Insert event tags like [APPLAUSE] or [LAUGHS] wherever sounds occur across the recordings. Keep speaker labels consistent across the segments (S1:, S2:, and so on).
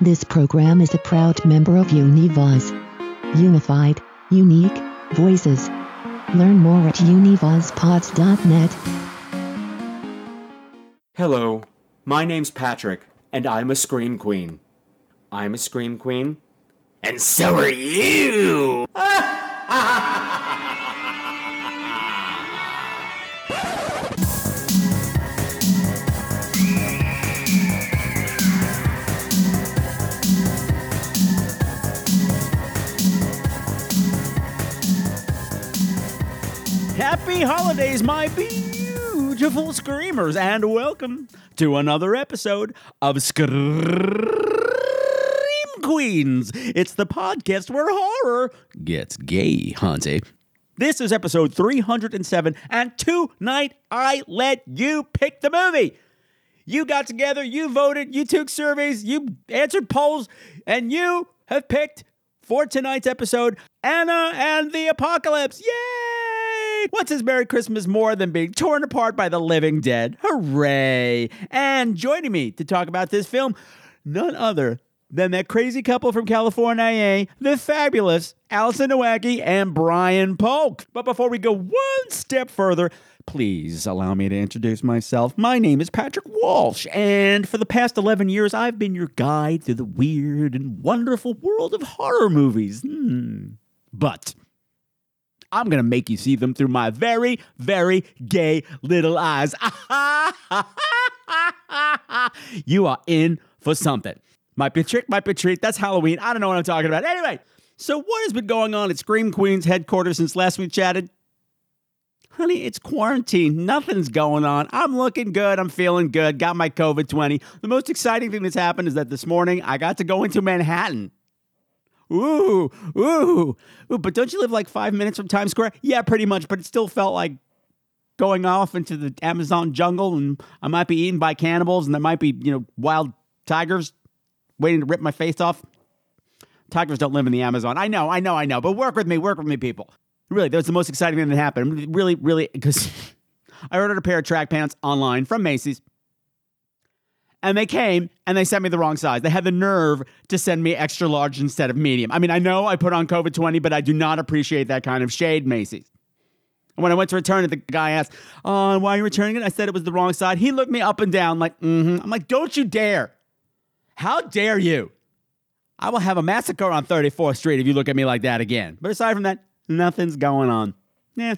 S1: This program is a proud member of Univaz. Unified, unique, voices. Learn more at univazpods.net.
S2: Hello, my name's Patrick, and I'm a Scream Queen. I'm a Scream Queen, and so are you! [LAUGHS]
S3: Happy holidays, my beautiful screamers, and welcome to another episode of Scream Queens. It's the podcast where horror gets gay, hunty. This is episode 307, and tonight I let you pick the movie. You got together, you voted, you took surveys, you answered polls, and you have picked for tonight's episode Anna and the Apocalypse. Yay! What's his Merry Christmas more than being torn apart by the living dead? Hooray! And joining me to talk about this film, none other than that crazy couple from California, eh? the fabulous Allison Nowacki and Brian Polk. But before we go one step further, please allow me to introduce myself. My name is Patrick Walsh, and for the past 11 years, I've been your guide through the weird and wonderful world of horror movies. Hmm. But I'm going to make you see them through my very, very gay little eyes. [LAUGHS] you are in for something. Might be a trick, might be a treat. That's Halloween. I don't know what I'm talking about. Anyway, so what has been going on at Scream Queen's headquarters since last we chatted? Honey, it's quarantine. Nothing's going on. I'm looking good. I'm feeling good. Got my COVID 20. The most exciting thing that's happened is that this morning I got to go into Manhattan. Ooh, ooh, ooh. But don't you live like five minutes from Times Square? Yeah, pretty much. But it still felt like going off into the Amazon jungle, and I might be eaten by cannibals, and there might be you know wild tigers waiting to rip my face off. Tigers don't live in the Amazon. I know, I know, I know. But work with me, work with me, people. Really, that was the most exciting thing that happened. Really, really, because [LAUGHS] I ordered a pair of track pants online from Macy's and they came and they sent me the wrong size. They had the nerve to send me extra large instead of medium. I mean, I know I put on COVID 20, but I do not appreciate that kind of shade, Macy's. And when I went to return it, the guy asked, Oh, why are you returning it? I said it was the wrong side. He looked me up and down, like, mm-hmm. I'm like, Don't you dare. How dare you? I will have a massacre on 34th Street if you look at me like that again. But aside from that, nothing's going on. Yeah.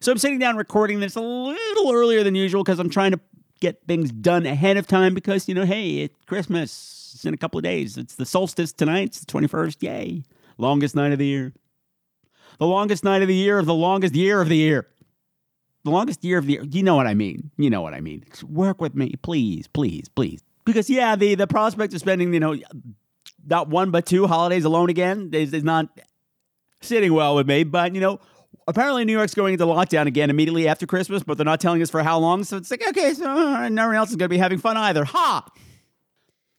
S3: So I'm sitting down recording this a little earlier than usual because I'm trying to get things done ahead of time because, you know, hey, it's Christmas. It's in a couple of days. It's the solstice tonight. It's the 21st. Yay. Longest night of the year. The longest night of the year of the longest year of the year. The longest year of the year. You know what I mean. You know what I mean. Just work with me, please, please, please. Because, yeah, the, the prospect of spending, you know, not one but two holidays alone again is, is not sitting well with me. But you know, apparently New York's going into lockdown again immediately after Christmas, but they're not telling us for how long. So it's like, okay, so uh, no one else is going to be having fun either. Ha!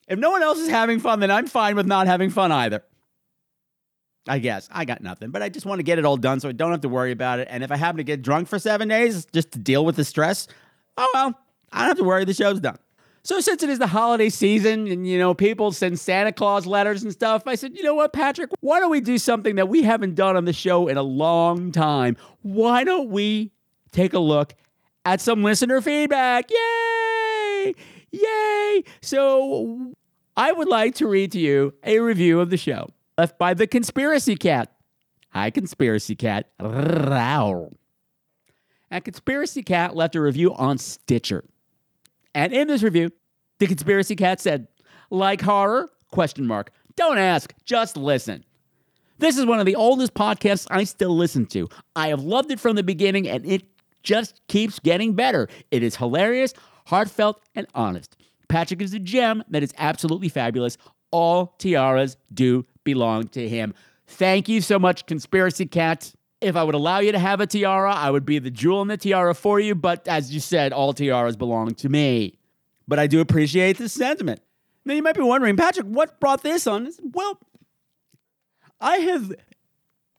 S3: If no one else is having fun, then I'm fine with not having fun either. I guess I got nothing, but I just want to get it all done so I don't have to worry about it. And if I happen to get drunk for seven days just to deal with the stress, oh well, I don't have to worry. The show's done. So since it is the holiday season and you know people send Santa Claus letters and stuff, I said, you know what, Patrick, why don't we do something that we haven't done on the show in a long time? Why don't we take a look at some listener feedback? Yay! Yay! So I would like to read to you a review of the show left by the Conspiracy Cat. Hi, Conspiracy Cat. Row. And Conspiracy Cat left a review on Stitcher. And in this review, the conspiracy cat said, "Like horror? Question mark. Don't ask, just listen." This is one of the oldest podcasts I still listen to. I have loved it from the beginning and it just keeps getting better. It is hilarious, heartfelt, and honest. Patrick is a gem that is absolutely fabulous. All tiaras do belong to him. Thank you so much, Conspiracy Cat. If I would allow you to have a tiara, I would be the jewel in the tiara for you. But as you said, all tiaras belong to me. But I do appreciate the sentiment. Now, you might be wondering, Patrick, what brought this on? Well, I have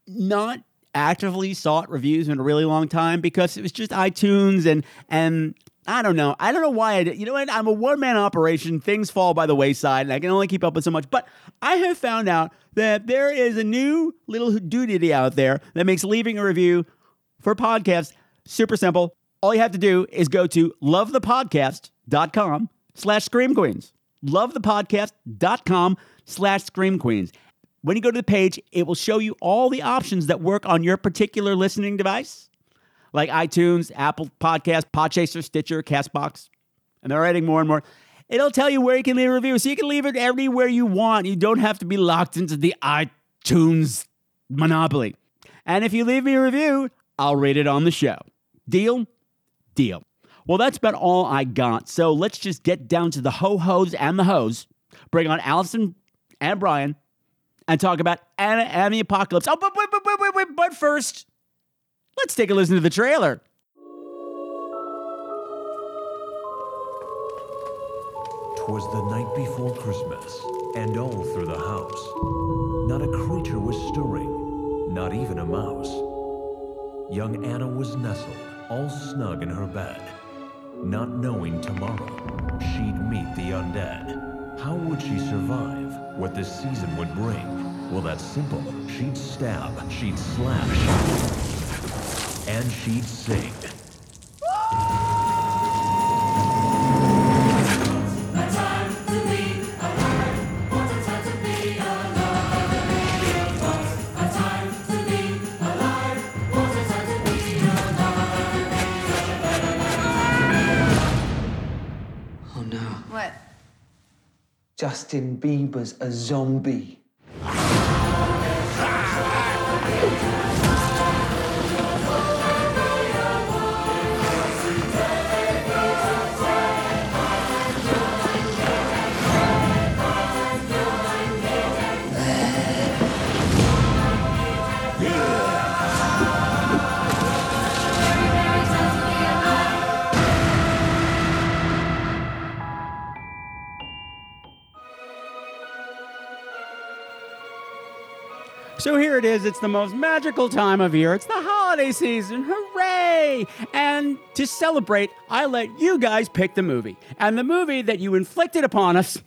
S3: not actively sought reviews in a really long time because it was just iTunes and and I don't know. I don't know why I did. You know what? I'm a one man operation. Things fall by the wayside, and I can only keep up with so much. But I have found out that there is a new little doodity out there that makes leaving a review for podcasts super simple. All you have to do is go to lovethepodcast.com slash scream queens. Lovethepodcast.com slash scream queens. When you go to the page, it will show you all the options that work on your particular listening device like iTunes, Apple Podcast, Podchaser, Stitcher, Castbox, and they're adding more and more. It'll tell you where you can leave a review, so you can leave it anywhere you want. You don't have to be locked into the iTunes monopoly. And if you leave me a review, I'll read it on the show. Deal? Deal. Well, that's about all I got. So let's just get down to the ho hos and the hoes. Bring on Allison and Brian and talk about Anna and the Apocalypse. Oh, but wait, but wait, wait, wait, but first. Let's take a listen to the trailer.
S4: Twas the night before Christmas, and all through the house. Not a creature was stirring, not even a mouse. Young Anna was nestled, all snug in her bed, not knowing tomorrow she'd meet the undead. How would she survive? What this season would bring? Well, that's simple. She'd stab, she'd slash, and she'd sing.
S5: Oh no.
S6: What?
S5: Justin Bieber's a zombie.
S3: So here it is. It's the most magical time of year. It's the holiday season. Hooray! And to celebrate, I let you guys pick the movie. And the movie that you inflicted upon us,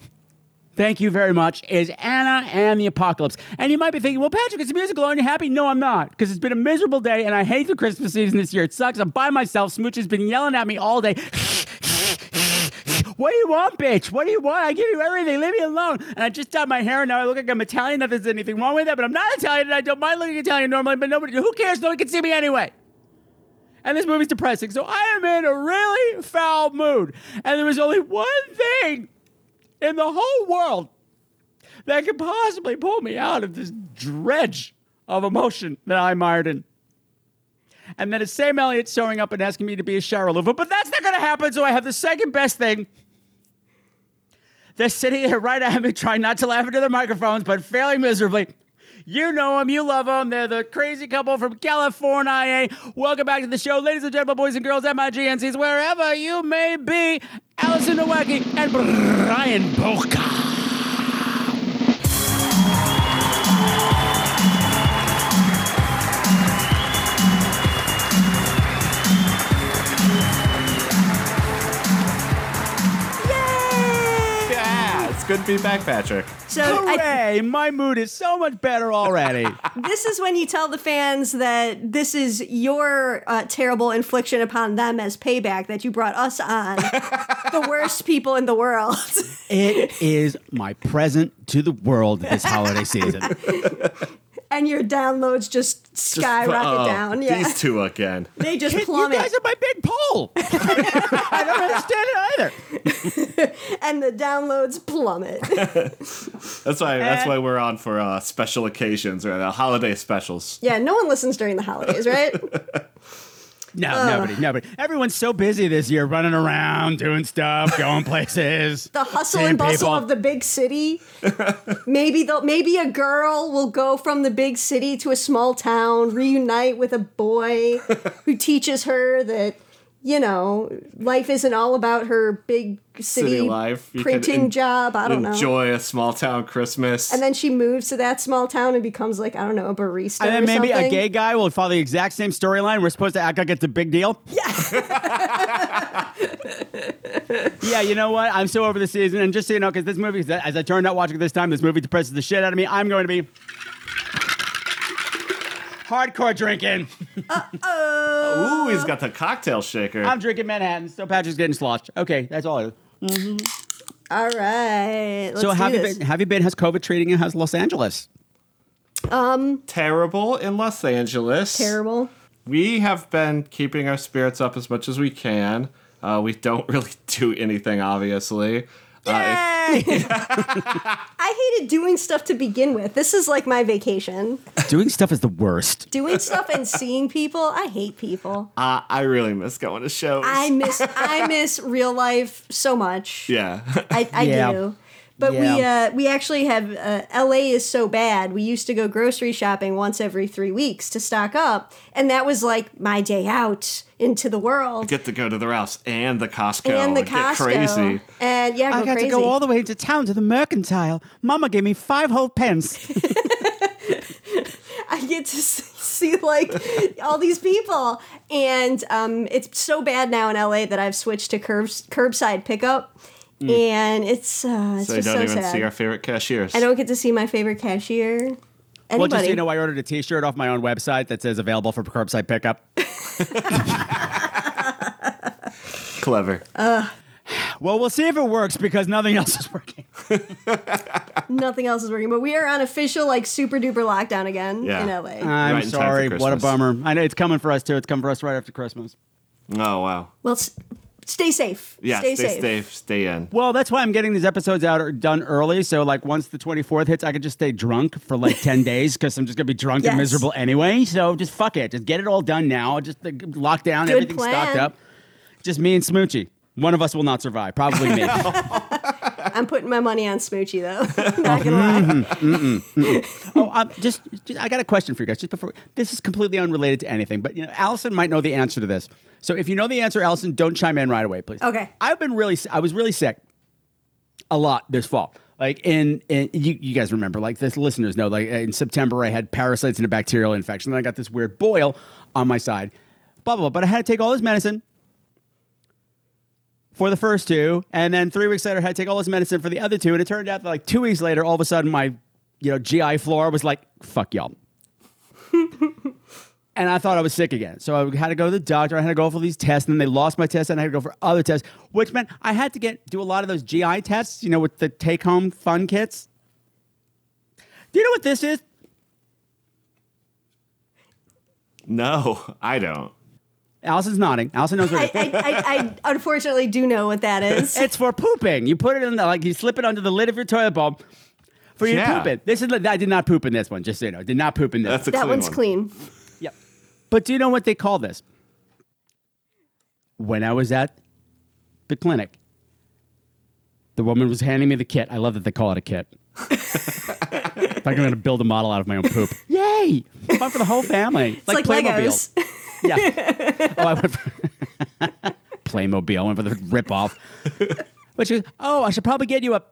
S3: thank you very much, is Anna and the Apocalypse. And you might be thinking, well, Patrick, it's a musical. Aren't you happy? No, I'm not. Because it's been a miserable day and I hate the Christmas season this year. It sucks. I'm by myself. Smooch has been yelling at me all day. What do you want, bitch? What do you want? I give you everything. Leave me alone. And I just dyed my hair, and now I look like I'm Italian. Not that there's anything wrong with that, but I'm not Italian, and I don't mind looking Italian normally. But nobody, who cares? No one can see me anyway. And this movie's depressing, so I am in a really foul mood. And there was only one thing in the whole world that could possibly pull me out of this dredge of emotion that I'm mired in. And then it's Sam Elliott showing up and asking me to be a Sharalova, but that's not going to happen. So I have the second best thing they're sitting there right at me, trying not to laugh into their microphones, but failing miserably. You know them, you love them. They're the crazy couple from California. Welcome back to the show, ladies and gentlemen, boys and girls, MIGNCs, wherever you may be. Allison Nowacki and Brian Boca.
S7: Yeah, it's good to be back, Patrick.
S8: So I,
S3: Hooray! My mood is so much better already.
S8: this is when you tell the fans that this is your uh, terrible infliction upon them as payback that you brought us on, the worst people in the world.
S3: [LAUGHS]
S8: [LAUGHS]
S3: it is my present to the world this holiday season.
S8: and your downloads just skyrocket
S7: Oh,
S8: down. Yeah.
S7: These two again.
S8: [LAUGHS] they just
S3: [LAUGHS] you
S8: plummet.
S3: guys are my big pole. [LAUGHS] I don't understand it either.
S8: and the downloads plummet. [LAUGHS]
S7: That's why.
S8: Eh.
S7: That's why we're on for uh, special occasions or the holiday specials.
S8: yeah, no one listens during the holidays, right?
S3: No, nobody, nobody. Everyone's so busy this year, running around, doing stuff,
S8: [LAUGHS]
S3: going places.
S8: The hustle
S3: Same
S8: and bustle
S3: people.
S8: of the big city. maybe they'll maybe a girl will go from the big city to a small town, reunite with a boy who teaches her that you know life isn't all about her big city,
S7: City life. You can
S8: printing
S7: en-
S8: job. I don't know.
S7: Enjoy a small town Christmas.
S8: And then she moves to that small town and becomes like I don't know a barista.
S3: and then
S8: or
S3: maybe a
S8: something.
S3: gay guy will follow the exact same storyline. We're supposed to act like it's a big deal. yeah, you know what? I'm so over the season. And just so you know, because this movie, as I turned out watching it this time, this movie depresses the shit out of me. I'm going to be hardcore drinking.
S7: Ooh,
S8: uh,
S7: he's got the cocktail shaker.
S3: I'm drinking Manhattan. So Patrick's getting sloshed. Okay, that's all. I do.
S8: All right. Let's
S3: so
S8: do
S3: have you, [LAUGHS]
S8: this.
S3: been, have you been? How's COVID treating you? How's Los Angeles?
S7: Terrible in Los Angeles.
S8: terrible?
S7: We have been keeping our spirits up as much as we can. Uh, we don't [LAUGHS] really do anything, obviously. Uh,
S8: I hated doing stuff to begin with. This is like my vacation.
S3: Doing stuff is the worst.
S8: Doing stuff and seeing people. I hate people.
S7: I, I really miss going to shows.
S8: I miss
S7: [LAUGHS]
S8: I miss real life so much.
S7: yeah. [LAUGHS]
S8: I, I
S3: Yeah.
S8: do. But
S3: Yeah.
S8: we uh, we actually have uh, LA is so bad. We used to go grocery shopping once every three weeks to stock up, and that was like my day out into the world
S7: get to go to the Ralphs and the Costco
S8: and the
S7: get
S8: Costco.
S7: crazy.
S8: And yeah, go
S3: I got
S8: crazy.
S3: to go all the way into town to the mercantile. Mama gave me five whole
S8: [LAUGHS]
S3: pence.
S8: I get to [LAUGHS] s- see like all these people, and um, it's so bad now in LA that I've switched to curbs curbside pickup, and it's uh,
S7: Mm.
S8: it's
S7: So you
S8: just
S7: don't
S8: so
S7: even
S8: sad.
S7: see our favorite cashiers.
S8: I don't get to see my favorite cashier. Anybody?
S3: well, just so you know, I ordered a T-shirt off my own website that says available for curbside pickup.
S7: Clever.
S3: well, we'll see if it works because nothing [LAUGHS] else is working.
S8: nothing else is working, but we are on official like super duper lockdown again
S7: Yeah.
S8: in LA.
S7: Right
S3: I'm
S7: in time for
S3: sorry. What a
S7: Christmas.
S3: bummer. I know it's coming for us too. It's coming for us right after Christmas.
S7: oh wow.
S8: well, s- stay safe.
S7: Yeah. Stay, stay safe. Stay in.
S3: Well, that's why I'm getting these episodes out or done early. So, like, once the 24th hits, I could just stay drunk for like
S8: [LAUGHS]
S3: 10 days because I'm just going to be drunk and
S8: Yes.
S3: miserable anyway. So, just fuck it. Just get it all done now. Just like, lock down,
S8: Good
S3: everything's stocked
S8: plan.
S3: up. Just me and Smoochie. One of us will not survive. Probably
S8: [LAUGHS]
S3: me.
S8: [LAUGHS] I'm putting my money on Smoochie though. [LAUGHS] Not gonna lie.
S3: Mm-hmm. oh, um, just, just I got a question for you guys. Just before this is completely unrelated to anything, but you know, Allison might know the answer to this. So if you know the answer, Allison, don't chime in right away, please.
S8: Okay.
S3: I've been really, s- I was really sick a lot this fall. Like in, in you, you guys remember, like this listeners know, like in September I had parasites and a bacterial infection. Then I got this weird boil on my side. Blah blah. blah. But I had to take all this medicine for the first two, and then three weeks later, I had to take all this medicine for the other two, and it turned out that like two weeks later, all of a sudden, my you know GI flora was like, "Fuck y'all," and I thought I was sick again. So I had to go to the doctor. I had to go for these tests, and then they lost my test, and I had to go for other tests, which meant I had to get do a lot of those GI tests, you know, with the take home fun kits. Do you know what this is?
S7: No, I don't.
S3: Allison's nodding. Allison knows what it
S8: I,
S3: is.
S8: I, I, I unfortunately do know what that is.
S3: It's for pooping. You put it in the like you slip it under the lid of your toilet bowl for your
S7: Yeah.
S3: pooping. This is I did not poop in this one. Just so you know, did not poop in this.
S7: That's a
S8: that
S7: clean
S8: one's
S7: one.
S8: clean.
S3: one. Yep. But do you know what they call this? When I was at the clinic, the woman was handing me the kit. I love that they call it a kit. like I'm going to build a model out of my own poop. Yay! Fun for the whole family.
S8: It's like, Legos. [LAUGHS]
S3: Yeah. [LAUGHS] oh, I went for Playmobil. I went for the ripoff. But she was, oh, I should probably get you a.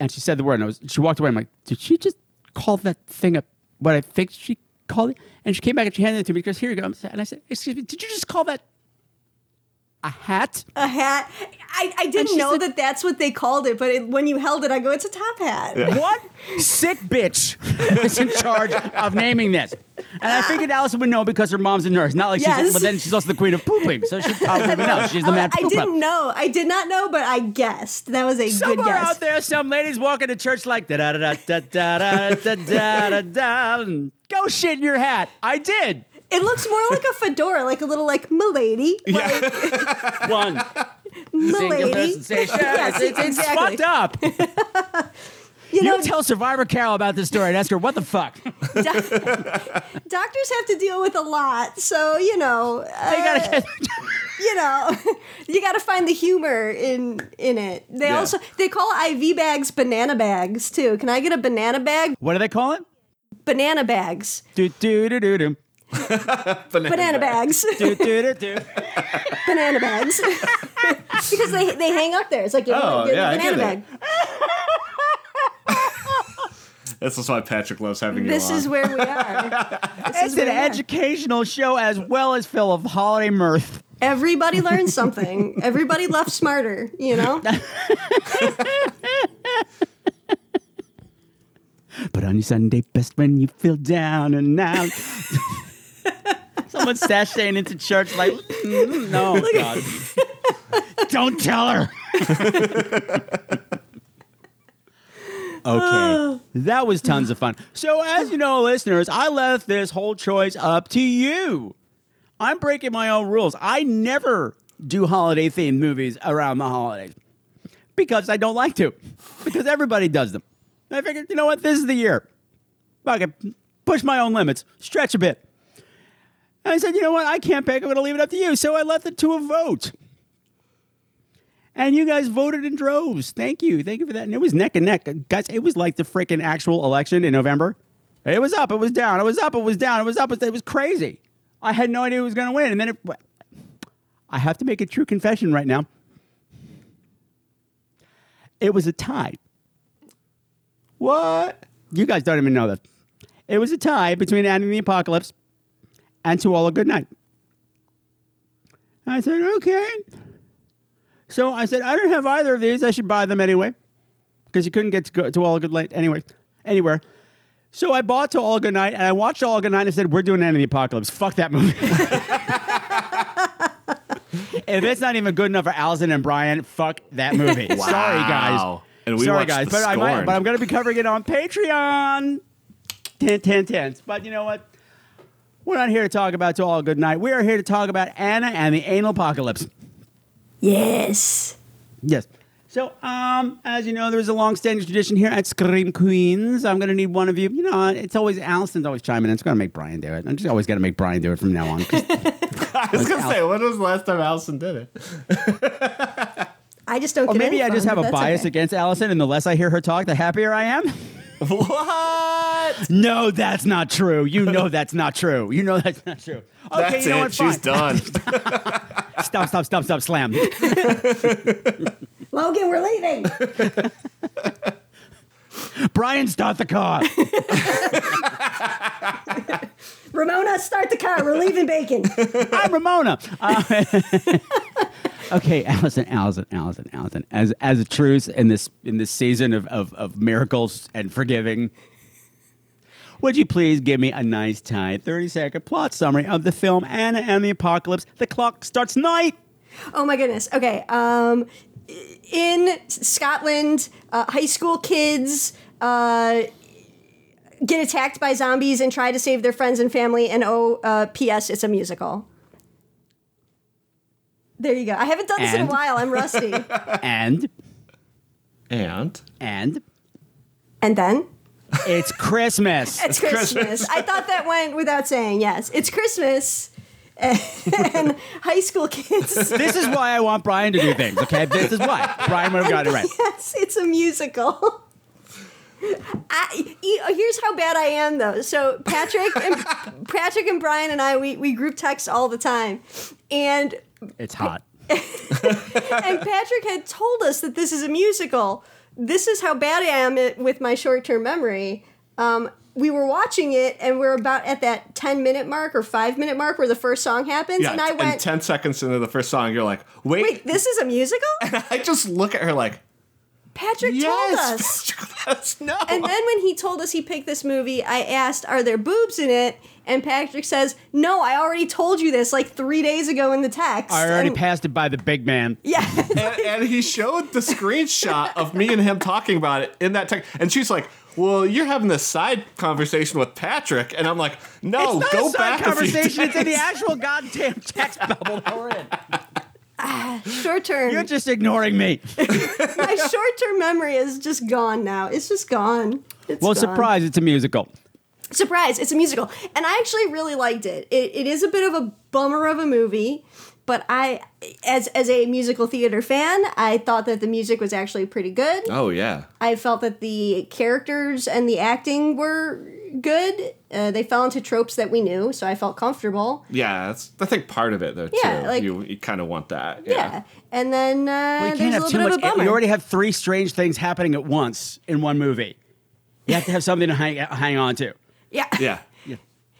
S3: And she said the word, and I was, she walked away. I'm like, did she just call that thing a what I think she called it? And she came back and she handed it to me because here you go. I'm sa- And I said, excuse me, did you just call that a hat?
S8: A hat. I, I
S3: she
S8: didn't know
S3: said-
S8: that that's what they called it, but it, when you held it, I go, it's a top hat.
S3: What sick [LAUGHS] bitch is in charge of naming this? And I figured Allison would know because her mom's a nurse. Not like she's,
S8: Yes.
S3: but then she's also the queen of pooping, so she probably would know. She's the mad
S8: Oh, I
S3: poop up.
S8: didn't know. I did not know, but I guessed. That was a good
S3: Somewhere
S8: guess.
S3: out there, some ladies walking to church like da da da da da da da da da da. and Go shit in your hat. I did.
S8: It looks more like a fedora, like a little like milady. Like,
S3: One single
S8: milady.
S3: person station.
S8: Yes,
S3: it's, it's
S8: exactly.
S3: fucked up. You,
S8: You know,
S3: tell Survivor Carol about this story and ask her what the fuck. They
S8: doctors have to deal with a lot, so you know, uh,
S3: gotta get.
S8: you know, [LAUGHS] you got to find the humor in in it. They
S7: Yeah.
S8: also they call IV bags banana bags too. Can I get a banana bag?
S3: What do they call it?
S8: Banana bags.
S3: Do do do do do
S8: Banana bags.
S3: do do do do.
S8: [LAUGHS] banana bags. [LAUGHS] because they they hang up there. It's like you
S7: Oh,
S8: get
S7: yeah, I
S8: a banana
S7: get
S8: bag.
S7: it. [LAUGHS] This is why Patrick loves having
S8: This
S7: you on.
S8: is where we are. This
S3: It's
S8: is where
S3: an
S8: we are.
S3: educational show as well as full of holiday mirth.
S8: Everybody learned something. Everybody left smarter, you know?
S3: But on your Sunday best when you feel down and [LAUGHS] out. Someone's sashaying into church like, mm, no, God. [LAUGHS] Don't tell her. okay. That was tons of fun. So, as you know, listeners, I left this whole choice up to you. I'm breaking my own rules. I never do holiday themed movies around the holidays because I don't like to, because everybody does them. And I figured, you know what? This is the year. I can push my own limits, stretch a bit. And I said, you know what? I can't pick. I'm going to leave it up to you. So I left it to a vote. And you guys voted in droves. Thank you. Thank you for that. And it was neck and neck. Guys, it was like the freaking actual election in November. It was up. It was down. It was up. It was down. It was up. It was crazy. I had no idea who was going to win. And then it, I have to make a true confession right now. It was a tie. What? You guys don't even know that. It was a tie between Annie and the Apocalypse and To All a Good Night. I said, okay. So I said, I don't have either of these. I should buy them anyway. Because you couldn't get to, go, to All a Good Night anyway, anywhere. So I bought To All a Good Night and I watched All a Good Night and I said, we're doing Annie and the Apocalypse. Fuck that movie. [LAUGHS] if it's not even good enough for Allison and Brian, fuck that
S7: [LAUGHS]
S3: movie. Sorry, guys.
S7: Wow. And we
S3: Sorry,
S7: watched
S3: guys,
S7: The
S3: but I might,
S7: Scorn.
S3: but I'm going to be covering it on Patreon. Ten, ten, tens. But you know what? We're not here to talk about to all good night. We are here to talk about Anna and the anal apocalypse.
S8: yes.
S3: Yes. So, um, as you know, there is a long-standing tradition here at Scream Queens. I'm going to need one of you. You know, it's always Allison's always chiming in. It's going to make Brian do it. I'm just always going to make Brian do it from [LAUGHS] now on. 'cause
S7: [LAUGHS] I was gonna say, when was the last time Allison did it?
S8: [LAUGHS] I just don't
S3: Or
S8: get
S3: maybe
S8: any
S3: I
S8: fun,
S3: just have
S8: but
S3: a
S8: that's
S3: bias
S8: okay.
S3: against Allison, and the less I hear her talk, the happier I am.
S7: What?
S3: [LAUGHS] No, that's not true. You [LAUGHS] know that's not true. You know that's not true. Okay,
S7: That's
S3: you know
S7: it.
S3: what?
S7: She's done.
S3: Fine.
S8: [LAUGHS]
S3: Stop, stop, stop, stop, slam.
S7: [LAUGHS]
S8: Logan, we're leaving.
S3: [LAUGHS] Brian, start the car.
S8: Ramona, start the car. We're leaving Bacon.
S3: [LAUGHS] I'm Ramona. Uh, [LAUGHS] okay, Allison, Allison, Allison, Allison. As as a truce in this in this season of, of, of miracles and forgiving, would you please give me a nice tight 30 second plot summary of the film Anna and the Apocalypse? The clock starts night.
S8: Oh my goodness. Okay. Um, in Scotland, uh, high school kids uh, get attacked by zombies and try to save their friends and family. And oh, uh, P.S. It's a musical. There you go. I haven't done this in
S3: And?
S8: a while.
S3: [LAUGHS]
S8: I'm rusty.
S3: And
S7: And
S3: and
S8: and then
S3: it's Christmas.
S8: [LAUGHS] it's Christmas. I thought that went without saying. Yes, it's Christmas. [LAUGHS] and high school kids. [LAUGHS]
S3: this is why I want Brian to do things, okay? This is why. Brian would have got it right.
S8: Yes, it's a musical. [LAUGHS] I, e- here's how bad I am though. So Patrick and Patrick and Brian and I we, we group text all the time, and
S3: It's hot.
S8: and Patrick had told us that this is a musical. This is how bad I am at, with my short term memory. Um, we were watching it and we're about at that ten minute mark or five minute mark where the first song happens,
S7: yeah,
S8: and I went,
S7: ten seconds into the first song, you're like, wait.
S8: "Wait, this is a musical?"
S7: [LAUGHS] I just look at her like,
S8: Patrick told
S7: yes,
S8: us.
S7: [LAUGHS] that's no.
S8: And then when he told us he picked this movie, I asked, "Are there boobs in it?" And Patrick says, "No, I already told you this like three days ago in the text."
S3: I already
S8: And-
S3: passed it by the big man.
S8: [LAUGHS] Yeah,
S7: and, and he showed the screenshot of me and him talking about it in that text. And she's like, "Well, you're having this side conversation with Patrick," and I'm like, "No,
S3: it's not
S7: go
S3: Oh, a side
S7: back." A
S3: conversation.
S7: few [LAUGHS]
S3: It's in the
S7: days.
S3: actual goddamn [LAUGHS] text bubble that we're in. [LAUGHS]
S8: short term.
S3: You're just ignoring me.
S8: My short term memory is just gone now. It's just gone. It's
S3: well,
S8: gone.
S3: surprise, it's a musical.
S8: surprise! It's a musical, and I actually really liked it. it. It is a bit of a bummer of a movie, but I, as as a musical theater fan, I thought that the music was actually pretty good.
S7: Oh yeah,
S8: I felt that the characters and the acting were good. Uh, they fell into tropes that we knew, so I felt comfortable.
S7: yeah. That's I think part of it though
S8: Yeah,
S7: too.
S8: like-
S7: you you kind of want that.
S8: Yeah. And then uh,
S3: you
S8: there's a
S3: can't have
S8: little
S3: too
S8: bit of a
S3: much.
S8: bummer.
S3: You already have three strange things happening at once in one movie. You have to have something to hang, hang on to.
S8: yeah.
S7: yeah.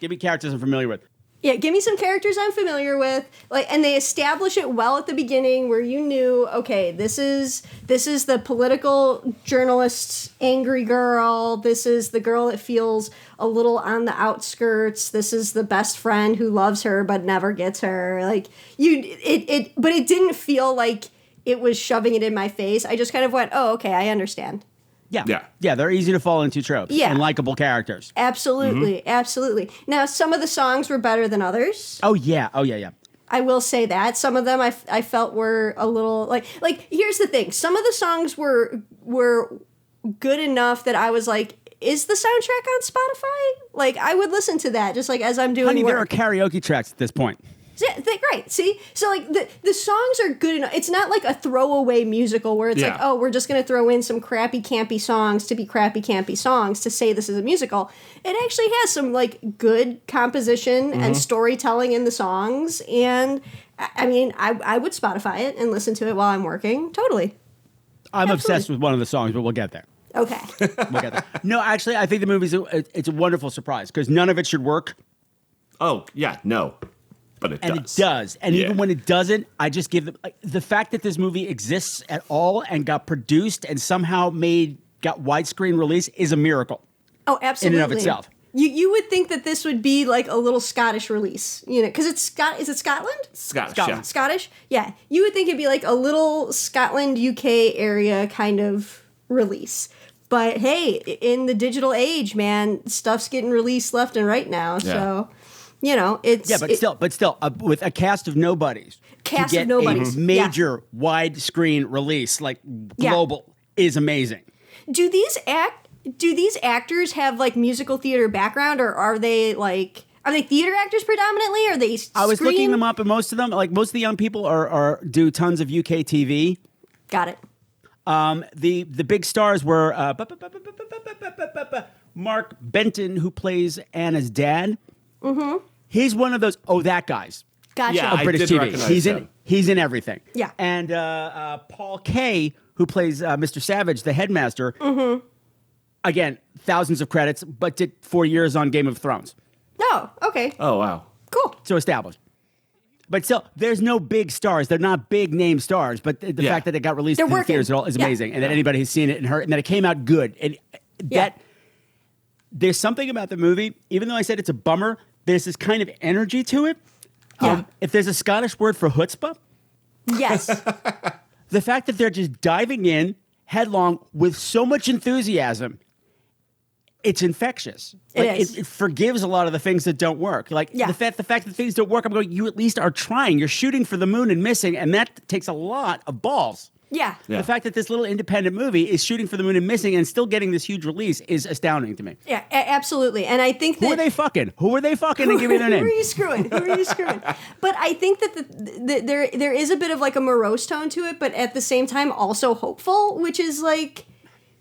S3: Give me characters I'm familiar with.
S8: Yeah, give me some characters I'm familiar with. Like and they establish it well at the beginning where you knew, okay, this is this is the political journalist's angry girl. This is the girl that feels a little on the outskirts. This is the best friend who loves her but never gets her. Like you it it but it didn't feel like it was shoving it in my face. I just kind of went, "Oh, okay, I understand."
S3: Yeah.
S7: Yeah.
S3: Yeah. They're easy to fall into tropes
S8: Yeah.
S3: and likable characters.
S8: Absolutely, absolutely. Now, some of the songs were better than others.
S3: Oh, yeah. Oh, yeah. Yeah.
S8: I will say that some of them I, f- I felt were a little like like here's the thing. Some of the songs were were good enough that I was like, is the soundtrack on Spotify? Like I would listen to that just like as I'm doing
S3: Honey,
S8: work.
S3: there are karaoke tracks at this point.
S8: Yeah, th- right. See, so like the the songs are good enough. It's not like a throwaway musical where it's like,
S7: Yeah.
S8: oh, we're just gonna throw in some crappy campy songs to be crappy campy songs to say this is a musical. It actually has some like good composition and storytelling in the songs, and I, I mean, I I would Spotify it and listen to it while I'm working. Totally.
S3: I'm obsessed with one of the songs, but we'll get there.
S8: Okay.
S3: We'll get there. no, actually, I think the movie's a, it- it's a wonderful surprise because none of it should work,
S7: Oh, yeah, no. But it
S3: and
S7: does.
S3: it does. And
S7: Yeah.
S3: even when it doesn't, I just give them like, the fact that this movie exists at all and got produced and somehow made got widescreen release is a miracle.
S8: Oh, absolutely.
S3: itself.
S8: You, you would think that this would be like a little Scottish release, you know, because it's Scot. Is it Scotland?
S7: Scottish,
S3: Scotland.
S7: yeah.
S8: um, Scottish? Yeah. You would think it'd be like a little Scotland, UK area kind of release. But hey, i- in the digital age, man, stuff's getting released left and right now. So, you know, it's.
S3: Yeah, but
S8: it-
S3: still, but still, uh, with a cast of nobodies, to
S8: Cast of
S3: get a
S8: nobodies, yeah.
S3: major widescreen release like
S8: Yeah.
S3: global is amazing.
S8: Do these act. Do these actors have like musical theater background or are they like. Are they theater actors predominantly? Are they.
S3: I was looking
S8: screen-
S3: them up, and most of them, like most of the young people, are are do tons of UK TV.
S8: Got it.
S3: Um, the the big stars were uh, bu- bu- bu- bu- bu- bu- bu- bu- bu- bu- bu- Mark Benton, who plays Anna's dad. Mm-hmm. He's one of those oh that guys
S8: Gotcha.
S7: Yeah,
S3: of
S7: I
S3: British
S7: did
S3: TV.
S7: recognize
S3: He's in
S7: him.
S3: he's in everything.
S8: Yeah.
S3: and uh, uh, Paul Kay, who plays uh, Mr. Savage, the headmaster. Mm-hmm. Again, thousands of credits, but did four years on Game of Thrones,
S8: No. Okay.
S7: Oh, wow.
S8: Cool.
S3: so established. But still, there's no big stars. They're not big name stars, but the, the
S7: Yeah.
S3: fact that it got released
S8: They're
S3: in the
S8: working.
S3: theaters at all is
S8: Yeah.
S3: amazing, and that anybody has seen it and heard, and that it came out good. And
S8: Yeah.
S3: that there's something about the movie, even though I said it's a bummer, there's this kind of energy to it. Um, if there's a Scottish word for chutzpah, [LAUGHS]
S8: Yes.
S3: the fact that they're just diving in headlong with so much enthusiasm it's infectious
S8: It
S3: Like,
S8: is.
S3: It, forgives a lot of the things that don't work like
S8: Yeah.
S3: the fact the fact that things don't work i'm going you at least are trying you're shooting for the moon and missing and that takes a lot of balls
S8: yeah.
S7: Yeah.
S3: the fact that this little independent movie is shooting for the moon and missing and still getting this huge release is astounding to me
S8: Yeah, a- absolutely. And I think that
S3: who are they fucking who are they fucking and give me their name
S8: Who are you screwing? Who are
S3: [LAUGHS]
S8: you screwing? but I think that the, the, there there is a bit of like a morose tone to it, but at the same time also hopeful, which is like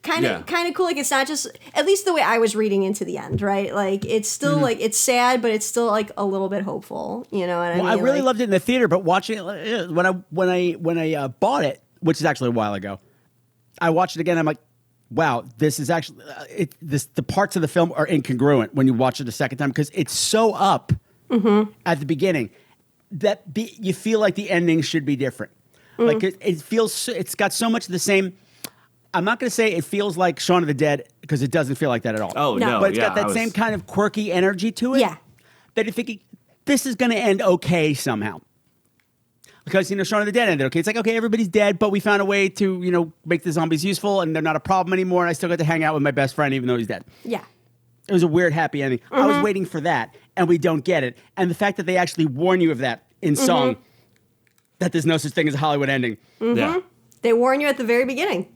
S8: kind of
S7: Yeah.
S8: kind of cool. Like it's not just at least the way I was reading into the end, right? Like it's still
S3: Mm-hmm.
S8: like it's sad, but it's still like a little bit hopeful. You know what I
S3: Well, I,
S8: mean?
S3: really
S8: Like-
S3: loved it in the theater, but watching it uh, when I when I when I uh, bought it, which is actually a while ago, I watched it again. I'm like, wow, this is actually uh, it, this. The parts of the film are incongruent when you watch it a second time because it's so up
S8: Mm-hmm.
S3: at the beginning that be, you feel like the ending should be different.
S8: Mm-hmm.
S3: Like it, it feels, so- it's got so much of the same. I'm not going to say it feels like Shaun of the Dead because it doesn't feel like that at all.
S7: Oh,
S8: No.
S7: no.
S3: but it's
S7: yeah,
S3: got that
S7: I was-
S3: same kind of quirky energy to it.
S8: Yeah.
S3: That you're thinking, this is going to end okay somehow. Because, you know, Shaun of the Dead ended okay. It's like, okay, everybody's dead, but we found a way to, you know, make the zombies useful and they're not a problem anymore. And I still get to hang out with my best friend even though he's dead.
S8: yeah.
S3: It was a weird happy ending. I was waiting for that and we don't get it. And the fact that they actually warn you of that in song that there's no such thing as a Hollywood ending.
S6: Mm.
S7: Yeah.
S8: They warn you at the very beginning.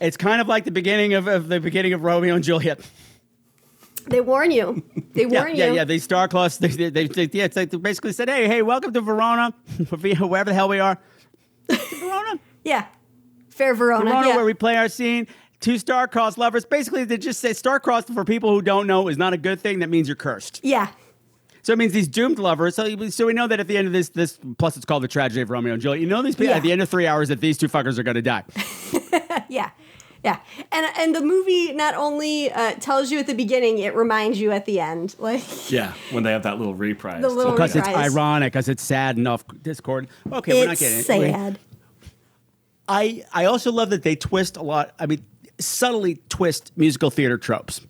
S3: It's kind of like the beginning of, of the beginning of Romeo and Juliet.
S8: They warn you. They
S3: [LAUGHS] Yeah,
S8: warn
S3: yeah,
S8: you.
S3: yeah. They star class. They, they, they, they- yeah, it's like they basically said, "Hey, hey, welcome to Verona, [LAUGHS] wherever the hell we are,
S8: [LAUGHS]
S3: Verona,
S8: Yeah. Fair Verona.
S3: Verona,
S8: yeah.
S3: where we play our scene." Two star-crossed lovers. Basically, they just say star-crossed for people who don't know is not a good thing. That means you're cursed.
S8: yeah.
S3: So it means these doomed lovers. So, so we know that at the end of this, this plus it's called the tragedy of Romeo and Juliet. You know these people
S8: Yeah.
S3: at the end of three hours that these two fuckers are going to die.
S8: Yeah. Yeah, and and the movie not only uh, tells you at the beginning, it reminds you at the end. [LAUGHS] Like
S6: Yeah, when they have that little reprise.
S8: The little-
S3: Because it's
S8: Oh, Christ.
S3: ironic, because it's sad enough. Discord. Okay, we're not
S8: it's
S3: getting it. We're-
S8: sad.
S3: I I also love that they twist a lot. I mean, subtly twist musical theater tropes.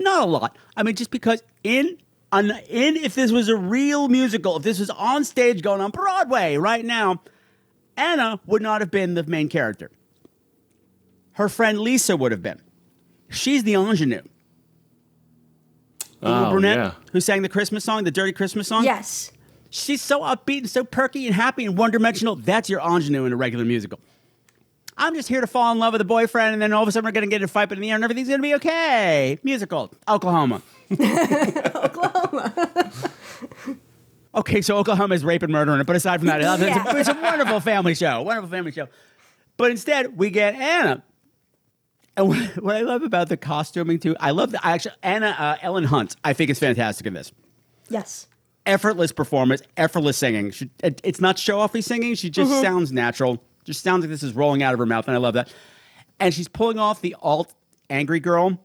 S3: Not a lot. I mean, just because in on in if this was a real musical, if this was on stage going on Broadway right now, Anna would not have been the main character. Her friend Lisa would have been. She's the ingenue. The little
S6: Oh,
S3: brunette
S6: yeah.
S3: who sang the Christmas song, the dirty Christmas song.
S8: Yes,
S3: She's so upbeat and so perky and happy and one dimensional. That's your ingenue in a regular musical. I'm just here to fall in love with a boyfriend, and then all of a sudden we're going to get in a fight in the air, and everything's going to be okay. Musical, Oklahoma. Oklahoma. [LAUGHS] okay, so Oklahoma is rape and murder in it, but aside from that, it's, a-
S8: Yeah.
S3: it's a wonderful family show. Wonderful family show. But instead, we get Anna. And [LAUGHS] what, what I love about the costuming too, I love the I actually Anna uh, Ellen Hunt. I think is fantastic in this
S8: yes.
S3: effortless performance, effortless singing. She, it- it's not show offy singing. She just sounds natural. Just sounds like this is rolling out of her mouth, and I love that. And she's pulling off the alt angry girl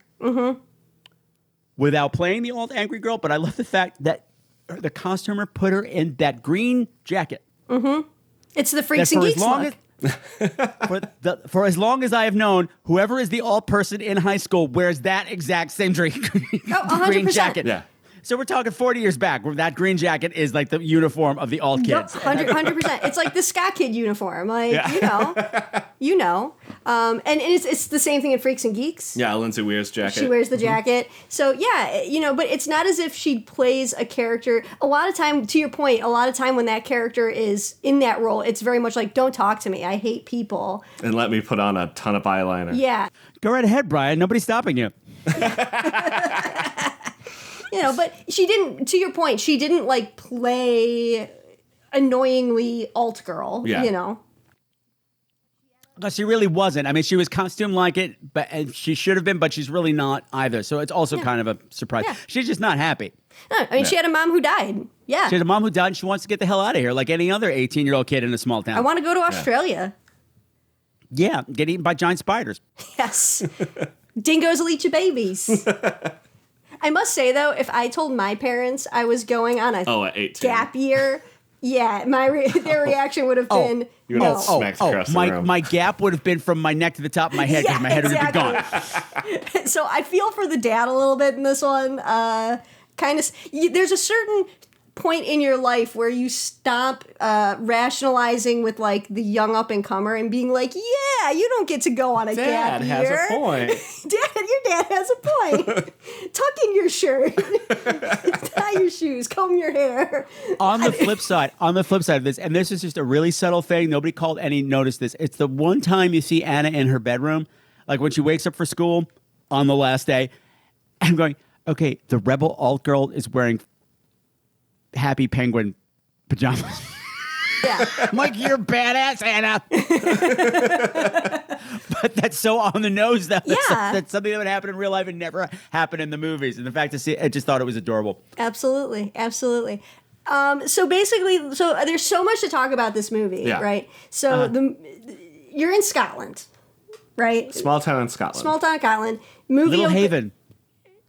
S3: without playing the alt angry girl. But I love the fact that the costumer put her in that green jacket.
S8: It's the
S3: That
S8: freaks and
S3: for
S8: geeks
S3: as long
S8: look.
S3: as- for, the, for as long as I have known, whoever is the alt person in high school wears that exact same [LAUGHS] drink, green
S8: 100%.
S3: jacket.
S6: Yeah.
S3: So we're talking 40 years back, where that green jacket is like the uniform of the alt
S8: Yep,
S3: kids.
S8: 100 percent. It's like the Ska Kid uniform. Like you know,
S3: [LAUGHS]
S8: you know, um, and it's it's the same thing in Freaks and Geeks.
S6: yeah, Lindsay Weir's jacket.
S8: She wears the
S3: Mm-hmm.
S8: jacket. So yeah, you know, but it's not as if she plays a character. A lot of time, to your point, a lot of time when that character is in that role, it's very much like, "Don't talk to me. I hate people."
S6: and let me put on a ton of eyeliner.
S8: Yeah,
S3: Go right ahead, Brian. Nobody's stopping you.
S8: you know. But she didn't. To your point, she didn't like play annoyingly alt girl.
S6: Yeah.
S8: You know.
S3: Because she really wasn't. I mean, she was costume like it, but and she should have been, but she's really not either. So it's also kind of a surprise.
S8: Yeah.
S3: She's just not happy.
S8: No, I mean, she had a mom who died. Yeah.
S3: She had a mom who died and she wants to get the hell out of here, like any other 18 year old kid in a small town.
S8: I want to go to Australia.
S3: yeah, get eaten by giant spiders.
S6: [LAUGHS]
S8: Yes. Dingoes will eat your babies. I must say though, if I told my parents I was going on a
S6: Oh, at 18.
S8: gap year, yeah, my re-
S6: [LAUGHS]
S8: their reaction would have been
S6: Oh. You would
S8: no.
S6: have smacked across the
S3: Oh, my,
S6: room.
S3: my gap would have been from my neck to the top of my head because my head would have been gone.
S8: gone. [LAUGHS] so I feel for the dad a little bit in this one. Uh, kind of, there's a certain point in your life where you stop uh, rationalizing with like the young up and comer and being like, yeah, you don't get to go on a
S7: Dad
S8: gap
S7: has
S8: year.
S7: a point.
S8: [LAUGHS] Dad, your dad has a point. Tuck in your shirt, [LAUGHS] tie your shoes, comb your hair.
S3: on the flip side, on the flip side of this, and this is just a really subtle thing. Nobody called any noticed this. It's the one time you see Anna in her bedroom, like when she wakes up for school on the last day. I'm going, okay, the rebel alt girl is wearing happy penguin pajamas. [LAUGHS]
S8: Yeah,
S3: I'm like, you're badass, Anna. but that's so on the nose, though. That's,
S8: Yeah.
S3: that's something that would happen in real life and never happened in the movies. And the fact to see, I just thought it was adorable.
S8: absolutely, absolutely. Um, so basically, so there's so much to talk about this movie,
S6: Yeah.
S8: right?
S3: Uh-huh.
S8: So the you're in Scotland, right?
S6: Small town in Scotland.
S8: Small town Scotland. Movie.
S3: Little
S8: op-
S3: Haven.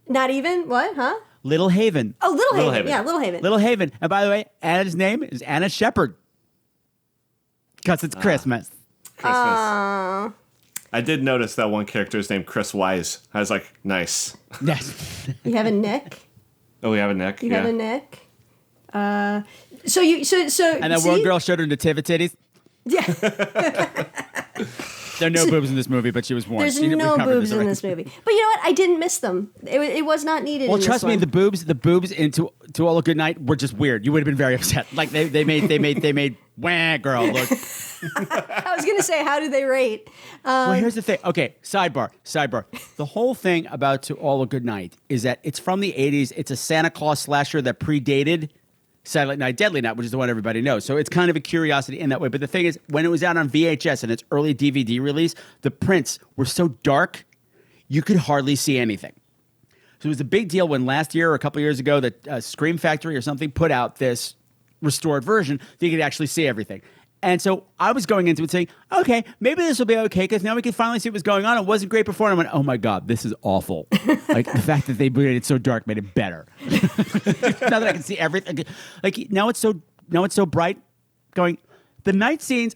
S8: Not even what? Huh?
S3: Little Haven.
S8: Oh, Little, Haven.
S6: Haven.
S8: Yeah, Little Haven.
S3: Little Haven. And by the way, Anna's name is Anna Shepherd. Because
S8: Ah.
S3: it's
S8: [LAUGHS]
S3: Christmas.
S6: Christmas. I did notice that one character is named Chris Wise. I was like, nice.
S3: Yes.
S8: you have a neck.
S6: Oh, we have a neck.
S8: You
S6: yeah.
S8: have a neck. Uh, so you so so
S3: And that
S8: see?
S3: one girl showed her nativity titties.
S8: [LAUGHS]
S3: [LAUGHS]
S8: Yeah.
S3: There are
S8: [LAUGHS]
S3: no boobs in this movie, but she was warned.
S8: There's
S3: She- we
S8: no
S3: covered
S8: boobs in
S3: already.
S8: this movie. But you know what? I didn't miss them. It, wa- it was not needed.
S3: Well,
S8: in this
S3: trust me,
S8: one.
S3: the boobs, the boobs into to all a good night were just weird. You would have been very [LAUGHS] upset. Like they, they made they made they made wah girl look.
S8: I was gonna say, how do they rate?
S3: well, here's the thing. Okay, sidebar, sidebar. [LAUGHS] The whole thing about To All a Good Night is that it's from the 80s. It's a Santa Claus slasher that predated Silent Night, Deadly Night, which is the one everybody knows. So it's kind of a curiosity in that way. But the thing is, when it was out on VHS and its early DVD release, the prints were so dark, you could hardly see anything. So it was a big deal when last year or a couple years ago that uh, Scream Factory or something put out this restored version that you could actually see everything. And so I was going into it saying, okay, maybe this will be okay because now we can finally see what was going on. It wasn't great before. And I went, oh my God, this is awful. like the fact that they made it so dark made it better. [LAUGHS] now that I can see everything. Like now it's so now it's so bright. Going, the night scenes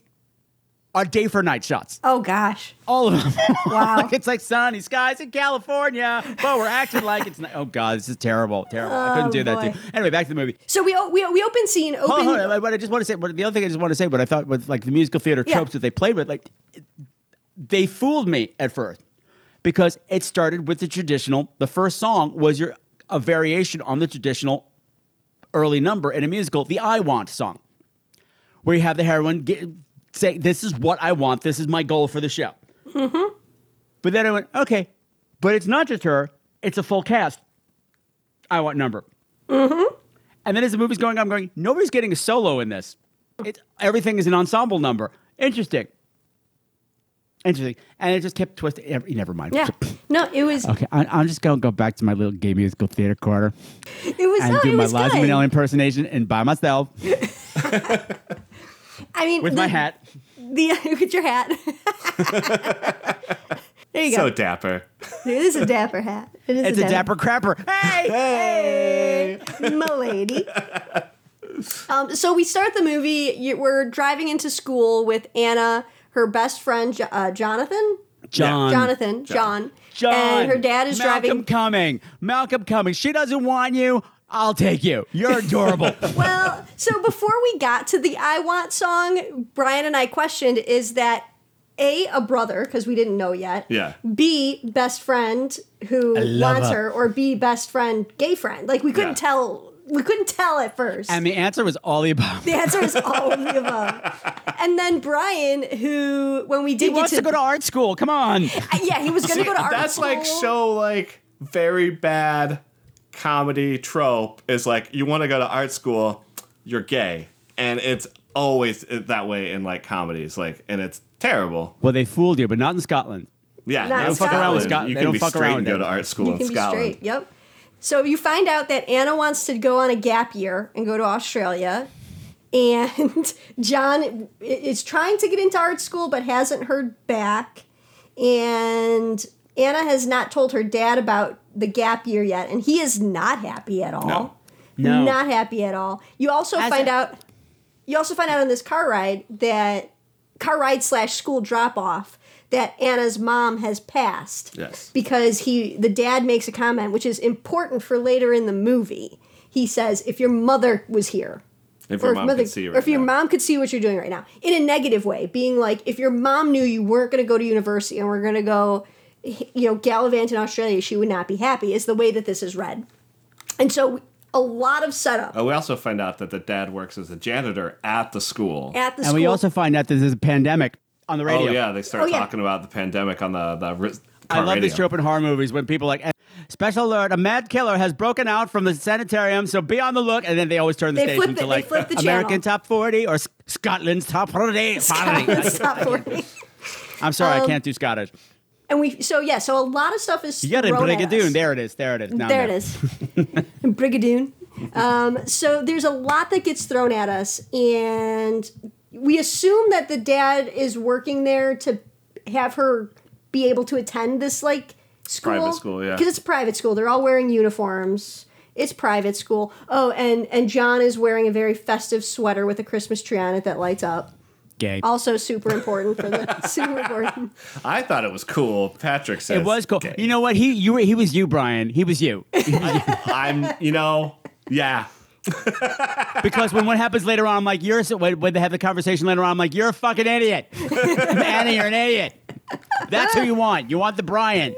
S3: are day for night shots. [LAUGHS]
S8: Oh gosh.
S3: All of them.
S8: Wow.
S3: like it's like sunny skies in California, but we're acting like it's not. Oh God, this is terrible, terrible. I couldn't
S8: Oh,
S3: do that
S8: boy.
S3: too. Anyway, back to the movie.
S8: So we o- we we open scene
S3: Hold
S8: open.
S3: on, hold on, But I just want to say, but the other thing I just want to say, but I thought with like the musical theater
S8: Yeah.
S3: tropes that they played with, like they fooled me at first because it started with the traditional. The first song was your a variation on the traditional early number in a musical, the "I Want" song, where you have the heroine get, say, "This is what I want. This is my goal for the show." But then I went, "Okay," but it's not just her; it's a full cast. I want number.
S8: Mm-hmm.
S3: And then as the movie's going on, I'm going, nobody's getting a solo in this. It's, everything is an ensemble number. Interesting. Interesting. And it just kept twisting. Ev- Never mind.
S8: Yeah. No, it was
S3: [LAUGHS] Okay, I, I'm just going to go back to my little gay musical theater corner
S8: it was
S3: and
S8: no,
S3: do
S8: it
S3: my
S8: was
S3: Liza
S8: good.
S3: Minnelli impersonation and by myself
S8: I mean
S3: with
S8: the, [LAUGHS]
S3: my hat.
S8: The [LAUGHS] with your hat. there you go.
S6: So dapper.
S8: it is a dapper hat. It is
S3: It's a dapper crapper. Hey!
S8: Hey, [LAUGHS] milady. Um, so we start the movie. You, we're driving into school with Anna, her best friend Jo- uh, Jonathan,
S3: John.
S8: Jonathan, John,
S3: John.
S8: and her dad is
S3: Malcolm
S8: driving.
S3: Cumming. Malcolm Cumming. She doesn't want you. I'll take you. You're
S8: [LAUGHS]
S3: adorable.
S8: Well, so before we got to the I Want song, Brian and I questioned is that A, a brother, because we didn't know yet. [LAUGHS]
S6: Yeah.
S8: B, best friend who
S3: love
S8: wants
S3: her.
S8: her, or B, best friend, gay friend. Like we couldn't
S6: Yeah.
S8: tell. We couldn't tell at first.
S3: and the answer was all the above.
S8: the answer is all of the above. And then Brian, who when we did
S3: He
S8: get
S3: wants
S8: to,
S3: to go to art school. Come on.
S8: Uh, yeah, he was going to go to art
S6: That's like
S8: school.
S6: so like very bad comedy trope is like you want to go to art school, you're gay, and it's always that way in like comedies, like and it's terrible.
S3: Well, they fooled you, but not in Scotland.
S6: Yeah,
S8: Not in
S6: they don't fuck around with Scotland.
S3: Scotland.
S6: You
S3: They
S6: can
S3: don't
S6: be
S3: fuck
S6: straight
S3: around
S6: and
S3: with
S6: go to
S3: it.
S6: art school
S8: You
S6: in
S8: can
S6: Scotland.
S8: be straight. Yep. So you find out that Anna wants to go on a gap year and go to Australia. And [LAUGHS] John i- is trying to get into art school but hasn't heard back. And Anna has not told her dad about the gap year yet. And he is not happy at all.
S3: No.
S8: Not happy at all. You also
S3: As
S8: find
S3: a-
S8: out you also find out on this car ride that car ride slash school drop off that Anna's mom has passed.
S6: Yes.
S8: Because he the dad makes a comment which is important for later in the movie. He says, if your mother was here.
S6: If
S8: or
S6: your
S8: if,
S6: mom
S8: mother,
S6: could see you
S8: or
S6: right
S8: if your
S6: now.
S8: mom could see what you're doing right now in a negative way, being like, if your mom knew you weren't going to go to university and we're going to go, you know, gallivant in Australia, she would not be happy, is the way that this is read. And so a lot of setup
S6: Uh, we also find out that the dad works as a janitor at the school.
S8: at the
S3: And
S8: school.
S3: we also find out this is a pandemic on the
S6: oh
S3: radio.
S6: yeah, they start
S8: Oh, yeah.
S6: talking about the pandemic on the the. ri-
S3: I
S6: car
S3: love this
S6: radio.
S3: trope in horror movies when people are like, special alert, a mad killer has broken out from the sanitarium, so be on the look. And then they always turn the
S8: They flip
S3: station
S8: it-
S3: to
S8: they
S3: like
S8: flip the
S3: American
S8: channel.
S3: Top 40 or S- Scotland's Top 40. [LAUGHS]
S8: [LAUGHS] Stop worrying.
S3: I'm sorry,
S8: um,
S3: I can't do Scottish.
S8: And we so yeah, so a lot of stuff is
S3: You got it,
S8: thrown at us.
S3: Brigadoon. There it is. There it is. Now I'm
S8: There it is.
S6: [LAUGHS]
S8: Brigadoon. Um, so there's a lot that gets thrown at us, and we assume that the dad is working there to have her be able to attend this like school.
S6: Private school, yeah.
S8: Because it's a private school. They're all wearing uniforms. It's private school. Oh, and and John is wearing a very festive sweater with a Christmas tree on it that lights up.
S3: Gay.
S8: Also super important for the [LAUGHS] super important.
S6: I thought it was cool. Patrick says
S3: It was cool. You know what? He you were, he was you, Brian. He was [LAUGHS] you.
S6: I'm. You know. Yeah.
S3: Because when what happens later on, I'm like, you're so, when when they have the conversation later on, I'm like, you're a fucking [LAUGHS] idiot. Annie, you're an idiot. That's who you want. You want the Brian.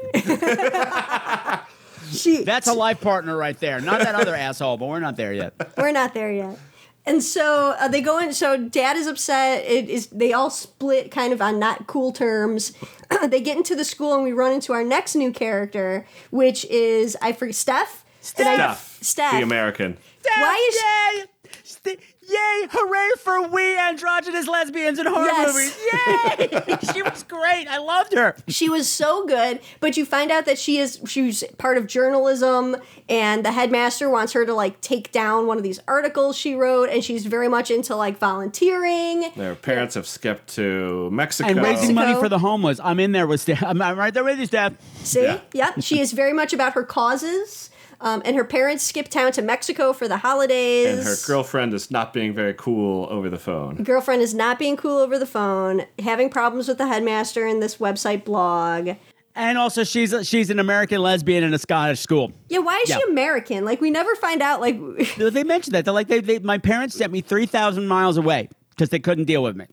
S8: She
S3: That's a life partner right there. Not that other asshole, but we're not there yet.
S8: We're not there yet. And so uh, they go in. So dad is upset. It is they all split kind of on not cool terms. [CLEARS THROAT] they get into the school and we run into our next new character, which is I forget Steph, And I-
S6: Steph,
S8: Steph.
S6: the American.
S8: Why is-
S3: yay? St- yay! Hooray for we androgynous lesbians in horror
S8: Yes.
S3: movies! Yay! [LAUGHS] she was great. I loved her.
S8: She was so good, but you find out that she is she's part of journalism, and the headmaster wants her to like take down one of these articles she wrote, and she's very much into like volunteering.
S6: Their parents have skipped to Mexico.
S3: And raising money
S8: Mexico.
S3: for the homeless. I'm in there with Steph. I'm, I'm right there with you, Steph.
S8: See,
S6: Yeah.
S8: [LAUGHS] yep, she is very much about her causes. Um, and her parents skip town to Mexico for the holidays.
S6: and her girlfriend is not being very cool over the phone.
S8: girlfriend is not being cool over the phone, having problems with the headmaster and this website blog.
S3: And also, she's a, she's an American lesbian in a Scottish school.
S8: Yeah, why is
S3: Yeah.
S8: she American? Like we never find out. Like [LAUGHS]
S3: They- They mentioned that. They're like, they, they, my parents sent me 3,000 miles away because they couldn't deal with me.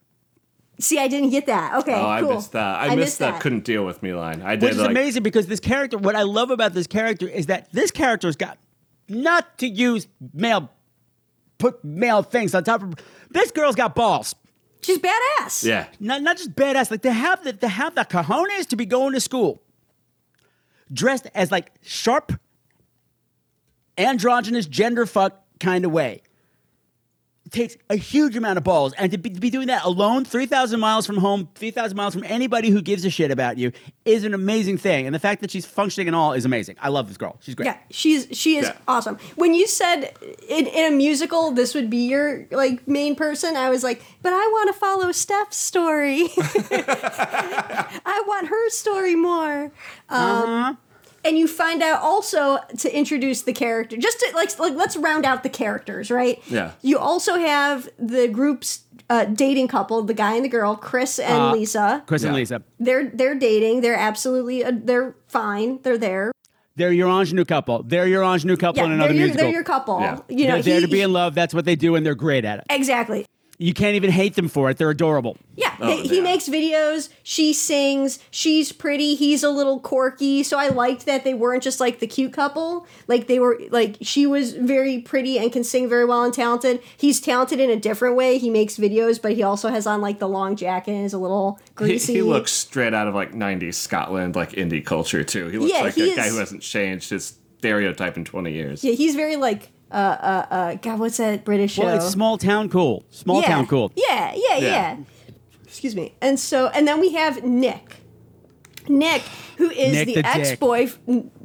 S8: See, I didn't get that. Okay,
S6: Oh, I
S8: cool.
S6: missed that. I, missed, that. Couldn't deal with me line. I did
S3: Which is
S6: like
S3: amazing because this character, what I love about this character is that this character's got not to use male, put male things on top of. This girl's got balls.
S8: She's badass.
S6: yeah.
S3: Not, not just badass, like to have the, to have the cojones to be going to school dressed as like sharp, androgynous, gender fuck kind of way. takes a huge amount of balls. And to be, to be doing that alone, 3,000 miles from home, 3,000 miles from anybody who gives a shit about you, is an amazing thing. And the fact that she's functioning and all is amazing. I love this girl. She's great.
S8: Yeah, she's she is
S6: Yeah.
S8: awesome. When you said in, in a musical this would be your like main person, I was like, but I want to follow Steph's story. [LAUGHS] I want her story more. Um,
S3: Uh-huh.
S8: And you find out also to introduce the character, just to like like let's round out the characters, right?
S6: Yeah.
S8: You also have the group's uh, dating couple, the guy and the girl, Chris and
S3: Uh,
S8: Lisa.
S3: Chris and
S6: Yeah.
S3: Lisa.
S8: They're they're dating. They're absolutely uh, they're fine. They're there.
S3: They're your ingenue couple. They're your ingenue couple in another
S8: they're, your,
S3: musical.
S8: they're your couple.
S6: Yeah.
S8: You know,
S3: They're there
S8: he-
S3: to be in love. That's what they do, and they're great at it.
S8: exactly.
S3: You can't even hate them for it. They're adorable.
S8: Yeah, they- he
S6: Oh, yeah.
S8: makes videos. She sings. She's pretty. He's a little quirky. So I liked that they weren't just like the cute couple. Like they were like she was very pretty and can sing very well and talented. He's talented in a different way. He makes videos, but he also has on like the long jacket and is a little
S6: He,
S8: greasy.
S6: he looks straight out of like '90s Scotland, like indie culture too. He looks
S8: Yeah,
S6: like
S8: he
S6: a guy
S8: is-
S6: who hasn't changed his stereotype in 20 years.
S8: Yeah, he's very like uh uh uh. God, what's that British show?
S3: Well, it's small town cool. Small
S8: yeah.
S3: town cool.
S8: Yeah, yeah, yeah, Excuse me. And so, and then we have Nick. Nick, who is
S3: Nick the
S8: the
S3: dick.
S8: ex-boy.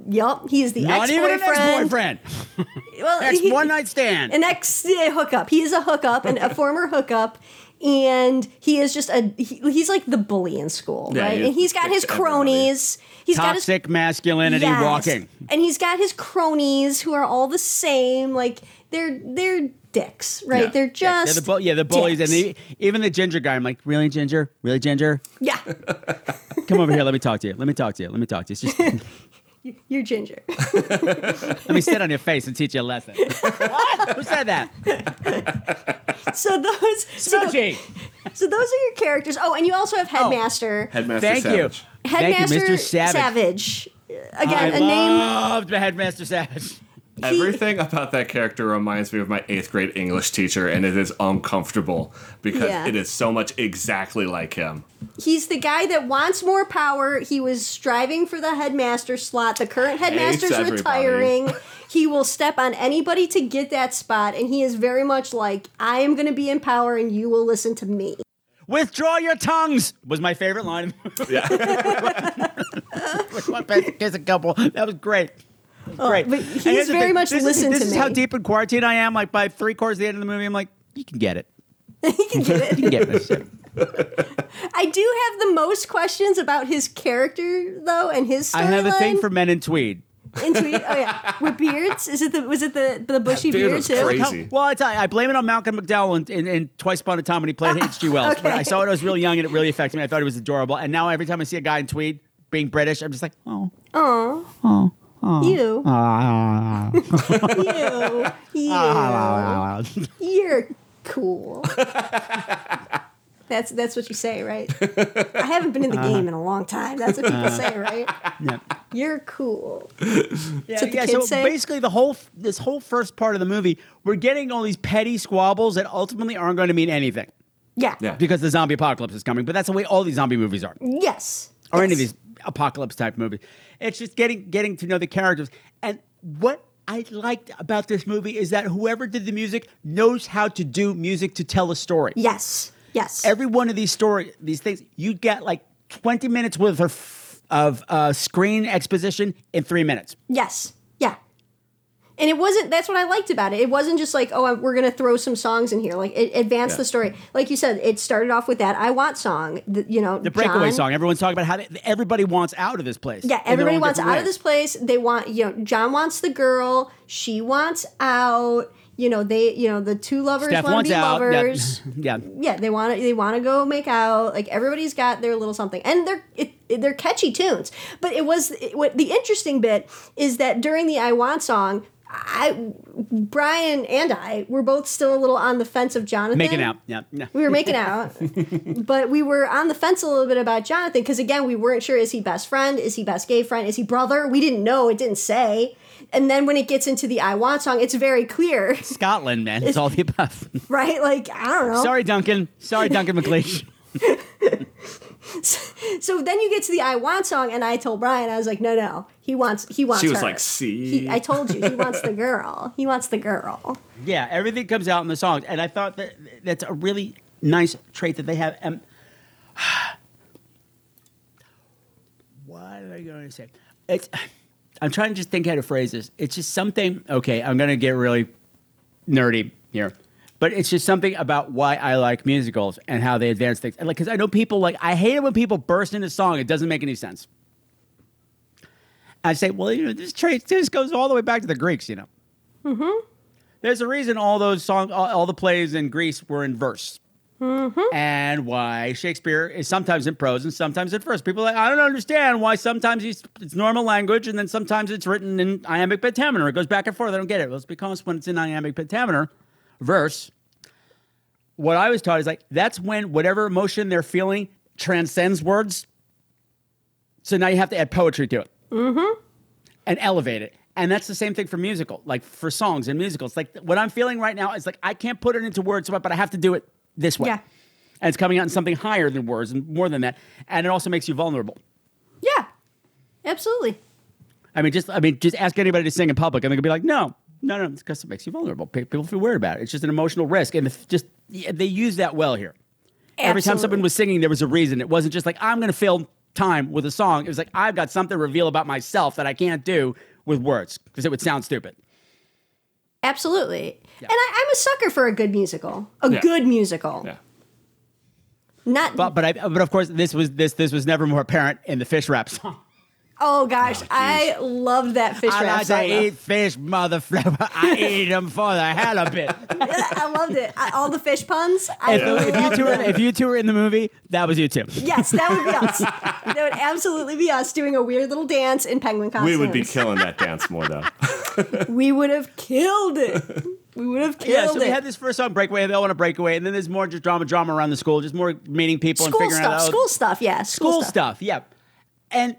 S8: Yup, he is the
S3: Not even an
S8: ex-boyfriend.
S3: ex-boyfriend.
S8: well, [LAUGHS]
S3: Ex
S8: he-
S3: one night stand.
S8: An ex yeah, hookup. He is a hookup and
S3: [LAUGHS]
S8: a former hookup. And he is just a he, he's like the bully in school,
S6: Yeah,
S8: right?
S6: he
S8: and he's got his
S6: affects everybody.
S8: cronies. He's got his
S3: Toxic masculinity
S8: Yes.
S3: walking.
S8: And he's got his cronies who are all the same. Like they're they're dicks, right?
S6: Yeah.
S8: They're just
S3: Yeah, they're the bu- yeah, the bullies
S8: dicks.
S3: and the, even the ginger guy. I'm like, really, ginger? Really, ginger?
S8: yeah,
S3: Come over here. Let me talk to you. Let me talk to you. Let me talk to you. It's Just, let
S8: you're ginger. [LAUGHS]
S3: me sit on your face and teach you a lesson. [LAUGHS] what? Who said that? [LAUGHS]
S8: so those so,
S3: Smoochie.
S8: so those are your characters. Oh, and you also have headmaster.
S6: Headmaster
S3: Thank
S6: Savage.
S3: you.
S8: Headmaster
S3: Thank you, Mr. Savage.
S8: Savage.
S3: I
S8: Again, a name.
S3: loved the Headmaster Savage.
S8: he-
S6: Everything about that character reminds me of my eighth grade English teacher, and it is uncomfortable because
S8: Yeah.
S6: it is so much exactly like him.
S8: he's the guy that wants more power. He was striving for the headmaster slot. The current headmaster's
S6: everybody.
S8: retiring. He will step on anybody to get that spot, and he is very much like, I am going to be in power and you will listen to me. [LAUGHS]
S3: Withdraw your tongues was my favorite line.
S6: [LAUGHS]
S3: [LAUGHS]
S6: Yeah.
S3: With one best kiss a couple. That was great. Great.
S8: Oh, but
S3: And
S8: he's
S3: here's the
S8: very
S3: thing.
S8: much
S3: this
S8: listen
S3: is,
S8: to
S3: This is how
S8: me.
S3: deep in quarantine I am. Like by three quarters of the end of the movie, I'm like, you can get it.
S8: He can get
S3: [LAUGHS]
S8: it.
S3: You can get this
S8: [LAUGHS]
S3: shit.
S8: I do have the most questions about his character, though, and his storyline.
S3: I have a thing for men in tweed.
S8: in tweet. Oh yeah, with beards. Is it the was it the the bushy
S6: That dude
S8: beard
S6: was
S8: too?
S6: crazy.
S3: How- well, I, tell you, I blame it on Malcolm McDowell and in, in Twice Upon a Time when he played
S8: [LAUGHS]
S3: H.G. Wells. But I saw it when I was really young and it really affected me. I thought it was adorable. And now every time I see a guy in tweed being British, I'm just like, oh.
S8: Aw. You.
S3: Oh.
S8: You.
S3: Ah,
S8: You. You're cool. That's that's what you say, right? I haven't been in the game in a long time. That's what people say, right?
S3: Uh-huh. Yeah.
S8: You're cool.
S3: Yeah,
S8: what the
S3: Uh, yeah,
S8: kids
S3: so
S8: say?
S3: basically the whole this whole first part of the movie, we're getting all these petty squabbles that ultimately aren't going to mean anything
S8: Yeah.
S6: Yeah.
S3: because the zombie apocalypse is coming. But that's the way all these zombie movies are.
S8: Yes.
S3: or any of
S8: Yes.
S3: these apocalypse type movies. It's just getting getting to know the characters and what I liked about this movie is that whoever did the music knows how to do music to tell a story.
S8: Yes. Yes.
S3: Every one of these story, these things, you get like 20 minutes worth of, of uh, screen exposition in three minutes.
S8: Yes. Yeah. And it wasn't, that's what I liked about it. It wasn't just like, oh, I- we're going to throw some songs in here. Like, it advanced the story. Like you said, it started off with that I Want song, the, you know,
S3: The breakaway
S8: John-
S3: song. Everyone's talking about how they, everybody wants out of this place.
S8: Yeah,
S3: in their
S8: everybody
S3: own
S8: wants out
S3: different
S8: of
S3: ways.
S8: this place. They want, you know, John wants the girl. She wants out. You know, they, you know, the two lovers
S3: Steph
S8: want
S3: wants
S8: to be
S3: out. Yeah.
S8: lovers.
S3: [LAUGHS] yeah.
S8: yeah, they want to they want to go make out. Like everybody's got their little something, and they're it, it- they're catchy tunes. But it was it, what the interesting bit is that during the "I Want" song, I Brian and I were both still a little on the fence of Jonathan
S3: Making out. Yeah. yeah.
S8: we were
S3: [LAUGHS]
S8: making out, but we were on the fence a little bit about Jonathan because again, we weren't sure is he best friend, is he best gay friend, is he brother? We didn't know. It didn't say. And then when it gets into the "I Want" song, it's very clear, [LAUGHS]
S3: Scotland, man. It's all the above.
S8: right? Like I don't know.
S3: Sorry, Duncan. Sorry,
S8: [LAUGHS]
S3: Duncan McLeish.
S8: So then you get to the I want song, and I told Brian, I was like, no, no, he wants, he wants.
S6: She was
S8: her.
S6: like, "See?"
S8: He, I told you, he wants the girl. He wants the girl.
S3: Yeah, everything comes out in the songs, and I thought that that's a really nice trait that they have. And [SIGHS] what am I going to say? It's [SIGHS] I'm trying to just think how to phrase this. It's just something. Okay, I'm going to get really nerdy here, but it's just something about why I like musicals and how they advance things. And like, because I know people like I hate it when people burst into song. It doesn't make any sense. I say, well, you know, this trait this goes all the way back to the Greeks, you know. There's a reason all those song, all, all the plays in Greece were in verse, and why Shakespeare is sometimes in prose and sometimes in verse. People, are like, I don't understand why sometimes he's, it's normal language and then sometimes it's written in iambic pentameter. It goes back and forth. I don't get it. Well, it's because when it's in iambic pentameter, verse. What I was taught is like that's when whatever emotion they're feeling transcends words. So now you have to add poetry to it and elevate it. And that's the same thing for musical, like for songs and musicals. Like what I'm feeling right now is like I can't put it into words, but but I have to do it this way.
S8: Yeah.
S3: And it's coming out in something higher than words and more than that. And it also makes you vulnerable.
S8: Yeah, absolutely.
S3: I mean, just I mean, just ask anybody to sing in public, and they're gonna be like, no, no, no, it's because it makes you vulnerable. Pe- People feel weird about it. It's just an emotional risk, and it's just yeah, they use that well here. Every time
S8: Absolutely.
S3: someone was singing, there was a reason. It wasn't just like I'm gonna fill time with a song. It was like I've got something to reveal about myself that I can't do with words because it would sound stupid.
S8: Absolutely. And I, I'm a sucker for a good musical, a good musical.
S6: Yeah.
S8: Not
S3: But but I but of course this was this this was never more apparent in the fish rap song.
S8: oh gosh,
S3: Ah,
S8: I loved that fish
S3: I
S8: wrap
S3: like
S8: song,
S3: to
S8: though.
S3: eat fish, motherfucker. [LAUGHS] I eat them for the hell of it.
S8: [LAUGHS] I loved it. I, all the fish puns. I
S3: If, if you
S8: loved
S3: two were,
S8: them.
S3: if you two were in the movie, that was you too.
S8: yes, that would be us. that would absolutely be us doing a weird little dance in penguin costumes.
S6: We would be killing that dance more though.
S8: We would have
S3: [LAUGHS]
S8: killed it. We would have
S3: Yeah,
S8: killed
S3: so
S8: it.
S3: we had this first song, Breakaway. They all want to breakaway, and then there's more just drama, drama around the school, just more meeting people
S8: school
S3: and figuring
S8: stuff.
S3: out. oh,
S8: school stuff. Yeah.
S3: school stuff. Yeah. And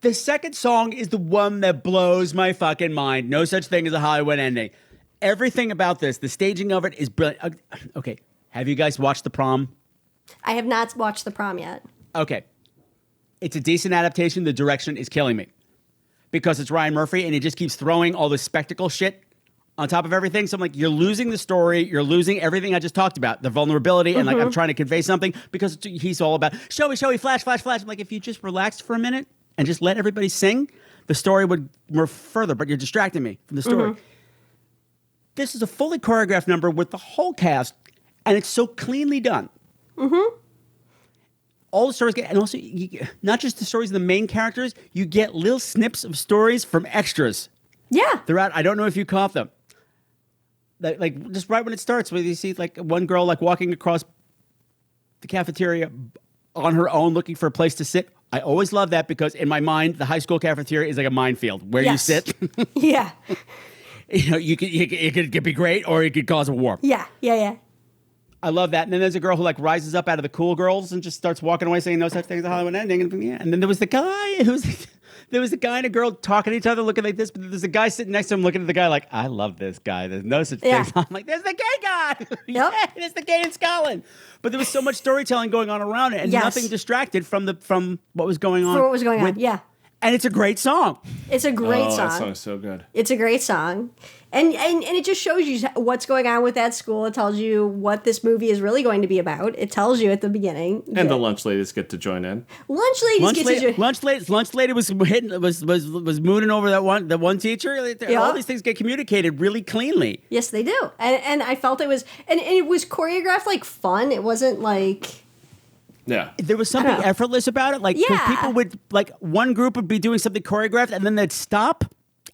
S3: the second song is the one that blows my fucking mind. No such thing as a Hollywood ending. Everything about this, the staging of it is brilliant. Uh, Okay. Have you guys watched The Prom?
S8: I have not watched the prom yet.
S3: Okay. It's a decent adaptation. The direction is killing me because it's Ryan Murphy and he just keeps throwing all this spectacle shit on top of everything. So I'm like, you're losing the story. You're losing everything I just talked about the vulnerability. And like, I'm trying to convey something because it's- he's all about showy, showy, flash, flash, flash. I'm like, if you just relaxed for a minute and just let everybody sing, the story would move further, but you're distracting me from the story. This is a fully choreographed number with the whole cast and it's so cleanly done all the stories get, and also you, not just the stories of the main characters, you get little snips of stories from extras
S8: Yeah.
S3: throughout. I don't know if you caught them. Like, like just right when it starts, where you see like one girl like walking across the cafeteria on her own, looking for a place to sit. I always love that because in my mind, the high school cafeteria is like a minefield where
S8: Yes.
S3: you sit.
S8: [LAUGHS]
S3: [LAUGHS]
S8: Yeah.
S3: you know, you could, you could it could- it could be great or it could cause a war.
S8: Yeah. Yeah. Yeah.
S3: I love that. And then there's a girl who like rises up out of the cool girls and just starts walking away saying no such thing as a Hollywood ending. And, yeah. and then there was the guy [LAUGHS] who's there was a guy and a girl talking to each other, looking like this, but there's a guy sitting next to him looking at the guy like, I love this guy. There's no such
S8: Yeah.
S3: thing. [LAUGHS] I'm like, there's the gay guy. [LAUGHS] yeah, there's the gay in Scotland. But there was so much storytelling going on around it and
S8: Yes.
S3: nothing distracted from the from what was going on.
S8: For what was going on.
S3: with-
S8: Yeah.
S3: And it's a great song.
S8: It's a [LAUGHS] great
S6: oh,
S8: song.
S6: that song is so good.
S8: It's a great song. And, and and it just shows you what's going on with that school. It tells you what this movie is really going to be about. It tells you at the beginning.
S6: And the lunch ladies get to join in.
S8: lunch ladies
S3: Lunch
S8: get
S3: lady,
S8: to
S3: lunch lady, lunch lady was hitting, was was was mooning over that one that one teacher. Like,
S8: Yeah.
S3: All these things get communicated really cleanly.
S8: Yes, they do. And and I felt it was and, and it was choreographed like fun. It wasn't like
S6: Yeah.
S3: There was something
S8: know.
S3: effortless about it. Like 'cause
S8: Yeah.
S3: people would like one group would be doing something choreographed and then they'd stop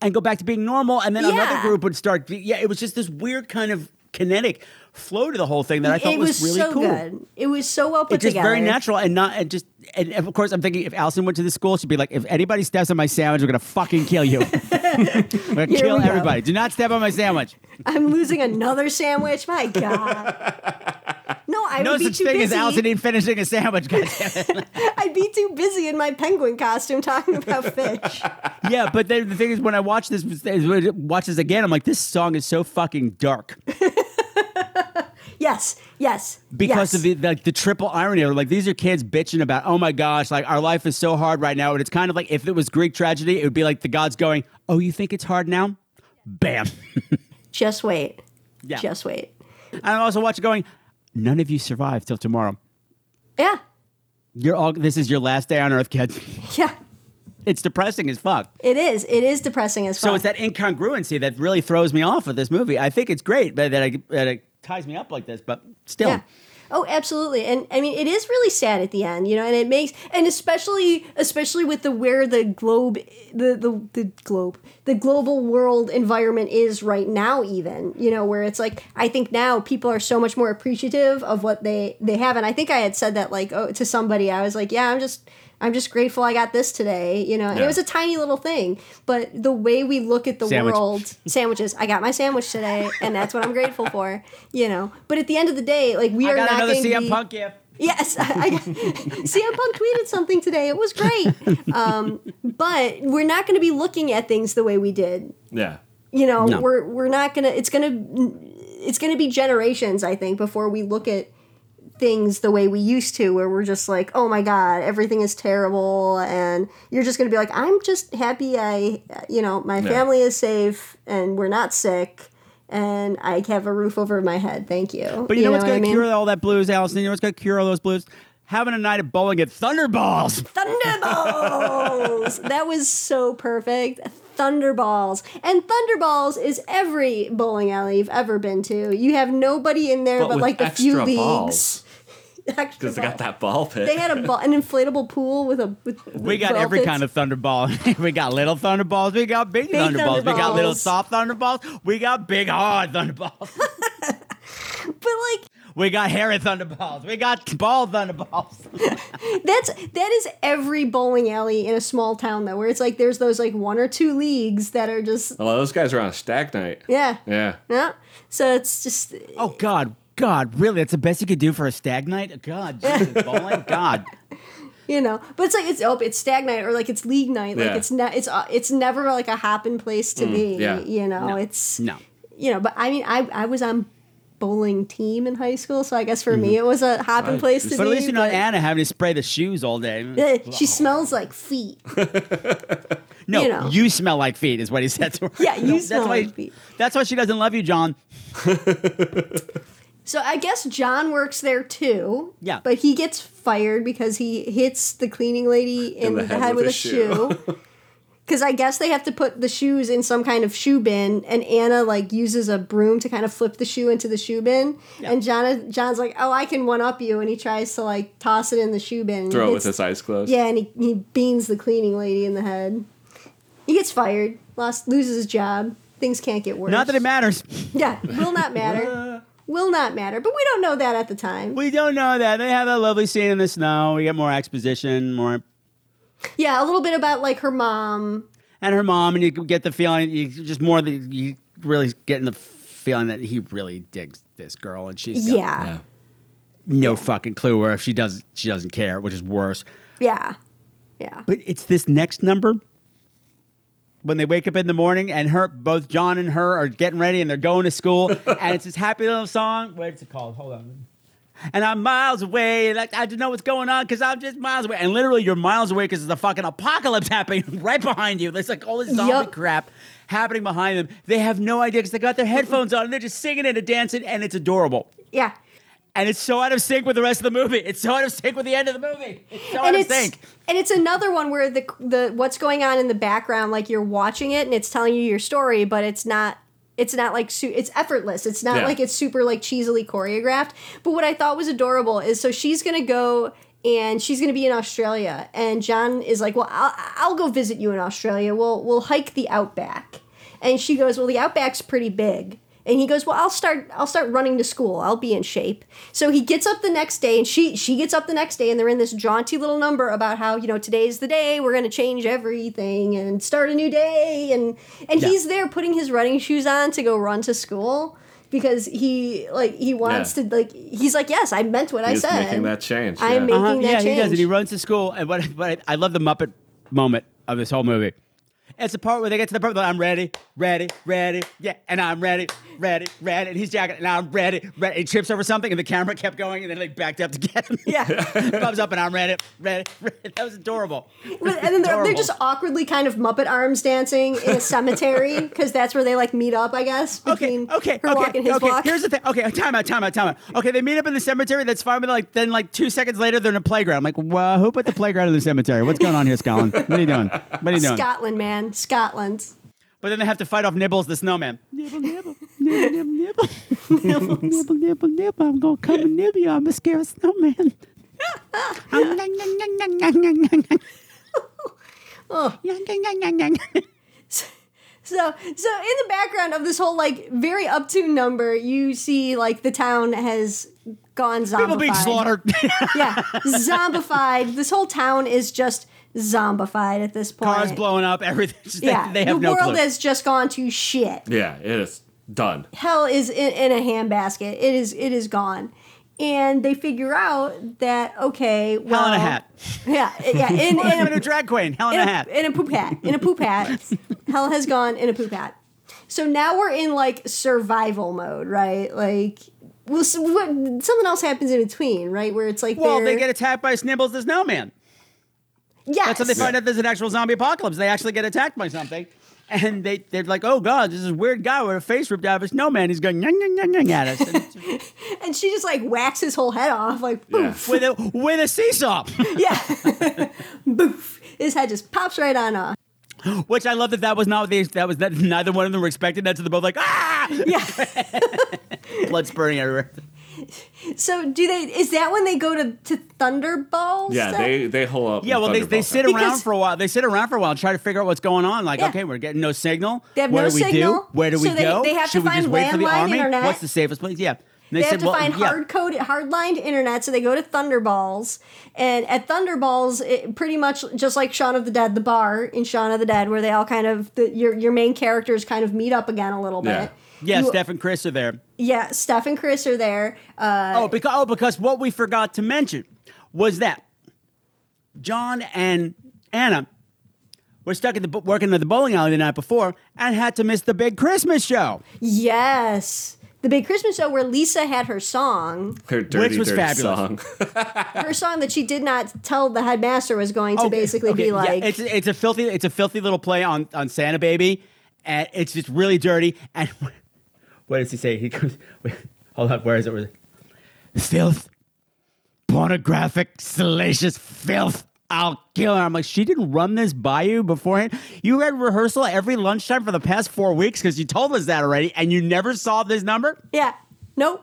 S3: and go back to being normal, and then another
S8: Yeah.
S3: group would start. Yeah, it was just this weird kind of kinetic flow to the whole thing that I thought
S8: it
S3: was, really
S8: so
S3: cool.
S8: good. It was so well put
S3: It's just
S8: together.
S3: very natural and not and just and of course I'm thinking if Allison went to the school she'd be like if anybody steps on my sandwich we're gonna fucking kill
S8: [LAUGHS]
S3: you. we're gonna
S8: Here
S3: kill
S8: we go.
S3: everybody. Do not step on my sandwich.
S8: I'm losing another sandwich. My God.
S3: [LAUGHS]
S8: No, I
S3: no
S8: would be
S3: such
S8: too
S3: thing as
S8: busy.
S3: Allison ain't finishing a sandwich. goddammit.
S8: I'd be too busy in my penguin costume talking
S3: [LAUGHS]
S8: about fish.
S3: yeah, but then the thing is, when I watch this, watch this again, I'm like, this song is so fucking dark
S8: Yes, yes.
S3: because
S8: yes.
S3: of the like the triple irony. Like these are kids bitching about, oh my gosh, like our life is so hard right now, and it's kind of like if it was Greek tragedy, it would be like the gods going, oh, you think it's hard now? Bam. [LAUGHS]
S8: Just wait.
S3: yeah.
S8: Just wait.
S3: And I'm also watching going, none of you survive till tomorrow.
S8: Yeah,
S3: You're all. This is your last day on earth, kids. [LAUGHS]
S8: yeah.
S3: it's depressing as fuck.
S8: It is. It is depressing as fuck.
S3: So it's that incongruency that really throws me off of this movie. I think it's great, but that, I, that it ties me up like this. But still,
S8: Yeah. Oh, absolutely. And I mean, it is really sad at the end, you know, and it makes, and especially, especially with the where the globe, the, the, the globe, the global world environment is right now, even, you know, where it's like, I think now people are so much more appreciative of what they, they have. And I think I had said that like, oh, to somebody, I was like, yeah, I'm just, I'm just grateful I got this today, you know, and it
S6: Yeah.
S8: was a tiny little thing, but the way we look at the
S3: Sandwich.
S8: world, sandwiches, I got my sandwich today and that's what I'm grateful for, you know, but at the end of the day, like we
S3: I
S8: are
S3: got
S8: not
S3: another
S8: going to
S3: CM
S8: be-
S3: Punk gift.
S8: Yes, I, I, [LAUGHS] CM Punk tweeted something today. It was great, um, but we're not going to be looking at things the way we did.
S6: Yeah.
S8: You know,
S3: No.
S8: we're we're not gonna. It's gonna it's gonna be generations, I think, before we look at things the way we used to, where we're just like, oh my god, everything is terrible, and you're just gonna be like, I'm just happy I, you know, my family is safe and we're not sick. And I have a roof over my head. Thank you.
S3: But you, know, what's
S8: what I
S3: going to
S8: mean?
S3: cure all that blues, Allison? You know what's going to cure all those blues? Having a night at bowling at Thunderballs.
S8: Thunderballs! that was so perfect. Thunderballs. And Thunderballs is every bowling alley you've ever been to. You have nobody in there but,
S6: with
S8: like the
S6: extra
S8: few leagues. [LAUGHS]
S6: balls.
S8: Extra
S6: Because they got
S8: balls.
S6: that ball pit.
S8: They had a ball, an inflatable pool with a. With,
S3: We got every kind of Thunderball. [LAUGHS] we got little Thunderballs. We got big,
S8: Big
S3: Thunderballs. We got little
S8: Thunderballs.
S3: soft Thunderballs. We got big hard Thunderballs. [LAUGHS]
S8: But like
S3: we got hairy Thunderballs. We got ball Thunderballs. [LAUGHS]
S8: that's that is every bowling alley in a small town though, where it's like there's those like one or two leagues that are just
S6: Well, those guys are on a stag night.
S8: yeah
S6: Yeah.
S8: yeah. So it's just
S3: oh God, God, really? That's the best you could do for a stag night? God, Jesus, bowling, God.
S8: you know but it's like it's oh it's stag night or like it's league night like
S6: Yeah. Mm,
S8: it's not it's uh, it's never like a happen place to be
S6: yeah.
S8: you know it's
S3: No.
S8: you know but i mean i i was on bowling team in high school so i guess for
S6: Mm-hmm.
S8: me it was a happen place to
S3: But at
S8: be
S3: least you're not
S8: but-
S3: Anna having to spray the shoes all day.
S8: Eh, she smells like feet
S3: No, you,
S8: You know.
S3: smell like feet is what he said to her.
S8: [LAUGHS] Yeah, you
S3: No,
S8: smell
S3: why,
S8: like feet.
S3: That's why she doesn't love you, John.
S8: so i guess john works there too
S3: Yeah.
S8: but he gets fired because he hits the cleaning lady in, the, head, with, a shoe [LAUGHS] because I guess they have to put the shoes in some kind of shoe bin, and Anna like uses a broom to kind of flip the shoe into the shoe bin, and John John's like, "Oh, I can one up you," and he tries to like toss it in the shoe bin, and
S6: Throw
S8: he
S6: it with
S8: hits-
S6: his eyes closed.
S8: yeah, and he, he beans the cleaning lady in the head. He gets fired, lost, loses his job. Things can't get worse.
S3: Not that it matters.
S8: Yeah, will not matter. will not matter. But we don't know that at the time.
S3: We don't know that. They have that lovely scene in the snow. We get more exposition, more.
S8: yeah, a little bit about like her mom.
S3: And her mom, and you get the feeling, you just more that you really getting the feeling that he really digs this girl, and she's got
S8: Yeah.
S3: no fucking clue, or if she doesn't, she doesn't care, which is worse.
S8: Yeah. Yeah.
S3: But it's this next number when they wake up in the morning and her, both John
S8: [LAUGHS]
S3: and her are getting ready and they're going to school and it's this happy little song. What's it called? Hold on. and I'm miles away. Like I don't know what's going on because I'm just miles away. And literally, you're miles away because there's a fucking apocalypse [LAUGHS] happening right behind you. There's like all this zombie
S8: Yup.
S3: crap happening behind them. They have no idea because they got their headphones on and they're just singing it and dancing, and it's adorable.
S8: Yeah.
S3: And it's so out of sync with the rest of the movie. It's so out of sync with the end of the movie. It's so out
S8: and
S3: of
S8: it's
S3: sync.
S8: and it's another one where the the what's going on in the background, like you're watching it and it's telling you your story, but it's not it's not like su- it's effortless. It's not
S6: Yeah.
S8: like it's super like cheesily choreographed. But what I thought was adorable is so she's gonna go and she's gonna be in Australia, and John is like, well, I'll, I'll go visit you in Australia. We'll we'll hike the outback, and she goes, well, the outback's pretty big. And he goes, "Well, I'll start I'll start running to school. I'll be in shape." So he gets up the next day and she she gets up the next day and they're in this jaunty little number about how, you know, today's the day, we're going to change everything and start a new day and and
S3: Yeah.
S8: he's there putting his running shoes on to go run to school because he like he wants
S6: Yeah.
S8: to like he's like, "Yes, I meant what
S6: He's
S8: I said."
S6: making that change.
S8: I am
S6: yeah.
S8: making that
S3: Uh-huh. yeah,
S8: change.
S3: he does, and he runs to school. And what, what I love the Muppet moment of this whole movie. It's the part where they get to the part where I'm ready, ready, ready, yeah, and I'm ready, ready, ready, and he's jacking, and I'm ready, ready. He trips over something, and the camera kept going, and then like backed up to get him. [LAUGHS]
S8: Yeah.
S3: comes up, and I'm ready, ready, ready. That was adorable.
S8: But- and then they're, they're
S3: Adorable.
S8: just awkwardly kind of Muppet arms dancing in
S3: [LAUGHS]
S8: a cemetery because that's where they like meet up, I guess.
S3: Okay,
S8: Between
S3: okay,
S8: her
S3: okay,
S8: walk and his
S3: okay.
S8: walk.
S3: Here's the thing. Okay, time out, time out, time out. Okay, they meet up in the cemetery. That's fine, but like then like two seconds later, they're in a playground. I'm like, well, who put the playground in the cemetery? What's going on here, Scotland? What are you doing? What are you doing?
S8: Scotland, man, Scotland.
S3: But then they have to fight off Nibbles the snowman. Nibble, nibble, nibble, nibble, nibble. nibble, nibble, nibble. I'm going to come and nibble you. I'm a scary snowman. Um, [LAUGHS] nyang, nyang, nyang, nyang, nyang, nyang, nyang, nyang.
S8: Oh.
S3: Nyang, nyang, nyang, nyang, nyang.
S8: So, so in the background of this whole like very uptune number, you see like the town has gone zombified.
S3: People being slaughtered.
S8: Yeah, zombified. This whole town is just zombified at this point.
S3: Cars blowing up, everything. Just,
S8: Yeah,
S3: they, they have
S8: the
S3: no clue.
S8: world has just gone to shit.
S6: Yeah, it is done.
S8: Hell is in, in a handbasket. It is. It is gone. And they figure out that okay, well,
S3: Hell in a hat.
S8: [LAUGHS] Yeah,
S3: [LAUGHS]
S8: yeah, in, in
S3: I'm
S8: a
S3: a drag queen. Hell in
S8: in
S3: a
S8: a,
S3: hat.
S8: In a poop hat. In a
S3: [LAUGHS]
S8: poop hat. Hell has gone in a poop hat. So now we're in like survival mode, right? Like, well, s what, something else happens in between, right? Where it's like,
S3: Well,
S8: they're,
S3: they get attacked by Snibbles the snowman.
S8: yes,
S3: That's how they find out there's an actual zombie apocalypse. They actually get attacked by something. And they, they're like, oh, God, this is a weird guy with a face ripped out of a snowman. He's going, nyang, nyang, nyang, nyang at us. And
S8: And she just like whacks his whole head off, like boof,
S3: with a with a seesaw.
S8: [LAUGHS] boof. His head just pops right on off.
S3: Which I love that that was not what they that was that neither one of them were expecting that. So they're both like ah,
S6: [LAUGHS]
S8: Yeah.
S3: blood spurting everywhere.
S8: so do they? Is that when they go to to Thunderballs?
S6: Yeah, they they hole up.
S3: Yeah,
S6: in
S3: well they, they
S6: Thunderbolt.
S3: sit around
S8: Because-
S3: for a while. They sit around for a while and try to figure out what's going on. Like
S8: Yeah.
S3: okay, we're getting no signal.
S8: They have
S3: what
S8: no
S3: do we
S8: signal,
S3: do? Where do
S8: so
S3: we
S8: they-
S3: go?
S8: they have to
S3: Should we
S8: find
S3: just wait for the
S8: landline
S3: army?
S8: internet.
S3: What's the safest place? Yeah. And
S8: They have to
S3: well,
S8: find
S3: yeah.
S8: hard coded, hard lined internet, so they go to Thunderballs. And at Thunderballs, it pretty much just like Shaun of the Dead, the bar in Shaun of the Dead, where they all kind of the, your your main characters kind of meet up again a little
S6: Yeah.
S8: bit.
S3: Yeah,
S8: You-
S3: Steph and Chris are there.
S8: Yeah, Steph and Chris are there. Uh,
S3: Oh, because oh, because what we forgot to mention was that John and Anna were stuck at the bo- working at the bowling alley the night before and had to miss the big Christmas show.
S8: yes, the big Christmas show where Lisa had her song,
S6: Her dirty,
S3: Which was
S6: dirty
S3: fabulous.
S6: song. [LAUGHS]
S8: her song that she did not tell the headmaster was going to basically
S3: okay,
S8: be like.
S3: yeah, it's it's a filthy it's a filthy little play on on Santa Baby, and it's just really dirty. And [LAUGHS] what does he say? He goes, wait, [LAUGHS] hold up, where is it? Where is it? Filth, pornographic, salacious filth. I'll kill her. I'm like, she didn't run this by you beforehand. You had rehearsal every lunchtime for the past four weeks because you told us that already, and you never saw this number.
S8: yeah, nope.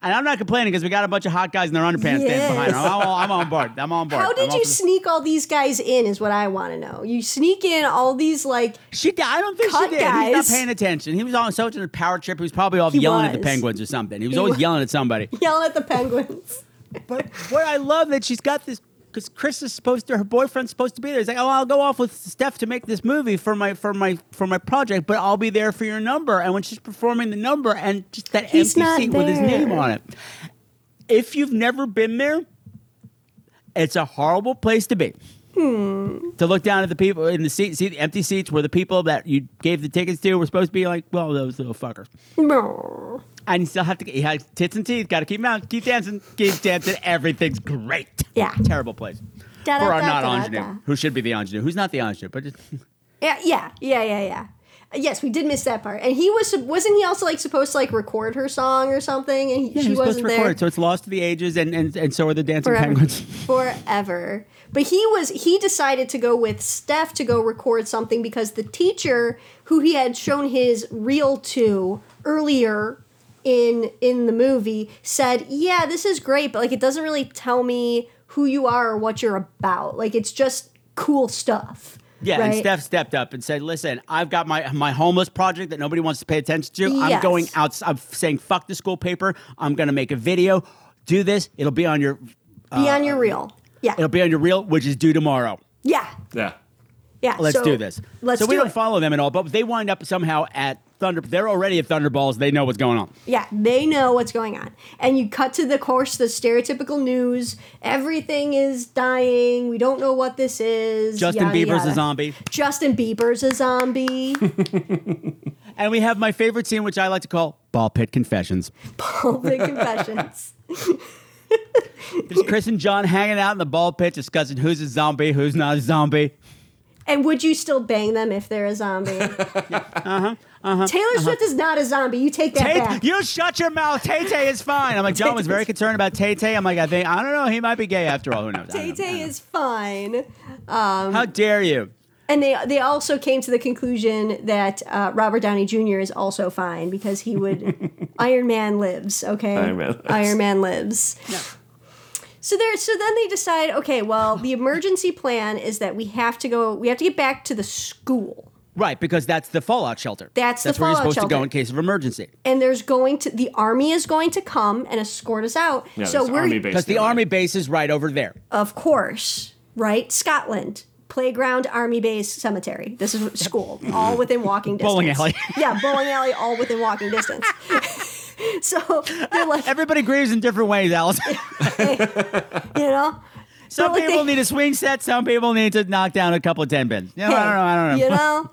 S3: And I'm not complaining because we got a bunch of hot guys in their underpants
S8: Yes.
S3: standing behind. her. I'm, all- I'm on board. I'm on board.
S8: How
S3: I'm
S8: did
S3: all
S8: you
S3: for this.
S8: sneak all these guys in? Is what I want to know. You sneak in all these like
S3: She did. I don't think she
S8: Cut
S3: did. He's not
S8: guys.
S3: paying attention. He was on such a power trip. He was probably off
S8: He
S3: yelling at the
S8: was.
S3: penguins or something. He was always
S8: wa-
S3: yelling at somebody.
S8: yelling at
S3: [LAUGHS]
S8: the penguins.
S3: But what I love that she's got this because Chris is supposed to her boyfriend's supposed to be there. He's like, oh, I'll go off with Steph to make this movie for my for my for my project, but I'll be there for your number. And when she's performing the number and just that
S8: He's
S3: empty
S8: not
S3: seat with his
S8: there.
S3: name on it. If you've never been there, it's a horrible place to be.
S8: Hmm.
S3: To look down at the people in the seat, see the empty seats where the people that you gave the tickets to were supposed to be like, well, those little fuckers.
S8: No.
S3: And you still have to get, he has tits and teeth. Got to keep 'em out. Keep dancing. Keep dancing. Everything's great.
S8: Yeah.
S3: Terrible place.
S8: Da, da,
S3: For our
S8: da,
S3: not
S8: da,
S3: ingenue,
S8: da.
S3: who should be the ingenue, who's not the ingenue, but just,
S8: Yeah, yeah, yeah, yeah, yeah. Yes, we did miss that part. And he was wasn't he also like supposed to like record her song or something? And he-
S3: yeah, he
S8: she
S3: was supposed
S8: wasn't
S3: to record,
S8: there
S3: so it's lost to the ages, and and, and so are the dancing
S8: forever.
S3: penguins.
S8: [LAUGHS]
S3: [LAUGHS]
S8: forever. But he was he decided to go with Steph to go record something because the teacher who he had shown his reel to earlier in in the movie said, "Yeah, this is great, but like it doesn't really tell me who you are or what you're about. Like it's just cool stuff."
S3: Yeah, and
S8: right?
S3: Steph stepped up and said, "Listen, I've got my my homeless project that nobody wants to pay attention to. I'm
S8: Yes.
S3: going out. I'm saying fuck the school paper. I'm going to make a video. Do this. It'll be on your
S8: Be on your reel. Yeah.
S3: uh, it'll be on your reel, which is due tomorrow.
S8: Yeah.
S6: Yeah.
S8: Yeah.
S3: Let's
S8: so
S3: do this.
S8: Let's
S3: so we
S8: do
S3: not
S8: it.
S3: follow them at all, but they wind up somehow at Thunder. They're already at Thunderballs. They know what's going on.
S8: Yeah, they know what's going on. And you cut to the course, the stereotypical news. Everything is dying. We don't know what this is.
S3: Justin
S8: yada,
S3: Bieber's
S8: yada.
S3: a zombie,
S8: Justin Bieber's
S3: [LAUGHS]
S8: a zombie.
S3: and we have my favorite scene, which I like to call ball pit confessions.
S8: Pulpit confessions. [LAUGHS]
S3: There's Chris and John hanging out in the ball pit, discussing who's a zombie, who's not a
S8: [LAUGHS]
S3: zombie.
S8: And would you still bang them if they're
S3: [LAUGHS]
S8: a zombie? uh-huh, uh-huh, Taylor Swift is not a zombie. You take that
S3: Tay,
S8: back.
S3: you shut your mouth. Tay Tay is fine. I'm like, John was very concerned about Tay Tay. I'm like, I think, I don't know. He might be gay after all. Who knows? I don't
S8: Tay
S3: know.
S8: Tay is fine.
S3: How dare you?
S8: And they they also came to the conclusion that uh, Robert Downey Jr. is also fine because he
S6: [LAUGHS]
S8: would Iron Man lives. Okay,
S6: Iron Man lives.
S8: Iron Man lives. So there. So then they decide. Okay, well, the emergency plan is that we have to go. We have to get back to the school.
S3: Right, because that's the fallout shelter.
S8: That's the
S3: that's where you're
S8: fallout
S3: supposed to go
S8: shelter.
S3: in case of emergency.
S8: And there's going to the army is going to come and escort us out.
S6: Yeah,
S8: so
S6: there's
S8: we're
S6: army base
S3: Because the
S6: down there.
S3: army base is right over there.
S8: of course, right? Scotland. Playground, army base, cemetery. This is school, all within walking distance.
S3: [LAUGHS] Bowling alley.
S8: yeah, bowling alley, all within walking distance. [LAUGHS] so they're like,
S3: Everybody grieves in different ways, Alice.
S8: you know,
S3: some
S8: like
S3: people
S8: they-
S3: need a swing set. Some people need to knock down a couple of ten pins. You know, I don't know. I don't know.
S8: You know?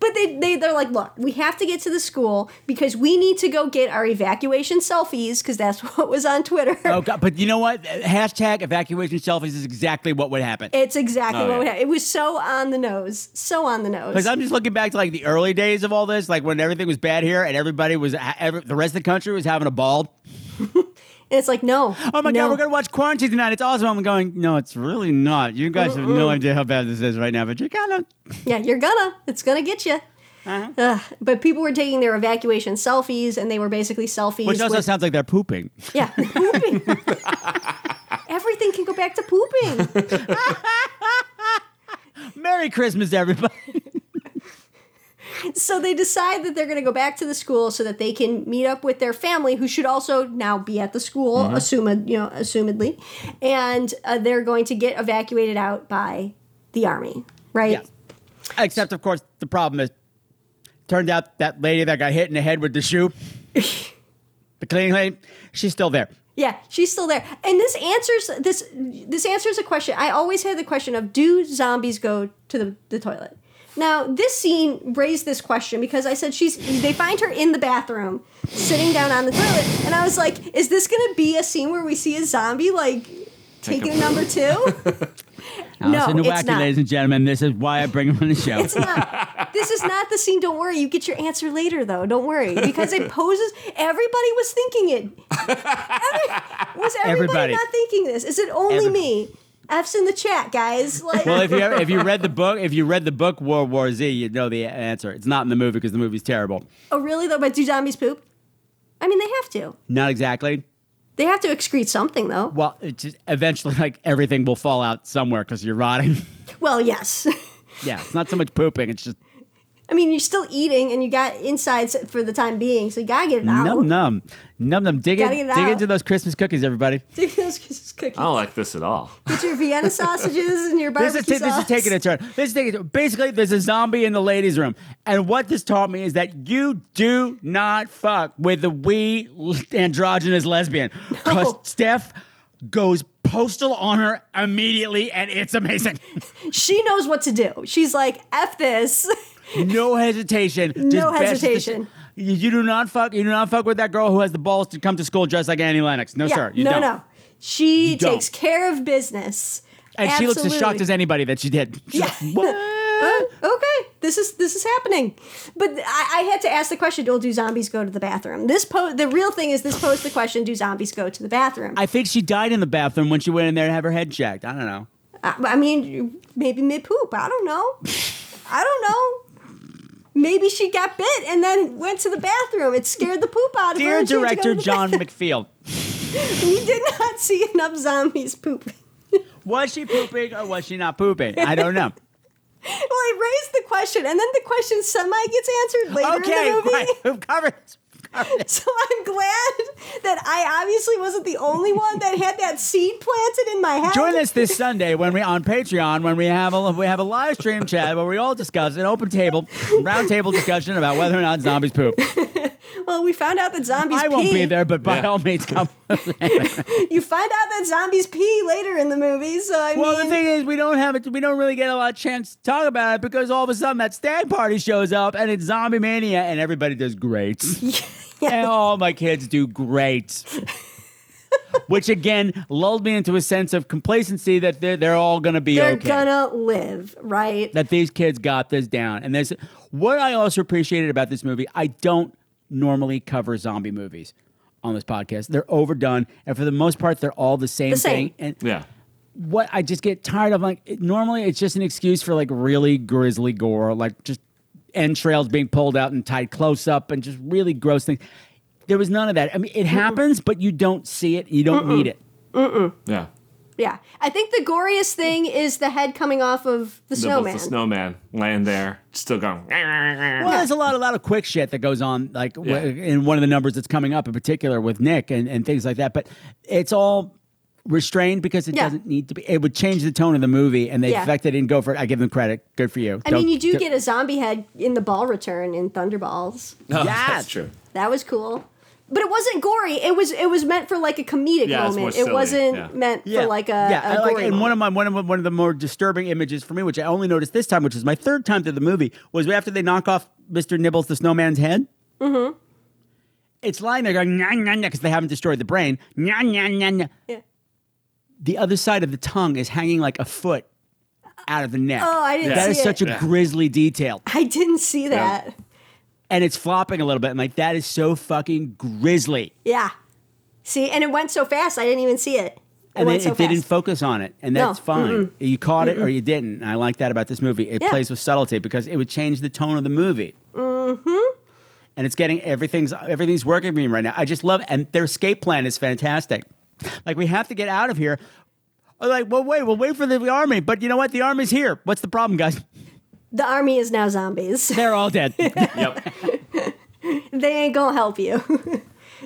S8: But they, they, they're like, look, we have to get to the school because we need to go get our evacuation selfies because that's [LAUGHS] what was on Twitter.
S3: Oh God! But you know what? Hashtag evacuation selfies is exactly what would happen.
S8: It's exactly
S6: Oh,
S8: what
S6: yeah.
S8: would happen. It was so on the nose. So on the nose.
S3: Because I'm just looking back to like the early days of all this, like when everything was bad here and everybody was, every, the rest of the country was having a ball.
S8: and it's like, no.
S3: Oh my
S8: no.
S3: God, we're going to watch Quarantine tonight. It's awesome. I'm going, no, it's really not. You guys have no idea how bad this is right now, but you're kind of.
S8: Yeah, you're gonna. It's gonna get you. Ugh, but people were taking their evacuation selfies, and they were basically selfies.
S3: Which also
S8: with-
S3: sounds like they're pooping.
S8: yeah, [LAUGHS] pooping. Everything can go back to
S3: [LAUGHS]
S8: pooping.
S3: Merry Christmas, everybody.
S8: so they decide that they're going to go back to the school so that they can meet up with their family, who should also now be at the school,
S3: Mm-hmm.
S8: assumed you know, assumedly, and uh, they're going to get evacuated out by the army, right?
S3: Yeah. Except, of course, the problem is turned out that lady that got hit in the head with the
S8: [LAUGHS]
S3: shoe, the cleaning lady, she's still there.
S8: Yeah, she's still there. And this answers this this answers a question. I always had the question of do zombies go to the, the toilet? Now, this scene raised this question because I said she's they find her in the bathroom sitting down on the toilet and I was like, is this going to be a scene where we see a zombie like taking a number 2? [LAUGHS] no,
S3: Allison
S8: it's
S3: Nowacki,
S8: not.
S3: ladies and gentlemen, this is why I bring him on the show.
S8: It's not. This is not the scene. Don't worry. You get your answer later, though. Don't worry. Because it poses. Everybody was thinking it. Every- was
S3: Everybody.
S8: everybody, not thinking this? Is it only
S3: Every-
S8: me? F's in the
S3: [LAUGHS]
S8: chat, guys. Like,
S3: [LAUGHS] Well, if you ever, if you read the book, if you read the book World War Z, you know the answer. It's not in the movie because the movie's terrible.
S8: oh, really, though? But do zombies poop? I mean, they have to.
S3: Not exactly.
S8: They have to excrete something, though.
S3: Well, it just eventually [LAUGHS] like everything will fall out somewhere because you're rotting. [LAUGHS]
S8: Well, yes. [LAUGHS]
S3: yeah, it's not so much pooping. It's just
S8: I mean, you're still eating, and you got insides for the time being, so you gotta get it out.
S3: num num num num. Dig in,
S8: Gotta get it
S3: dig
S8: out.
S3: into those Christmas cookies, everybody.
S8: [LAUGHS] Take those cookies.
S6: I don't like this at all.
S8: Get
S3: [LAUGHS]
S8: your Vienna sausages and your
S3: Oh. This
S8: barbecue
S3: is, ta- this is
S8: sauce.
S3: taking a turn. This is taking a turn. Basically, there's a zombie in the ladies' room, and what this taught me is that you do not fuck with the wee androgynous lesbian, because
S8: [LAUGHS] No.
S3: Steph goes postal on her immediately, and it's
S8: [LAUGHS]
S3: amazing.
S8: She knows what to do. She's like, F this.
S3: no hesitation. Just
S8: No
S3: bashes the
S8: hesitation.
S3: sh- You, you do not fuck. You do not fuck with that girl who has the balls to come to school dressed like Annie Lennox. No,
S8: yeah,
S3: sir. You
S8: no,
S3: don't.
S8: no. She
S3: don't.
S8: takes care of business.
S3: And she looks as shocked
S8: Absolutely.
S3: as anybody that she did. She's
S8: Yeah. [LAUGHS] Uh,
S3: like, what?
S8: okay, this is this is happening. But I, I had to ask the question: Well, do zombies go to the bathroom? This po- the real thing is this posed the question: Do zombies go to the bathroom? I,
S3: I think she died in the bathroom when she went in there to have her head checked. I don't know.
S8: Uh, I, mean, maybe mid poop. I
S3: [LAUGHS]
S8: don't know. I don't know. Maybe she got bit and then went to the bathroom. It scared the poop out of her.
S3: Dear
S8: and she had to go
S3: director
S8: to the
S3: John McField,
S8: bathroom. [LAUGHS] you did not see enough zombies pooping.
S3: was she pooping or was she not pooping? I don't
S8: [LAUGHS]
S3: know.
S8: Well, I raised the question, and then the question semi gets answered later in
S3: okay,
S8: the movie.
S3: right. We've covered this.
S8: [LAUGHS] So I'm glad that I obviously wasn't the only one that had that seed planted in my head.
S3: Join us this Sunday when we on Patreon when we have a we have a live stream chat where we all discuss an open table round table discussion about whether or not zombies poop.
S8: Well, we found out that zombies
S3: I
S8: pee.
S3: won't be there, but by all means come.
S8: You find out that zombies pee later in the movie, so I
S3: well,
S8: mean,
S3: the thing is, we don't have it. We don't really get a lot of chance to talk about it because all of a sudden that stag party shows up and it's zombie mania and everybody does
S8: [LAUGHS]
S3: great. And all my kids do great. Which again lulled me into a sense of complacency that they're, they're all going to be
S8: they're
S3: okay.
S8: gonna live, right?
S3: that these kids got this down. And this, what I also appreciated about this movie, I don't normally cover zombie movies on this podcast. They're overdone, and for the most part, they're all the same,
S8: The same.
S3: thing. And
S6: Yeah.
S3: what I just get tired of, like it- normally, it's just an excuse for like really grisly gore, like just entrails being pulled out and tied close up, and just really gross things. There was none of that. I mean, it happens, but you don't see it. You don't need it.
S6: Yeah.
S8: yeah, I think the goriest thing is the head coming off of the
S6: The, both
S8: snowman.
S6: the snowman laying there, still going.
S3: Well, there's a lot, a lot of quick shit that goes on, like w-
S6: Yeah.
S3: in one of the numbers that's coming up in particular with Nick and, and things like that. But it's all restrained because it
S8: Yeah.
S3: doesn't need to be. It would change the tone of the movie, and they
S8: Yeah.
S3: the fact they didn't go for it. I give them credit. Good for you.
S8: I mean, you do
S6: [LAUGHS]
S8: get a zombie head in the ball return in Thunderballs.
S6: yeah, that's true.
S8: That was cool. But it wasn't gory. It was it was meant for like a comedic
S6: Yeah, it's more
S8: moment.
S6: silly,
S8: It wasn't
S6: yeah.
S8: meant for like a,
S3: yeah.
S8: a
S3: I like,
S8: gory
S3: and
S8: moment.
S3: one of my one of my, one of the more disturbing images for me, which I only noticed this time, which is my third time through the movie, was after they knock off Mister Nibbles the Snowman's head. Mm-hmm. It's lying there going nah nah because they haven't destroyed the brain. Nah nah nah nah.
S8: Yeah.
S3: the other side of the tongue is hanging like a foot out of the neck.
S8: Oh, I didn't
S3: That
S8: see
S3: is
S8: it.
S3: such a grisly detail.
S8: I didn't see that.
S3: And it's flopping a little bit. And like, that is so fucking grisly.
S8: Yeah. See, and it went so fast, I didn't even see it. It
S3: And
S8: went
S3: it,
S8: so
S3: it didn't
S8: fast.
S3: focus on it. And
S8: No.
S3: that's fine. You caught it or you didn't. And I like that about this movie. It
S8: Yeah.
S3: plays with subtlety because it would change the tone of the movie. Mm-hmm. And it's getting everything's everything's working for me right now. I just love and their escape plan is fantastic. Like we have to get out of here. Oh, Like, well, wait, we'll wait for the army. But you know what? The army's here. What's the problem, guys? [LAUGHS]
S8: the army is now zombies. [LAUGHS]
S3: They're all dead.
S6: Yep.
S8: they ain't gonna help you.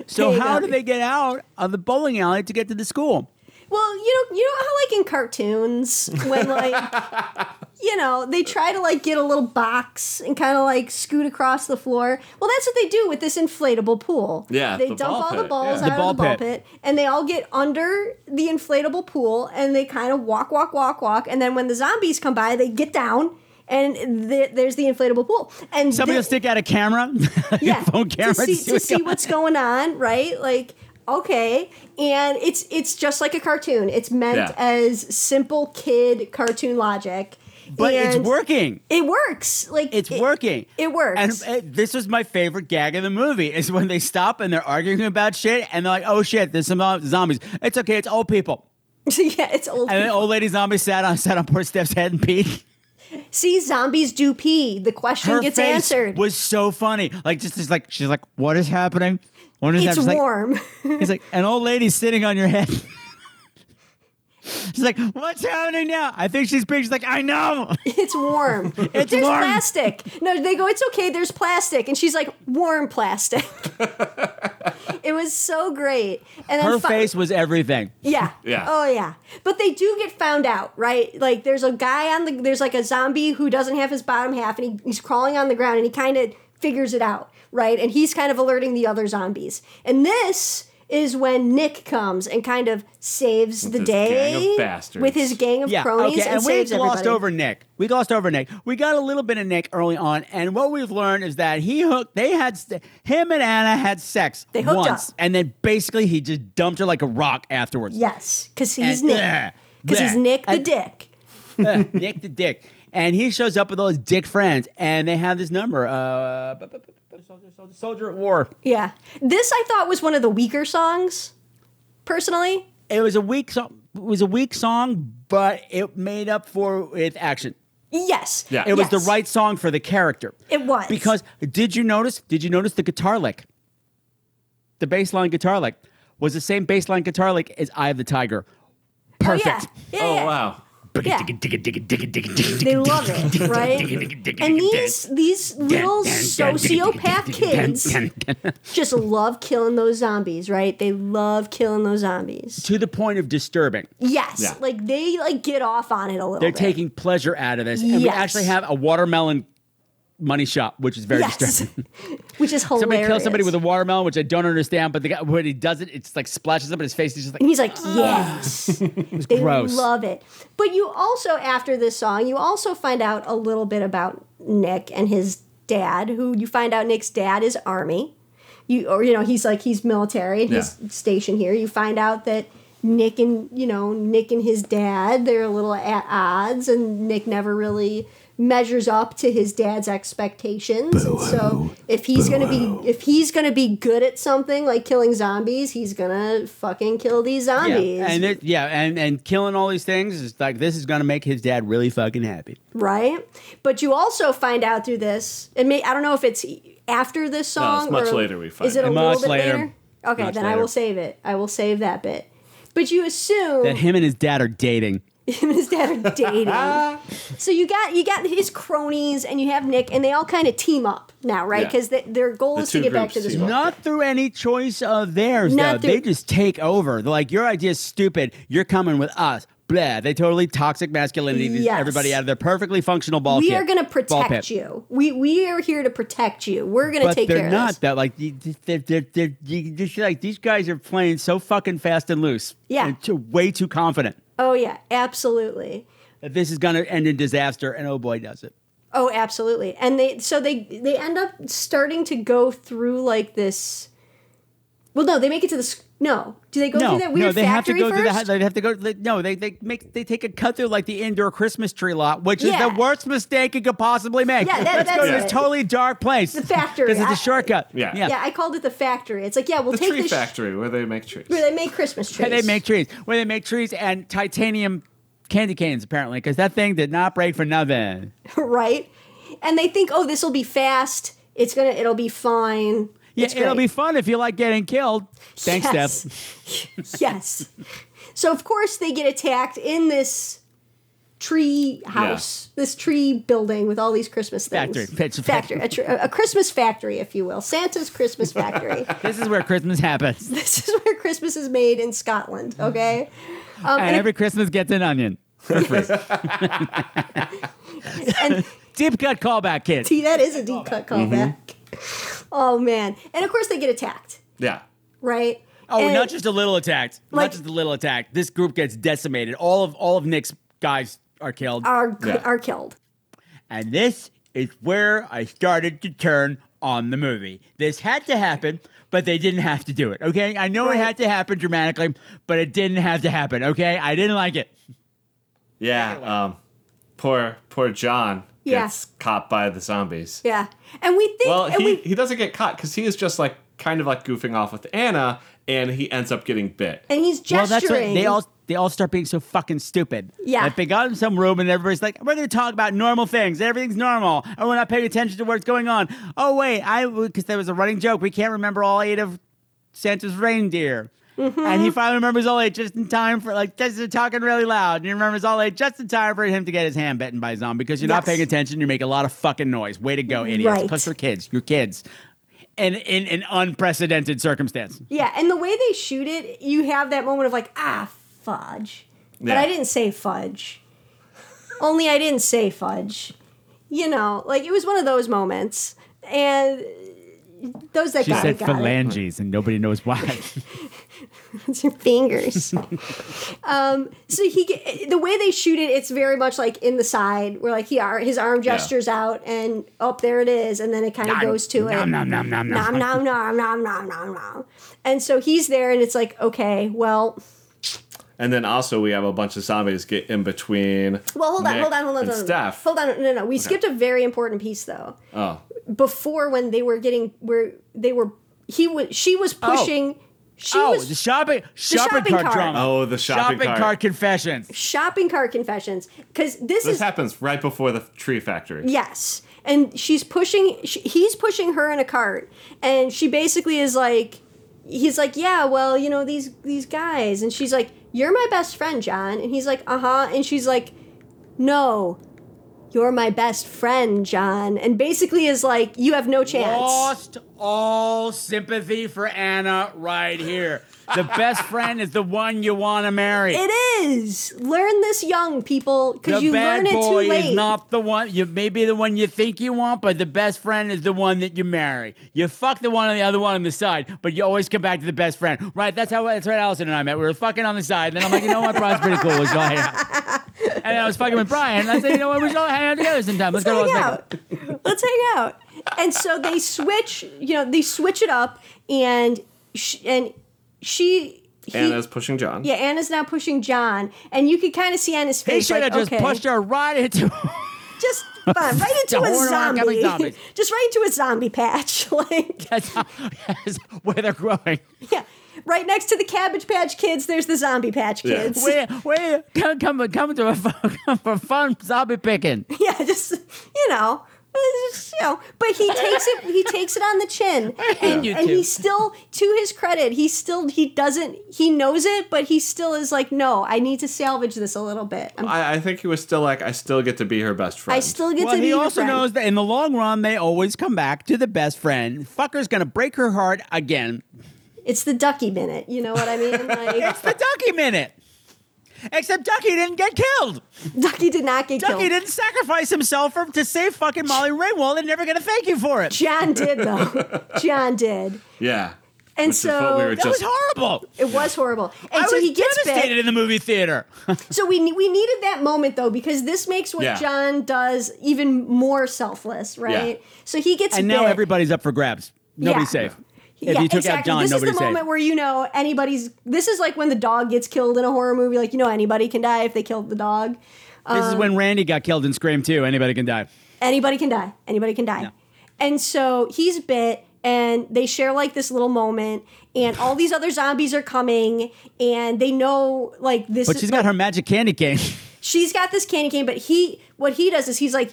S3: So
S8: There you
S3: how
S8: go.
S3: do they get out of the bowling alley to get to the school?
S8: well, you know, you know how like in cartoons when
S6: [LAUGHS]
S8: like you know they try to like get a little box and kind of like scoot across the floor. Well, that's what they do with this inflatable pool.
S6: Yeah,
S8: they
S6: the
S8: dump
S6: ball
S8: all the
S6: pit,
S8: balls
S6: yeah.
S8: out
S3: The ball
S8: of the ball
S3: pit.
S8: pit, and they all get under the inflatable pool and they kind of walk, walk, walk, walk, and then when the zombies come by, they get down. And th- there's the inflatable pool, and
S3: Somebody
S8: thi-
S3: will stick out a camera, [LAUGHS]
S8: yeah,
S3: phone camera,
S8: to see, to see
S3: going
S8: what's going on, right? Like, okay, and it's it's just like a cartoon. It's meant
S6: Yeah.
S8: as simple kid cartoon logic,
S3: on. But it's
S8: and
S3: working.
S8: It works. Like
S3: It's
S8: it-
S3: working.
S8: It works.
S3: And
S8: [LAUGHS]
S3: uh, this was my favorite gag of the movie is when they stop and they're arguing about shit and they're like, "Oh shit, there's some uh, zombies." It's okay, it's old people.
S8: yeah, it's old.
S3: And then
S8: people.
S3: old lady zombie sat on sat on poor Steph's head and peed.
S8: See, zombies do pee. The question
S3: Her
S8: gets
S3: face
S8: answered.
S3: was so funny. Like just, just like she's like, "What is happening?" What is
S8: it's
S3: happening? She's like,
S8: warm. [LAUGHS]
S3: He's like, an old lady sitting on your head. [LAUGHS] She's like, what's happening now? I think she's big. She's like, I know.
S8: it's warm.
S3: [LAUGHS] It's
S8: there's
S3: warm.
S8: plastic. No, they go, it's okay, there's plastic. And she's like, warm plastic. [LAUGHS] it was so great. And then
S3: Her
S8: fi-
S3: face was everything.
S8: Yeah.
S6: [LAUGHS] Yeah.
S8: Oh yeah. But they do get found out, right? Like there's a guy on the there's like a zombie who doesn't have his bottom half and he, he's crawling on the ground and he kind of figures it out, right? And he's kind of alerting the other zombies. And this is when Nick comes and kind of saves the
S6: his
S8: day
S6: gang of bastards.
S8: with his gang of
S3: yeah,
S8: cronies
S3: okay,
S8: and,
S3: and we
S8: saves
S3: glossed
S8: everybody.
S3: over Nick. We glossed over Nick. We got a little bit of Nick early on, and what we've learned is that he hooked. They had st- him and Anna had sex.
S8: They hooked
S3: once,
S8: up.
S3: and then basically he just dumped her like a rock
S8: [LAUGHS]
S3: afterwards.
S8: Yes, because he's
S3: And-
S8: Nick.
S3: yeah,
S8: Because he's
S3: yeah.
S8: Nick the
S3: And-
S8: Dick.
S3: Uh, Nick the dick. And he shows up with all his dick friends, and they have this number. Uh, bu- bu- bu- bu- soldier, soldier, soldier at war.
S8: Yeah. This I thought was one of the weaker songs, personally.
S3: It was a weak song. It was a weak song, but it made up for it with action.
S8: Yes.
S6: Yeah.
S3: It was the
S8: Yes.
S3: right song for the character.
S8: It was.
S3: Because did you notice? Did you notice the guitar lick? The baseline guitar lick was the same baseline guitar lick as "Eye of the Tiger."
S8: Oh, yeah.
S3: Perfect.
S8: Yeah,
S6: Oh
S8: yeah.
S6: wow.
S8: Yeah. They love it, right? and these these little sociopath kids just love killing those zombies, right? They love killing those zombies.
S3: To the point of disturbing.
S8: Yes,
S6: Yeah.
S8: like they like get off on it a little.
S3: They're
S8: bit.
S3: taking pleasure out of this, and we
S8: Yes.
S3: actually have a watermelon money shop, which is very
S8: yes,
S3: disturbing.
S8: [LAUGHS] which is hilarious.
S3: Somebody kills somebody with a watermelon, which I don't understand. But the guy, when he does it, it's like splashes up in his face. He's just like,
S8: And he's like,
S3: [LAUGHS]
S8: yes. they
S3: gross.
S8: love it. But you also, after this song, you also find out a little bit about Nick and his dad, who you find out Nick's dad is Army. You or you know, he's like he's military and he's stationed here. You find out that Nick and you know, Nick and his dad, they're a little at odds and Nick never really measures up to his dad's expectations. And so if he's gonna be if he's gonna be good at something like killing zombies, he's gonna fucking kill these
S3: yeah,
S8: zombies.
S3: and it, yeah, and and killing all these things is like this is gonna make his dad really fucking happy.
S8: right? But you also find out through this. It may I don't know if it's after this song.
S6: much
S8: or-
S6: later we find
S8: Is it a
S3: out.
S8: little
S3: Much
S8: bit
S3: later.
S8: later? Okay,
S3: Much
S8: then I
S3: later.
S8: will save it. I will save that bit. But you assume
S3: That him and his dad are dating.
S8: [LAUGHS] him and his dad are
S3: [LAUGHS]
S8: dating. so you got you got his cronies and you have Nick, and they all kind of team up now, right?
S6: Yeah.
S8: Because their goal is to
S6: two
S8: get back
S6: groups
S8: to this.
S6: team up.
S8: world.
S3: Not through any choice of theirs,
S8: Not
S3: though.
S8: through-
S3: They just take over. They're like, your idea's stupid. You're coming with us. Blah. They totally toxic masculinity these-
S8: Yes.
S3: everybody out of their perfectly functional ball
S8: We
S3: pit-
S8: are going to
S3: ball pit.
S8: protect you. We we are here to protect you. We're going to
S3: But
S8: take
S3: they're
S8: care
S3: not
S8: of this.
S3: that. Like you- they're, they're, they're, you just like these guys are playing so fucking fast and loose.
S8: Yeah.
S3: and too, way too confident
S8: Oh yeah, absolutely.
S3: that this is gonna end in disaster. And oh boy, does it.
S8: Oh, absolutely. And they so they they end up starting to go through like this. Well, no, they make it to the s- no. Do they go
S3: no,
S8: through that weird
S3: no, they have to
S8: factory
S3: go through
S8: first?
S3: the. They have to go. They, no, they they make they take a cut through like the indoor Christmas tree lot, which
S8: Yeah.
S3: is the worst mistake you could possibly make.
S8: Yeah, that-
S3: Let's go
S8: that's
S3: to
S8: it.
S3: this totally dark place.
S8: The factory.
S3: This is
S8: I-
S3: the shortcut.
S6: Yeah.
S3: yeah.
S8: yeah, I called it the factory. It's like yeah, we'll
S6: The
S8: take
S6: tree
S8: this.
S6: factory where they make trees.
S8: Where they make Christmas trees.
S3: And [LAUGHS] they make trees. Where they make trees and titanium candy canes apparently, because that thing did not break for nothing.
S8: [LAUGHS] right, and they think oh this will be fast. It's gonna it'll be fine.
S3: Yeah,
S8: It's
S3: it'll
S8: great.
S3: be fun if you like getting killed. Thanks,
S8: yes.
S3: Steph.
S8: yes. So of course they get attacked in this tree house, this tree building with all these Christmas things.
S3: Factory. It's a
S8: factory, a, tr- a Christmas factory, if you will. Santa's Christmas factory.
S3: [LAUGHS] This is where Christmas
S8: [LAUGHS]
S3: happens,
S8: this is where Christmas is made in Scotland. Okay. Um,
S3: and
S8: and,
S3: every Christmas gets an onion.
S8: [LAUGHS] and
S3: Deep cut callback, kid.
S8: see, that is a deep cut callback. Oh man! And of course they get attacked,
S6: yeah.
S8: right?
S3: Oh,
S8: And-
S3: not just a little attacked.
S8: Like-
S3: not just a little attacked. This group gets decimated. All of all of Nick's guys are killed,
S8: are
S6: Yeah.
S8: are killed.
S3: and this is where I started to turn on the movie. This had to happen, but they didn't have to do it. Okay, I know
S8: Right.
S3: it had to happen dramatically, but it didn't have to happen. Okay, I didn't like it.
S6: Yeah. Um, poor poor John
S8: Yeah.
S6: gets caught by the zombies.
S8: Yeah, and we think
S6: Well,
S8: and
S6: he,
S8: we,
S6: he doesn't get caught because he is just like kind of like goofing off with Anna, and he ends up getting bit.
S8: and he's gesturing.
S3: Well, that's what they all they all start being so fucking stupid.
S8: Yeah.
S3: Like they got in some room and everybody's like, "We're going to talk about normal things. Everything's normal, and we're not paying attention to what's going on." Oh wait, I because there was a running joke. We can't remember all eight of Santa's reindeer.
S8: Mm-hmm.
S3: And he finally remembers all eight just in time for like just talking really loud. And he remembers all eight just in time for him to get his hand bitten by a zombie because you're not
S8: Yes.
S3: paying attention. You make a lot of fucking noise. Way to go, idiots!
S8: Right.
S3: Plus, you're kids. You're kids, and in an unprecedented circumstance.
S8: Yeah, and the way they shoot it, you have that moment of like, ah, fudge. But
S6: Yeah.
S8: I didn't say fudge. Only I didn't say fudge. You know, like it was one of those moments. And those that
S3: She
S8: got
S3: said
S8: it, got it.
S3: phalanges, and nobody knows why.
S8: It's [LAUGHS]
S3: [LAUGHS]
S8: your fingers. um, so he, ge- the way they shoot it, it's very much like in the side, where like he ar- his arm gestures out, and up there it is, and then
S3: [LAUGHS]
S8: it kind of goes to it.
S3: nom, nom, nom, nom, nom.
S8: nom nom nom nom nom nom nom. And so he's there, and it's like, okay, well,
S6: And then also we have a bunch of zombies get in between.
S8: well, hold on,
S6: Nick
S8: hold on, hold on,
S6: and
S8: hold on,
S6: Steph.
S8: hold on, no, no, no. We skipped a very important piece though.
S6: Oh,
S8: Before when they were getting where they were, he was she was
S6: Oh.
S8: pushing. She
S3: oh,
S8: was
S3: the shopping shopping,
S8: shopping
S3: cart,
S8: cart.
S3: drama.
S6: Oh, the shopping
S3: cart.
S6: cart.
S3: confessions.
S8: shopping cart confessions because this,
S6: this
S8: is
S6: happens right before the tree factory.
S8: yes, and she's pushing. She, he's pushing her in a cart, and she basically is like, he's like, yeah, well, you know these these guys, and she's like, you're my best friend, John, and he's like, uh huh, and she's like, no. You're my best friend, John. And basically is like, you have no chance.
S3: Lost all sympathy for Anna right here. The best friend is the one you want to marry.
S8: It is. Learn this young, people,
S3: the
S8: because you
S3: bad
S8: learn it
S3: boy
S8: too late.
S3: is not the one. You may be the one you think you want, but the best friend is the one that you marry. You fuck the one on the other one on the side, but you always come back to the best friend. Right? That's how. That's what Allison and I met. We were fucking on the side, and then I'm like, you know what? Brian's pretty cool. Let's go hang out.
S8: [LAUGHS]
S3: And then I was fucking with Brian, and I said, you know what? We should all hang out together sometime. Let's, go to
S8: hang
S3: Las Vegas.
S8: out. [LAUGHS] Let's hang out. And so they switch, you know, they switch it up, and sh- and she. He,
S6: Anna's pushing John.
S8: yeah, Anna's now pushing John, and you could kind of see Anna's
S3: He
S8: face.
S3: should
S8: like,
S3: have just
S8: okay,
S3: pushed her right into. [LAUGHS]
S8: just fine, right into
S3: Don't
S8: a
S3: worry about coming
S8: zombie,
S3: zombies.
S8: [LAUGHS] just right into a zombie patch, [LAUGHS] like
S3: That's how- that's where they're
S8: [LAUGHS]
S3: growing.
S8: yeah, right next to the Cabbage Patch Kids. There's the Zombie Patch Kids.
S3: Where, where, come, come, come to a fun, [LAUGHS] come for fun zombie picking.
S8: [LAUGHS] yeah, just you know, it's just, you know. But he takes it. He takes it on
S3: [LAUGHS]
S8: the chin, and,
S3: you
S8: and
S3: two.
S8: he still, to his credit, he still he doesn't he knows it, but he still is like, no, I need to salvage this a little bit. I'm,
S6: I, I think he was still like, I still get to be her best friend.
S8: I still get
S3: well,
S8: to be
S3: he
S8: your
S3: also
S8: friend.
S3: knows that in the long run, they always come back to the best friend. Fucker's gonna break her heart again.
S8: it's the ducky minute. You know what I mean?
S3: [LAUGHS]
S8: Like,
S3: The Ducky minute. Except Ducky didn't get killed.
S8: ducky did not get
S3: Ducky
S8: killed.
S3: didn't sacrifice himself for, to save fucking Molly Ringwald, and never gonna thank you for it.
S8: John
S3: [LAUGHS]
S8: did though. John did,
S6: yeah.
S8: and
S6: Which is
S8: so
S6: what we were
S3: That was
S6: just
S3: horrible.
S8: it was horrible. And
S3: I
S8: so
S3: was
S8: he gets
S3: devastated
S8: bit.
S3: in the movie
S8: [LAUGHS]
S3: theater.
S8: So we ne- we needed that moment though because this makes what
S6: Yeah.
S8: John does even more selfless, right? So he gets
S3: and now
S8: bit.
S3: everybody's up for grabs. Nobody's
S8: Yeah.
S3: safe. If you took out John,
S8: this is the
S3: nobody's safe.
S8: moment where you know anybody's. This is like when the dog gets killed in a horror movie. Like you know anybody can die if they killed the dog.
S3: this is
S8: Um,
S3: when Randy got killed in Scream 2. Anybody can die.
S8: Anybody can die. Anybody can die. And so he's bit, and they share like this little moment, and all these other zombies are coming, and they know like this.
S3: But
S8: is-
S3: she's got her magic candy cane. [LAUGHS]
S8: she's got this candy cane, but he what he does is he's like,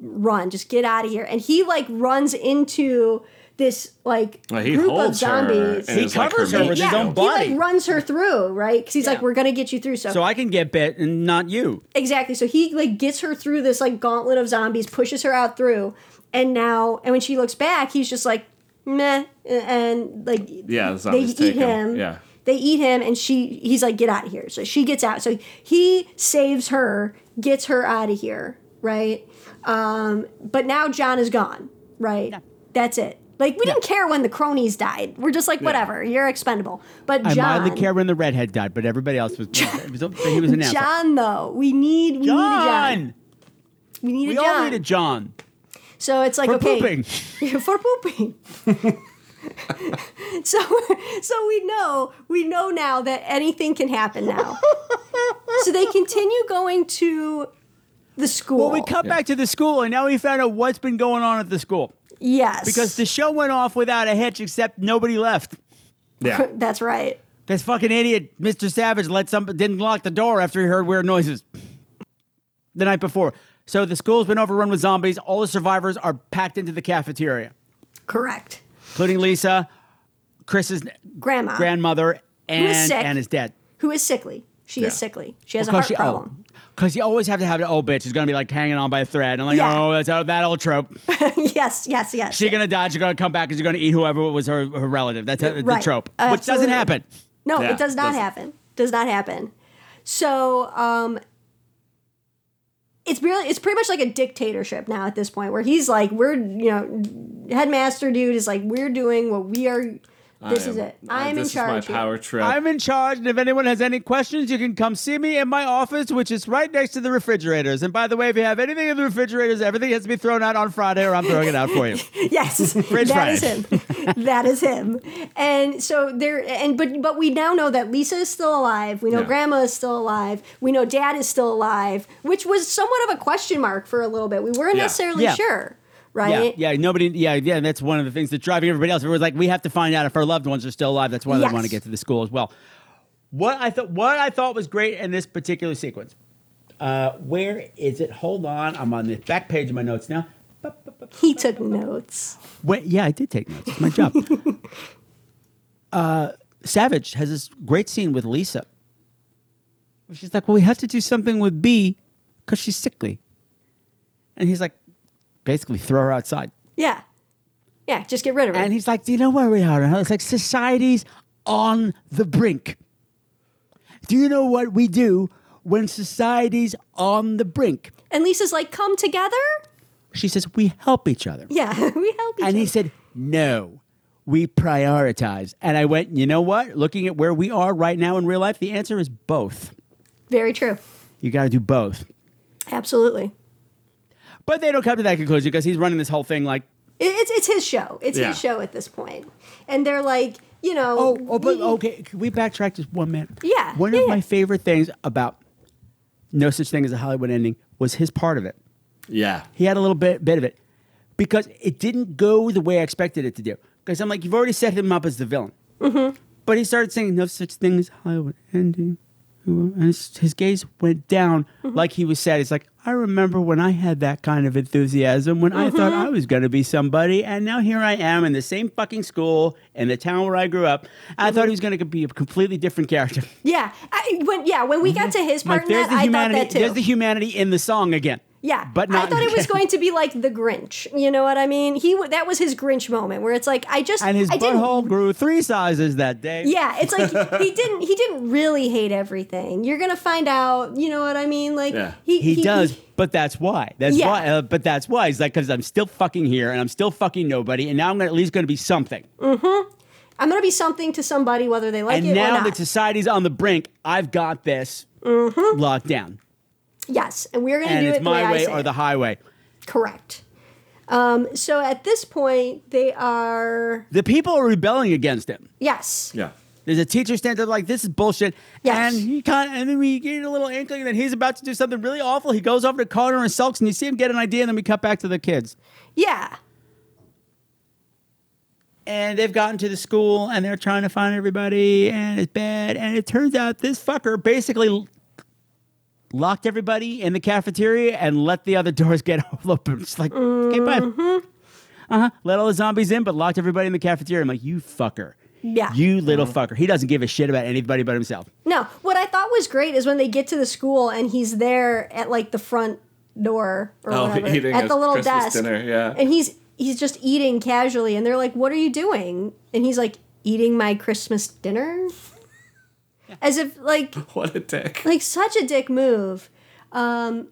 S8: run, just get out of here. And he like runs into this like
S6: Well, he
S8: group
S6: holds
S8: of zombies.
S6: Her and
S3: He
S6: is, like,
S3: covers her
S6: meat
S3: with his
S8: yeah,
S6: shield.
S3: own
S8: he
S3: body.
S8: like runs her through, right? Because he's like, "We're gonna get you through." So,
S3: so I can get bit and not you.
S8: exactly, so he like gets her through this like gauntlet of zombies, pushes her out through, and now, and when she looks back, he's just like, "Meh," and like,
S6: Yeah, the
S8: they
S6: zombies
S8: eat
S6: take
S8: him.
S6: him. Yeah.
S8: They eat him, and she he's like, "Get out of here!" So she gets out. So he saves her, gets her out of here, right? Um, but now John is gone, right? That's it. Like we didn't care when the cronies died. We're just like, whatever, you're expendable. But
S3: I
S8: John,
S3: mildly care when the redhead died, but everybody else was. it was he was an asshole.
S8: John, though, we need we need a John.
S3: John!
S8: We need a
S3: We
S8: John.
S3: all need a John
S8: so it's like
S3: for
S8: okay,
S3: pooping.
S8: [LAUGHS] for pooping. [LAUGHS] so so we know we know now that anything can happen now. so they continue going to the
S3: Well,
S8: school.
S3: we come back to the school, and now we found out what's been going on at the school
S8: yes,
S3: because the show went off without a hitch, except nobody left.
S6: Yeah.
S8: that's right.
S3: This fucking idiot, Mr. Savage, let some didn't lock the door after he heard weird noises the night before. So the school's been overrun with zombies. All the survivors are packed into the cafeteria,
S8: Correct,
S3: including Lisa, Chris's
S8: grandma,
S3: grandmother, and
S8: Uh, sick.
S3: Anna's dad.
S8: who is sickly. She is sickly. She has a
S3: Because
S8: heart
S3: she oh,
S8: problem. [LAUGHS]
S3: because you always have to have the old bitch who's gonna be like hanging on by a thread and like
S8: Yeah.
S3: oh that's that old trope.
S8: yes, yes, yes.
S3: She's gonna die. She's gonna come back. She's gonna eat whoever was her, her relative. That's the-
S8: Right.
S3: the trope, which
S8: Absolutely.
S3: doesn't happen.
S8: No,
S6: Yeah,
S8: it does not
S6: doesn't.
S8: happen. Does not happen. So um it's really it's pretty much like a dictatorship now at this point where he's like we're you know headmaster dude is like we're doing what we are this is it i'm in
S6: this
S8: charge
S6: Is my
S8: here.
S6: power trip.
S3: I'm in charge, and if anyone has any questions, you can come see me in my office, which is right next to the refrigerators. And by the way, if you have anything in the refrigerators, everything has to be thrown out on Friday, or I'm throwing it out for you.
S8: [LAUGHS]
S6: [LAUGHS]
S8: yes that is
S3: fries.
S8: him that is him and so there and but but we now know that lisa is still alive we know
S6: Yeah.
S8: grandma is still alive we know dad is still alive which was somewhat of a question mark for a little bit we weren't
S6: Yeah.
S8: necessarily
S3: Yeah.
S8: sure right
S3: Yeah, yeah. Nobody. Yeah, yeah. And that's one of the things that's driving everybody else. Everyone's like, we have to find out if our loved ones are still alive. That's why they
S8: Yes.
S3: want to get to the school as well. What I thought, what I thought was great in this particular sequence. Uh, where is it? Hold on, I'm on the back page of my notes now.
S8: he took notes
S3: Wait, yeah, I did take notes. It's my job. uh, Savage has this great scene with Lisa. Where she's like, "Well, we have to do something with B because she's sickly," and he's like, basically, throw her outside.
S8: yeah yeah just get rid of her
S3: And he's like, Do you know where we are? And I was like, Society's on the brink. Do you know what we do when society's on the brink?
S8: And Lisa's like, come together?
S3: She says, We help each other.
S8: Yeah, [LAUGHS] we help each
S3: And
S8: other.
S3: he said, No, we prioritize. And I went, You know what? Looking at where we are right now in real life, the answer is both.
S8: Very true.
S3: You got to do both.
S8: Absolutely.
S3: But they don't come to that conclusion because he's running this whole thing like,
S8: It, it's, it's his show. It's
S6: Yeah.
S8: his show at this point. And they're like, you know.
S3: Oh, oh but
S8: we-
S3: okay. Can we backtrack just one minute?
S8: Yeah,
S3: One
S8: yeah,
S3: of
S8: yeah.
S3: my favorite things about No Such Thing as a Hollywood Ending was his part of it.
S6: yeah.
S3: He had a little bit, bit of it because it didn't go the way I expected it to do. Because I'm like, you've already set him up as the villain.
S8: Mm-hmm.
S3: But he started saying, No such thing as a Hollywood Ending. And his, his gaze went down
S8: Mm-hmm.
S3: like he was sad. He's like, I remember when I had that kind of enthusiasm when
S8: Mm-hmm.
S3: I thought I was going to be somebody. And now here I am in the same fucking school in the town where I grew up.
S8: Mm-hmm.
S3: I thought he was going to be a completely different character.
S8: Yeah. I, when, yeah, when we got to his part
S3: like,
S8: in
S3: there's
S8: that,
S3: the,
S8: I thought
S3: humanity,
S8: that too.
S3: there's the humanity in the song again.
S8: yeah,
S3: But not
S8: I thought it was
S3: again.
S8: going to be like the Grinch. You know what I mean? He w- that was his Grinch moment where it's like I just
S3: And his
S8: I didn't-
S3: butthole grew three sizes that day.
S8: [LAUGHS] Yeah, it's like he didn't he didn't really hate everything. You're gonna find out. You know what I mean? Like
S6: Yeah.
S8: he,
S3: He, does, but that's why. That's
S8: Yeah.
S3: why. Uh, but that's why. He's like, because I'm still fucking here and I'm still fucking nobody, and now I'm gonna, at least going to be something.
S8: I'm gonna be something to somebody whether they like
S3: and
S8: it or
S3: now
S8: not.
S3: that society's on the brink, I've got this locked down,
S8: Yes, and Mm-hmm. we're going to
S3: and
S8: do
S3: it's
S8: it the way,
S3: my
S8: I
S3: way
S8: say
S3: or
S8: it.
S3: the highway.
S8: correct. Um, so at this point, they are
S3: The people are rebelling against him.
S8: yes,
S6: Yeah.
S3: There's a teacher stands up like, "This is bullshit,"
S8: Yes.
S3: and he kind of, and then we get a little inkling that he's about to do something really awful. He goes over to Connor and sulks, and you see him get an idea, and then we cut back to the kids.
S8: yeah,
S3: and they've gotten to the school and they're trying to find everybody and it's bad and it turns out this fucker basically l- locked everybody in the cafeteria and let the other [LAUGHS] doors get all open just like okay
S8: Mm-hmm.
S3: bye uh-huh let all the zombies in but locked everybody in the cafeteria i'm like you fucker
S8: Yeah.
S3: you little
S6: Mm-hmm.
S3: fucker he doesn't give a shit about anybody but himself
S8: no. What I thought was great is when they get to the school and he's there at like the front door or
S6: Oh,
S8: whatever
S6: eating
S8: at
S6: his
S8: the little
S6: Christmas
S8: desk,
S6: dinner, yeah.
S8: and he's he's just eating casually, and they're like, "What are you doing?" And he's like, "Eating my Christmas dinner," as if like
S6: What a dick.
S8: like such a dick move um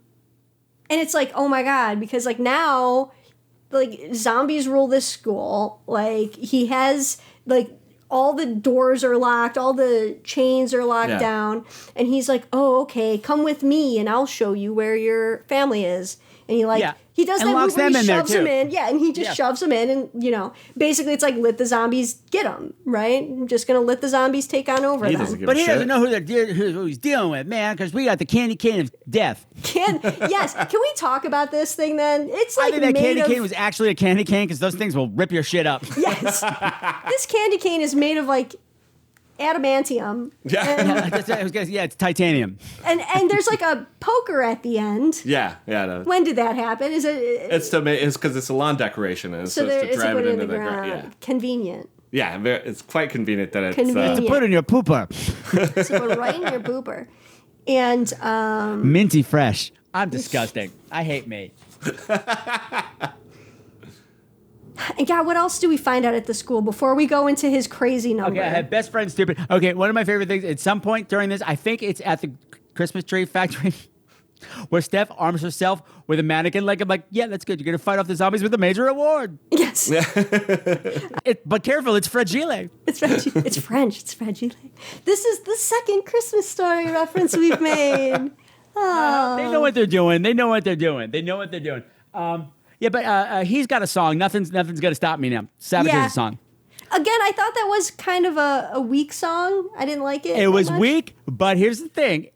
S8: and it's like oh my god because like now like zombies rule this school like he has like all the doors are locked all the chains are locked
S6: Yeah.
S8: down and he's like oh okay come with me and i'll show you where your family is and he like
S3: Yeah.
S8: he does
S3: And
S8: that
S3: locks
S8: move where he
S3: them in there,
S8: shoves him
S3: too.
S8: in yeah and he just
S3: Yeah.
S8: shoves him in and you know basically it's like let the zombies get him right I'm just gonna let the zombies take on over
S6: He
S8: them.
S6: doesn't give
S3: but
S6: a
S3: he
S6: shit.
S3: doesn't know who, they're de- who who he's dealing with man because we got the candy cane of death
S8: can yes can we talk about this thing then it's
S3: i
S8: like
S3: think that
S8: made
S3: candy
S8: of,
S3: cane was actually a candy cane because those things will rip your shit up
S8: [LAUGHS]
S3: [LAUGHS]
S8: yes this candy cane is made of like adamantium
S6: Yeah.
S3: I guess I was gonna- yeah it's titanium
S8: and and there's like a poker at the end
S6: yeah. Yeah. No.
S8: when did that happen is it
S6: It's to make it's because it's a lawn decoration, and so,
S8: so there
S6: it's to
S8: it's
S6: drive
S8: put
S6: it
S8: it in
S6: into
S8: the
S6: the, ground.
S8: ground convenient
S6: Yeah. Yeah. ver- It's quite convenient that it's.
S8: Convenient.
S6: Uh,
S3: Put in your pooper.
S8: so put it right in your boober and um
S3: Minty fresh. I'm disgusting. I hate me.
S8: and god what else do we find out at the school before we go into his crazy number
S3: Okay, I have best friend stupid. Okay, one of my favorite things at some point during this, I think it's at the Christmas tree factory. [LAUGHS] where Steph arms herself with a mannequin leg. I'm like, yeah, that's good. You're gonna fight off the zombies with a major award.
S8: Yes.
S3: It, but careful, it's fragile.
S8: It's French. It's French. It's fragile. This is the second Christmas story reference
S3: [LAUGHS]
S8: we've made. Oh.
S3: They know what they're doing. They know what they're doing. They know what they're doing. Um, yeah, but uh, uh, he's got a song. Nothing's nothing's gonna stop me now. Savage
S8: Yeah.
S3: has a song.
S8: Again, I thought that was kind of a, a weak song. I didn't like
S3: It
S8: it. that
S3: was
S8: much.
S3: weak, but here's the thing: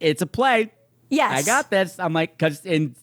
S3: it's a play.
S8: Yes.
S3: I got this. I'm like, because in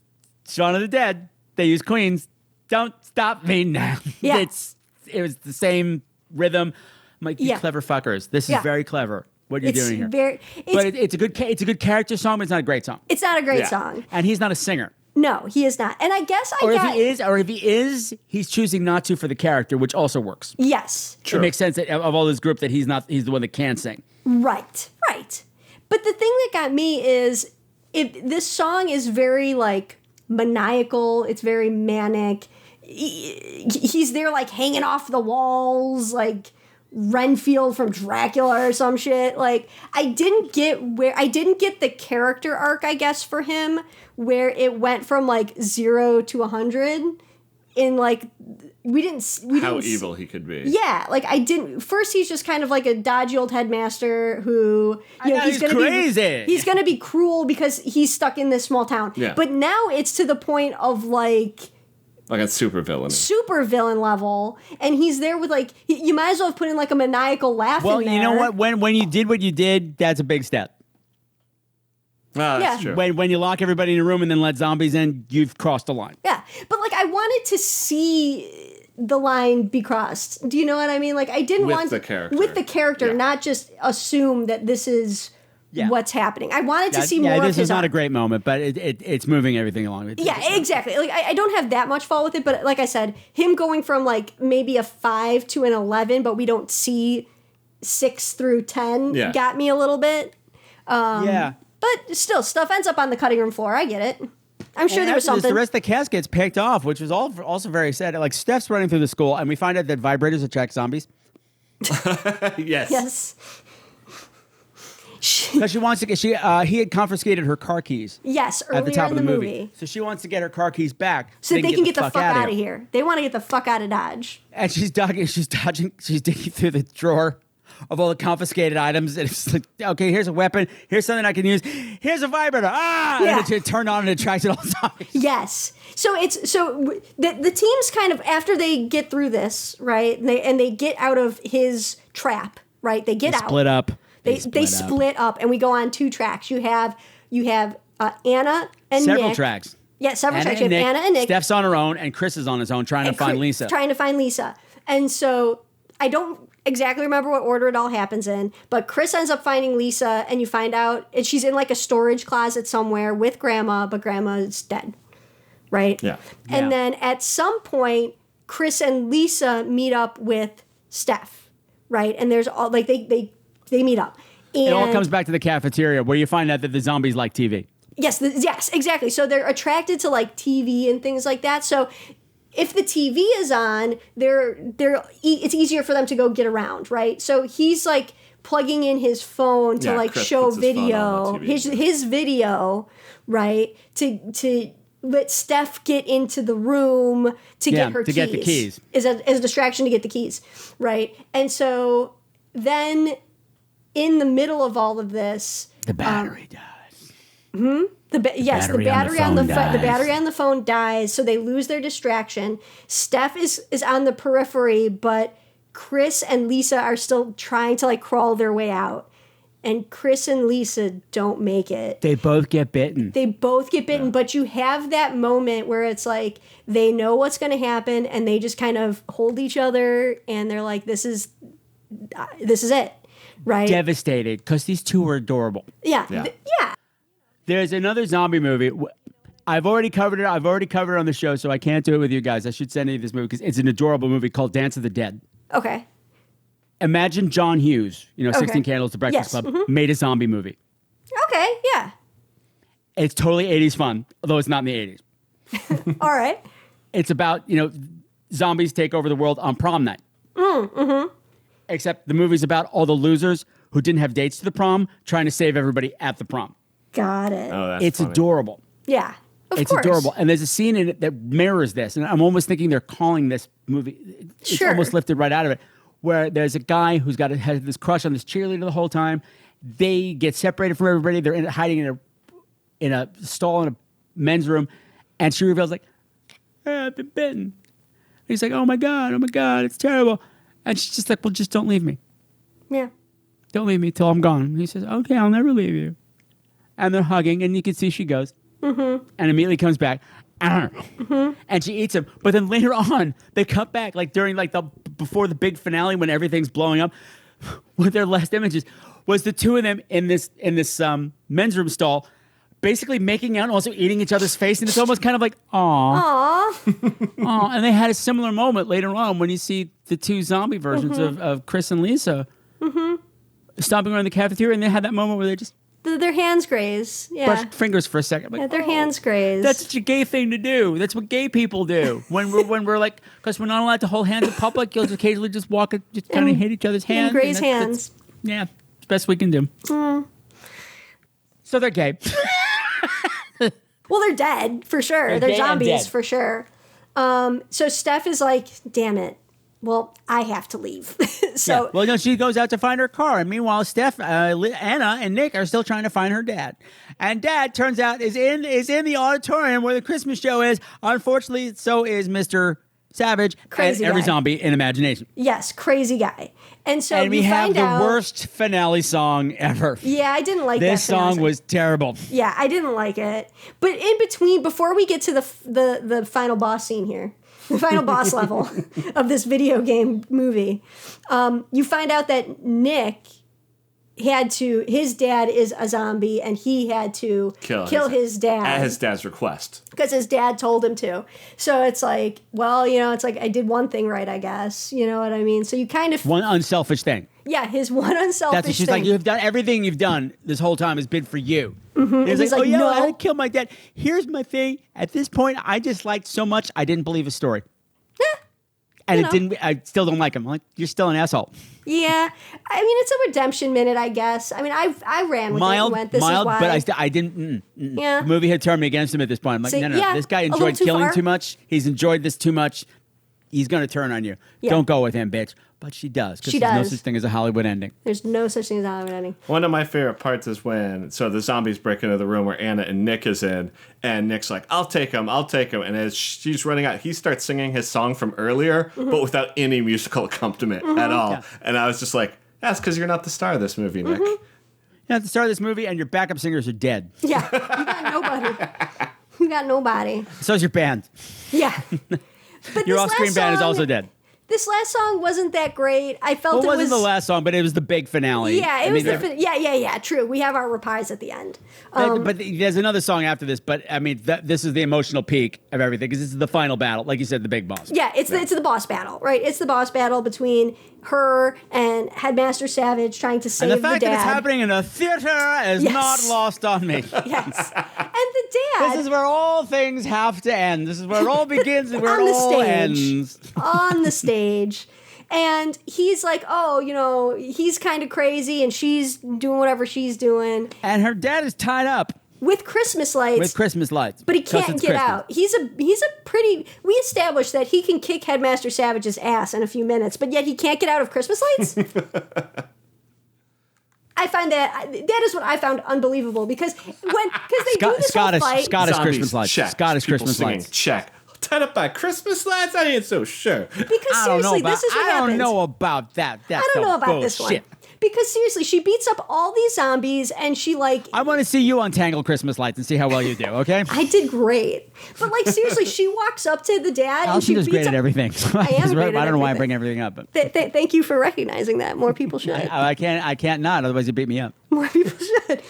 S3: Shaun of the Dead, they use Queens. Don't stop me now. [LAUGHS]
S8: Yeah.
S3: it's it was the same rhythm. I'm like, you
S8: Yeah.
S3: clever fuckers. This is
S8: Yeah.
S3: very clever. What you're
S8: It's
S3: doing here.
S8: very. It's,
S3: but it, it's a good ca- it's a good character song, but it's not a great song.
S8: it's not a great
S6: Yeah.
S8: song.
S3: And he's not a singer.
S8: No, he is not. And I guess I
S3: Or if
S8: got.
S3: he is, or if he is, he's choosing not to for the character, which also works.
S8: Yes.
S3: It makes sense that of of all this group that he's not he's the one that can sing.
S8: Right, right. But the thing that got me is it this song is very like maniacal, it's very manic. He- He's there like hanging off the walls like Renfield from Dracula or some shit. Like I didn't get where I didn't get the character arc I guess for him where it went from like 0 to a 100 in like we didn't s- we
S6: How
S8: didn't s-
S6: evil he could be.
S8: yeah, like I didn't. First, he's just kind of like a dodgy old headmaster who you know,
S3: know, he's
S8: he's, gonna
S3: crazy.
S8: Be, he's gonna be cruel because he's stuck in this small town.
S6: Yeah.
S8: But now it's to the point of like
S6: Like a super villain.
S8: super villain level, and he's there with like he, you might as well have put in like a maniacal laugh.
S3: Well,
S8: in
S3: you know
S8: there.
S3: what? When when you did what you did, that's a big step.
S6: Ah, that's
S8: Yeah.
S6: true.
S3: When when you lock everybody in a room and then let zombies in, you've crossed the line.
S8: Yeah, but like I wanted to see the line be crossed. Do you know what I mean? Like I didn't
S6: With
S8: want
S6: the character.
S8: with the character,
S6: Yeah.
S8: not just assume that this is.
S3: Yeah.
S8: What's happening? I wanted to
S3: That-
S8: see
S3: yeah,
S8: more of
S3: this
S8: his
S3: is not a
S8: arc.
S3: great moment, but it, it it's moving everything along. It's-
S8: Yeah, exactly. Like I, I don't have that much fault with it, but like I said, him going from like maybe a five to an eleven, but we don't see six through ten
S6: Yeah.
S8: got me a little bit. Um,
S3: yeah.
S8: But still, stuff ends up on the cutting room floor. I get it. I'm sure
S3: And
S8: there
S3: after
S8: was
S3: this,
S8: something.
S3: The rest of the cast gets picked off, which was all also very exciting. Like Steph's running through the school, and we find out that vibrators attract zombies
S6: yes.
S8: yes. [LAUGHS] She-
S3: because she wants to get she uh, he had confiscated her car keys
S8: yes, earlier
S3: at the top
S8: in
S3: of
S8: the,
S3: the,
S8: movie.
S3: so she wants to get her car keys back
S8: So they, can get the, fuck,
S3: outta
S8: out of here. They want to get the fuck out of Dodge.
S3: And she's dodging, she's dodging, she's digging through the drawer of all the confiscated items. And it's like, okay, here's a weapon. Here's something I can use. Here's a vibrator. Ah!
S8: Yeah.
S3: And it turned on and it attracted all [LAUGHS] zombies.
S8: Yes. So it's so w- the the team's kind of after they get through this, right? And they and they get out of his trap, right? They get out.
S3: Split up.
S8: They they split,
S3: up.
S8: up. and we go on two tracks. You have you have uh, Anna and
S3: Several
S8: Nick.
S3: tracks.
S8: Yeah, several tracks. You have Anna and Nick.
S3: Steph's on her own, and Chris is on his own trying to
S8: and
S3: find
S8: Chris-
S3: Lisa.
S8: Trying to find Lisa. And so I don't exactly remember what order it all happens in, but Chris ends up finding Lisa, and you find out and she's in like a storage closet somewhere with Grandma, but Grandma is dead, right?
S6: Yeah.
S3: Yeah.
S8: And then at some point, Chris and Lisa meet up with Steph, right? And there's all like they they they meet up. And
S3: it all comes back to the cafeteria where you find out that the zombies like TV.
S8: Yes, the, yes, exactly. So they're attracted to like TV and things like that. So if the TV is on, they're they're e- it's easier for them to go get around, right? So he's like plugging in his phone to
S6: Yeah,
S8: like
S6: Chris
S8: show
S6: puts his phone
S8: video,
S6: on the TV,
S8: his
S6: yeah.
S8: his video, right? To to let Steph get into the room to
S3: Yeah,
S8: get her
S3: to
S8: keys.
S3: get the keys.
S8: Is a as a distraction to get the keys, right? And so then in the middle of all of this,
S3: The battery dies.
S8: the ba- yes, the
S3: battery
S8: battery
S3: on
S8: on
S3: the
S8: the,
S3: phone
S8: pho- the
S3: dies.
S8: battery on the phone dies, so they lose their distraction. Steph is is on the periphery, but Chris and Lisa are still trying to like crawl their way out, and Chris and Lisa don't make it.
S3: They both get bitten.
S8: They both get bitten, but you have that moment where it's like they know what's going to happen, and they just kind of hold each other, and they're like, "This is, uh, this is it." Right?
S3: Devastated because these two were adorable.
S8: yeah. Th- yeah.
S3: There's another zombie movie. W- I've already covered it. I've already covered it on the show, so I can't do it with you guys. I should send you this movie because it's an adorable movie called Dance of the Dead.
S8: Okay.
S3: Imagine John Hughes, you know, 16 Candles, The Breakfast
S8: Yes, Mm-hmm.
S3: Club, made a zombie movie.
S8: Okay. Yeah.
S3: It's totally 80s fun, although it's not in the 80s.
S8: All right.
S3: It's about, you know, zombies take over the world on prom night. Except the movie's about all the losers who didn't have dates to the prom trying to save everybody at the prom.
S8: Got it.
S6: Oh, that's
S3: it's
S6: funny.
S3: adorable.
S8: yeah. Of
S3: it's
S8: course.
S3: adorable. And there's a scene in it that mirrors this. And I'm almost thinking they're calling this movie. It's
S8: Sure.
S3: almost lifted right out of it. Where there's a guy who's got a, has this crush on this cheerleader the whole time. They get separated from everybody. They're in, hiding in a in a stall in a men's room, and she reveals like, "Eh, "I've been bitten." And he's like, "Oh my god, oh my god, it's terrible." And she's just like, "Well, just don't leave me.
S8: Yeah.
S3: Don't leave me till I'm gone." And he says, "Okay, I'll never leave you." And they're hugging, and you can see she goes, and immediately comes back. "Arr." And she eats him, but then later on they cut back, like during like the before the big finale when everything's blowing up. [SIGHS] With their last images was the two of them in this in this um, men's room stall, basically making out and also eating each other's face, and it's almost kind of like aw,
S8: Aw.
S3: [LAUGHS] Oh, and they had a similar moment later on when you see the two zombie versions of,
S8: Mm-hmm.
S3: of Chris and Lisa stomping around the cafeteria, and they had that moment where they just
S8: Th- their hands graze. Yeah.
S3: brushed fingers for a second. Like, "Oh,
S8: yeah their hands graze.
S3: that's such a gay thing to do. That's what gay people do when we're when we're like because we're not allowed to hold hands in public. You'll just occasionally just walk, and just kind of
S8: And-
S3: hit each other's hands. and
S8: and graze
S3: that's- that's-
S8: hands. Mm.
S3: yeah, it's best we can do. So they're gay.
S8: Well, they're dead for sure.
S3: dead
S8: They're,
S3: and
S8: zombies
S3: dead.
S8: for sure. Um, so Steph is like, "Damn it! Well, I have to leave." [LAUGHS] so
S3: Yeah.
S8: Oh.
S3: Well, no, she goes out to find her car, and meanwhile, Steph, uh, Li- Anna, and Nick are still trying to find her dad. And Dad turns out is in is in the auditorium where the Christmas show is. Unfortunately, so is Mister Savage
S8: Crazy
S3: and every
S8: guy.
S3: zombie in imagination.
S8: yes, crazy guy. And so
S3: and we
S8: we
S3: have
S8: find
S3: the
S8: out.
S3: worst finale song ever.
S8: Yeah, I didn't like
S3: This
S8: that
S3: song
S8: finale.
S3: was terrible.
S8: Yeah, I didn't like it. But in between, before we get to the f- the the final boss scene here, the final boss level of this video game movie, um, you find out that Nick had to. His dad is a zombie, and he had to
S6: Kill
S8: his,
S6: his-
S8: dad
S6: At his dad's request.
S8: because his dad told him to. So it's like, well, you know, it's like I did one thing right, I guess. You know what I mean? So you kind of,
S3: One unselfish thing.
S8: yeah, his one [LAUGHS] unselfish
S3: That's what she's
S8: thing.
S3: like. You've done everything you've done this whole time has been for you. He's,
S8: Mm-hmm. he's
S3: like,
S8: like,
S3: oh yeah,
S8: no."
S3: I had to kill my dad. Here's my thing. At this point, I just liked so much I didn't believe his story. and
S8: you
S3: it
S8: know.
S3: didn't. I still don't like him. I'm like you're still an asshole.
S8: yeah, I mean, it's a redemption minute, I guess. I mean, I I ran with it
S3: Mild,
S8: and went, this
S3: mild,
S8: is why.
S3: but I, st- I didn't. Mm, mm.
S8: Yeah.
S3: The movie had turned me against him at this point. I'm like,
S8: So,
S3: no, no,
S8: yeah,
S3: no. This guy
S8: a little
S3: enjoyed
S8: too
S3: killing
S8: far.
S3: too much. He's enjoyed this too much. He's gonna turn on you.
S8: Yeah.
S3: Don't go with him, bitch. But she does. 'cause
S8: She
S3: there's
S8: does.
S3: No such thing as a Hollywood ending.
S8: There's no such thing as an island ending.
S6: One of my favorite parts is when so the zombies break into the room where Anna and Nick is in, and Nick's like, "I'll take him, I'll take him," and as she's running out, he starts singing his song from earlier, but without any musical [LAUGHS] accompaniment at all. And I was just like, "That's because you're not the star of this movie, Nick."
S3: Now at the start of this movie, and your backup singers are dead.
S8: Yeah, you got nobody. You got nobody.
S3: So's your band.
S8: Yeah,
S3: [LAUGHS]
S8: but
S3: Your
S8: this
S3: off-screen
S8: last
S3: band is
S8: song-
S3: also dead.
S8: This last song wasn't that great. I felt
S3: Well, it
S8: it
S3: wasn't
S8: was
S3: the last song, but it was the big finale.
S8: Yeah,
S3: I
S8: it was.
S3: mean,
S8: the, fin- um, yeah, yeah, yeah. True. We have our reprise at the end.
S3: that- but there's another song after this. But I mean, that, this is the emotional peak of everything because this is the final battle, like you said, the big boss.
S8: Yeah, it's the, it's the boss battle, right? It's the boss battle between her and Headmaster Savage trying to save
S3: And the fact
S8: dad.
S3: that it's happening in a theater is
S8: Yes.
S3: not lost on
S8: [LAUGHS]
S3: me. [LAUGHS]
S8: Yes, and the dad
S3: this is where all things have to end. This is where it
S8: [LAUGHS]
S3: all begins and where
S8: On
S3: it
S8: the
S3: all
S8: stage.
S3: ends.
S8: on the stage. And he's like, oh, you know, he's kind of crazy, and she's doing whatever she's doing
S3: And her dad is tied up
S8: with Christmas lights.
S3: with Christmas lights,
S8: but he
S3: 'cause
S8: can't
S3: it's
S8: get
S3: Christmas.
S8: out. He's a he's a pretty. We established that he can kick Headmaster Savage's ass in a few minutes, but yet he can't get out of Christmas
S3: [LAUGHS]
S8: lights. I find that that is what I found unbelievable because when because they do
S3: Scott,
S8: this
S3: Scottish,
S8: whole fight.
S3: Scottish
S6: Zombies,
S3: Christmas lights.
S6: check.
S3: Scottish
S6: People
S3: Christmas
S6: singing,
S3: lights.
S6: Check. Tied up by Christmas lights. I ain't so sure.
S8: because
S3: I don't know
S8: seriously,
S3: about.
S8: this is what
S3: I
S8: happens.
S3: don't know about that. That's
S8: I don't
S3: some
S8: know about this one
S3: bullshit.
S8: because seriously, she beats up all these zombies and she like
S3: I want to see you untangle Christmas lights and see how well you do.
S8: [LAUGHS]
S3: Okay.
S8: I did great, but like seriously, she walks up to the dad and she
S3: Allison is
S8: beats
S3: great
S8: up.
S3: at
S8: [LAUGHS]
S3: everything. [LAUGHS] So I,
S8: am
S3: just-
S8: great at
S3: I don't know why I
S8: everything.
S3: bring everything up, but
S8: Th- th- thank you for recognizing that. More people should.
S3: I, I can't. I can't not. Otherwise, you beat me up.
S8: more people should.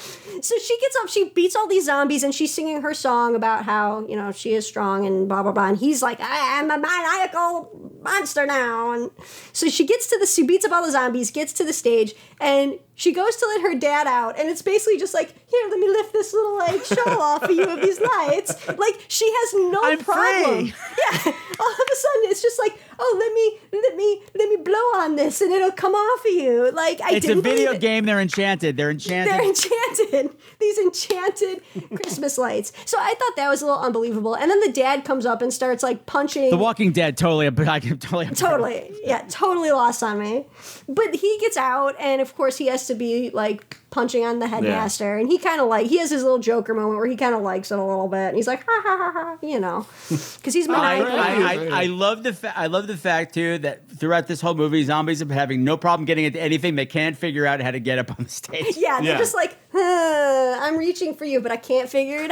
S8: So she gets up, she beats all these zombies, and she's singing her song about how you know she is strong and blah blah blah. And he's like, I am a maniacal monster now. And so she gets to the, she beats up all the zombies, gets to the stage, and she goes to let her dad out, and it's basically just like, here, let me lift this little like shawl [LAUGHS] off of you of these lights. Like she has no
S3: I'm
S8: problem.
S3: free.
S8: [LAUGHS] Yeah, all of a sudden it's just like, oh, let me, let me, let me blow on this, and it'll come off of you. Like [LAUGHS] I
S3: It's a
S8: didn't believe
S3: video
S8: it.
S3: game. They're enchanted. They're enchanted.
S8: They're enchanted. enchanted, [LAUGHS] these enchanted Christmas lights. So I thought that was a little unbelievable. And then the dad comes up and starts like punching.
S3: The Walking Dead totally, but I can totally.
S8: totally, yeah, totally lost on me. But he gets out, and of course he has to be like punching on the headmaster, and he kind of like he has his little Joker moment where he kind of likes it a little bit, and he's like ha ha ha ha,
S3: [LAUGHS]
S8: you know, because he's
S3: I,
S8: maniacal.
S3: I, I, I love the fa- I love the fact too that throughout this whole movie, zombies have been having no problem getting into anything. They can't figure out how to get up on the stage.
S8: [LAUGHS] yeah, they're
S6: Yeah.
S8: just like huh, I'm reaching for you, but I can't figure it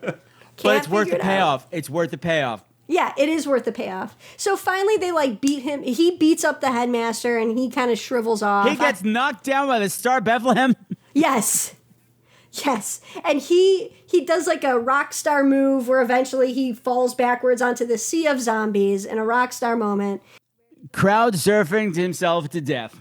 S3: [LAUGHS] but
S8: Can't
S3: it's worth
S8: figure
S3: the
S8: it out.
S3: payoff. It's worth the payoff.
S8: Yeah, it is worth the payoff. So finally, they like beat him. He beats up the headmaster, and he kind of shrivels off.
S3: He gets knocked down by the Star Bethlehem. [LAUGHS]
S8: yes, yes, and he he does like a rock star move where eventually he falls backwards onto the sea of zombies in a rock star moment.
S3: Crowd surfing himself to death.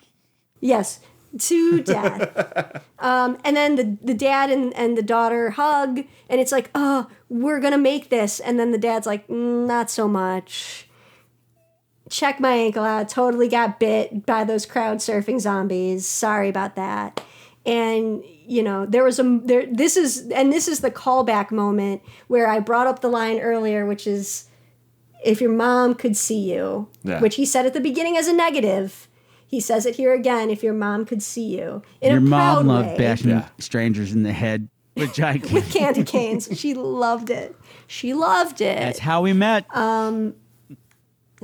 S8: Yes, to death. um, and then the, the dad and, and the daughter hug, and it's like, oh, we're going to make this. And then the dad's like, "Mm, not so much. Check my ankle out. Totally got bit by those crowd surfing zombies. Sorry about that. And you know there was a there. This is and this is the callback moment where I brought up the line earlier, which is, "If your mom could see you,"
S6: Yeah.
S8: which he said at the beginning as a negative, he says it here again. If your mom could see you, in
S3: Your
S8: a proud
S3: mom loved
S8: way,
S3: bashing strangers in the head with giant.
S8: [LAUGHS] with candy canes, she loved it. She loved it.
S3: That's how we met.
S8: Uh,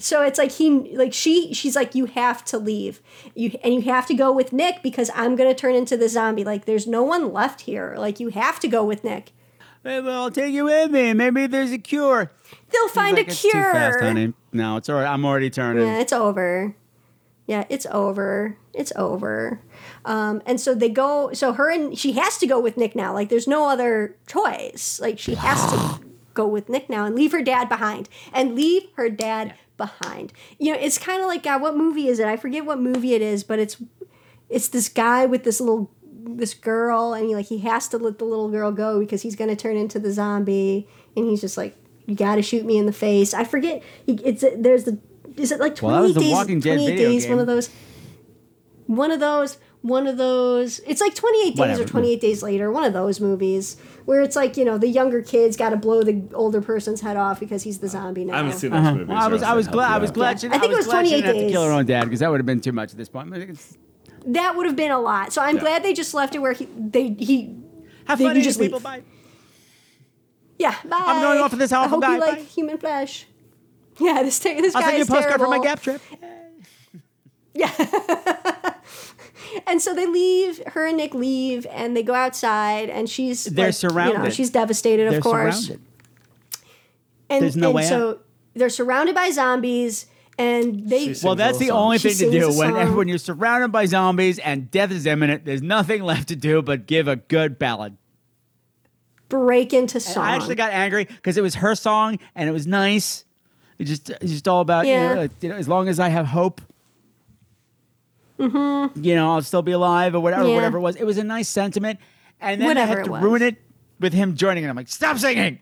S8: so it's like he, like she, she's like, you have to leave, you and you have to go with Nick because I'm gonna turn into the zombie. Like there's no one left here. Like you have to go with Nick.
S3: Maybe I'll take you with me. Maybe there's a cure.
S8: They'll find
S3: Like,
S8: a
S3: it's
S8: cure.
S3: Too fast, honey. No, it's all right. I'm already turning.
S8: Yeah, it's over. Yeah, it's over. It's over. Um, and so they go. So her and she has to go with Nick now. Like there's no other choice. Like she has to go with Nick now and leave her dad behind and leave her dad behind. You know, it's kind of like God. What movie is it? I forget what movie it is, but it's it's this guy with this little this girl and he like he has to let the little girl go because he's going to turn into the zombie and he's just like you got to shoot me in the face i forget he, it's there's the is it like 28
S3: Well, that was the
S8: days
S3: Walking Dead
S8: 28
S3: video
S8: days
S3: game.
S8: one of those one of those one of those it's like 28 days
S3: Whatever.
S8: or 28 days later one of those movies where it's like you know the younger kid's got to blow the older person's head off because he's the zombie now
S6: Uh, I haven't seen those movies.
S3: Well, Uh-huh. I
S6: so
S3: was, I
S6: can't
S3: was
S6: help
S3: glad,
S6: you
S3: I was
S6: out.
S3: glad. She,
S8: I think it was
S3: glad she
S8: 28
S3: didn't have to kill her
S8: days.
S3: own dad because that would have been too much at this point. I think it's-
S8: that would have been a lot so i'm glad they just left it where he they he
S3: Have
S8: They
S3: fun,
S8: can
S3: eating
S8: just
S3: people.
S8: leave.
S3: Bye.
S8: Yeah, bye.
S3: I'm going off of this house
S8: I
S3: and
S8: hope
S3: die.
S8: you like
S3: Bye.
S8: human flesh. Yeah, [LAUGHS] this ta- this
S3: I'll
S8: guy
S3: send you a
S8: is
S3: postcard
S8: terrible.
S3: from my gap trip.
S8: And so they leave. Her and Nick leave, and they go outside, and she's
S3: They're
S8: like, You know,
S3: surrounded.
S8: she's devastated, of
S3: They're
S8: course.
S3: surrounded.
S8: And,
S3: There's no
S8: and
S3: way
S8: so they're surrounded by zombies, and they
S6: She sings
S3: Well,
S6: a
S3: that's
S6: little
S3: the
S6: song.
S3: only
S8: She
S3: thing to do
S8: sings a
S3: when
S8: song.
S3: when you're surrounded by zombies and death is imminent. There's nothing left to do but give a good ballad.
S8: break into song.
S3: I actually got angry because it was her song and it was nice. It just it's just all about you,
S8: Yeah.
S3: know, like, you know, as long as I have hope. You know, I'll still be alive or whatever,
S8: Mm-hmm. Yeah.
S3: whatever it was. It was a nice sentiment, and then
S8: Whatever
S3: I had
S8: it
S3: to
S8: was.
S3: ruin it with him joining it. I'm like, stop singing!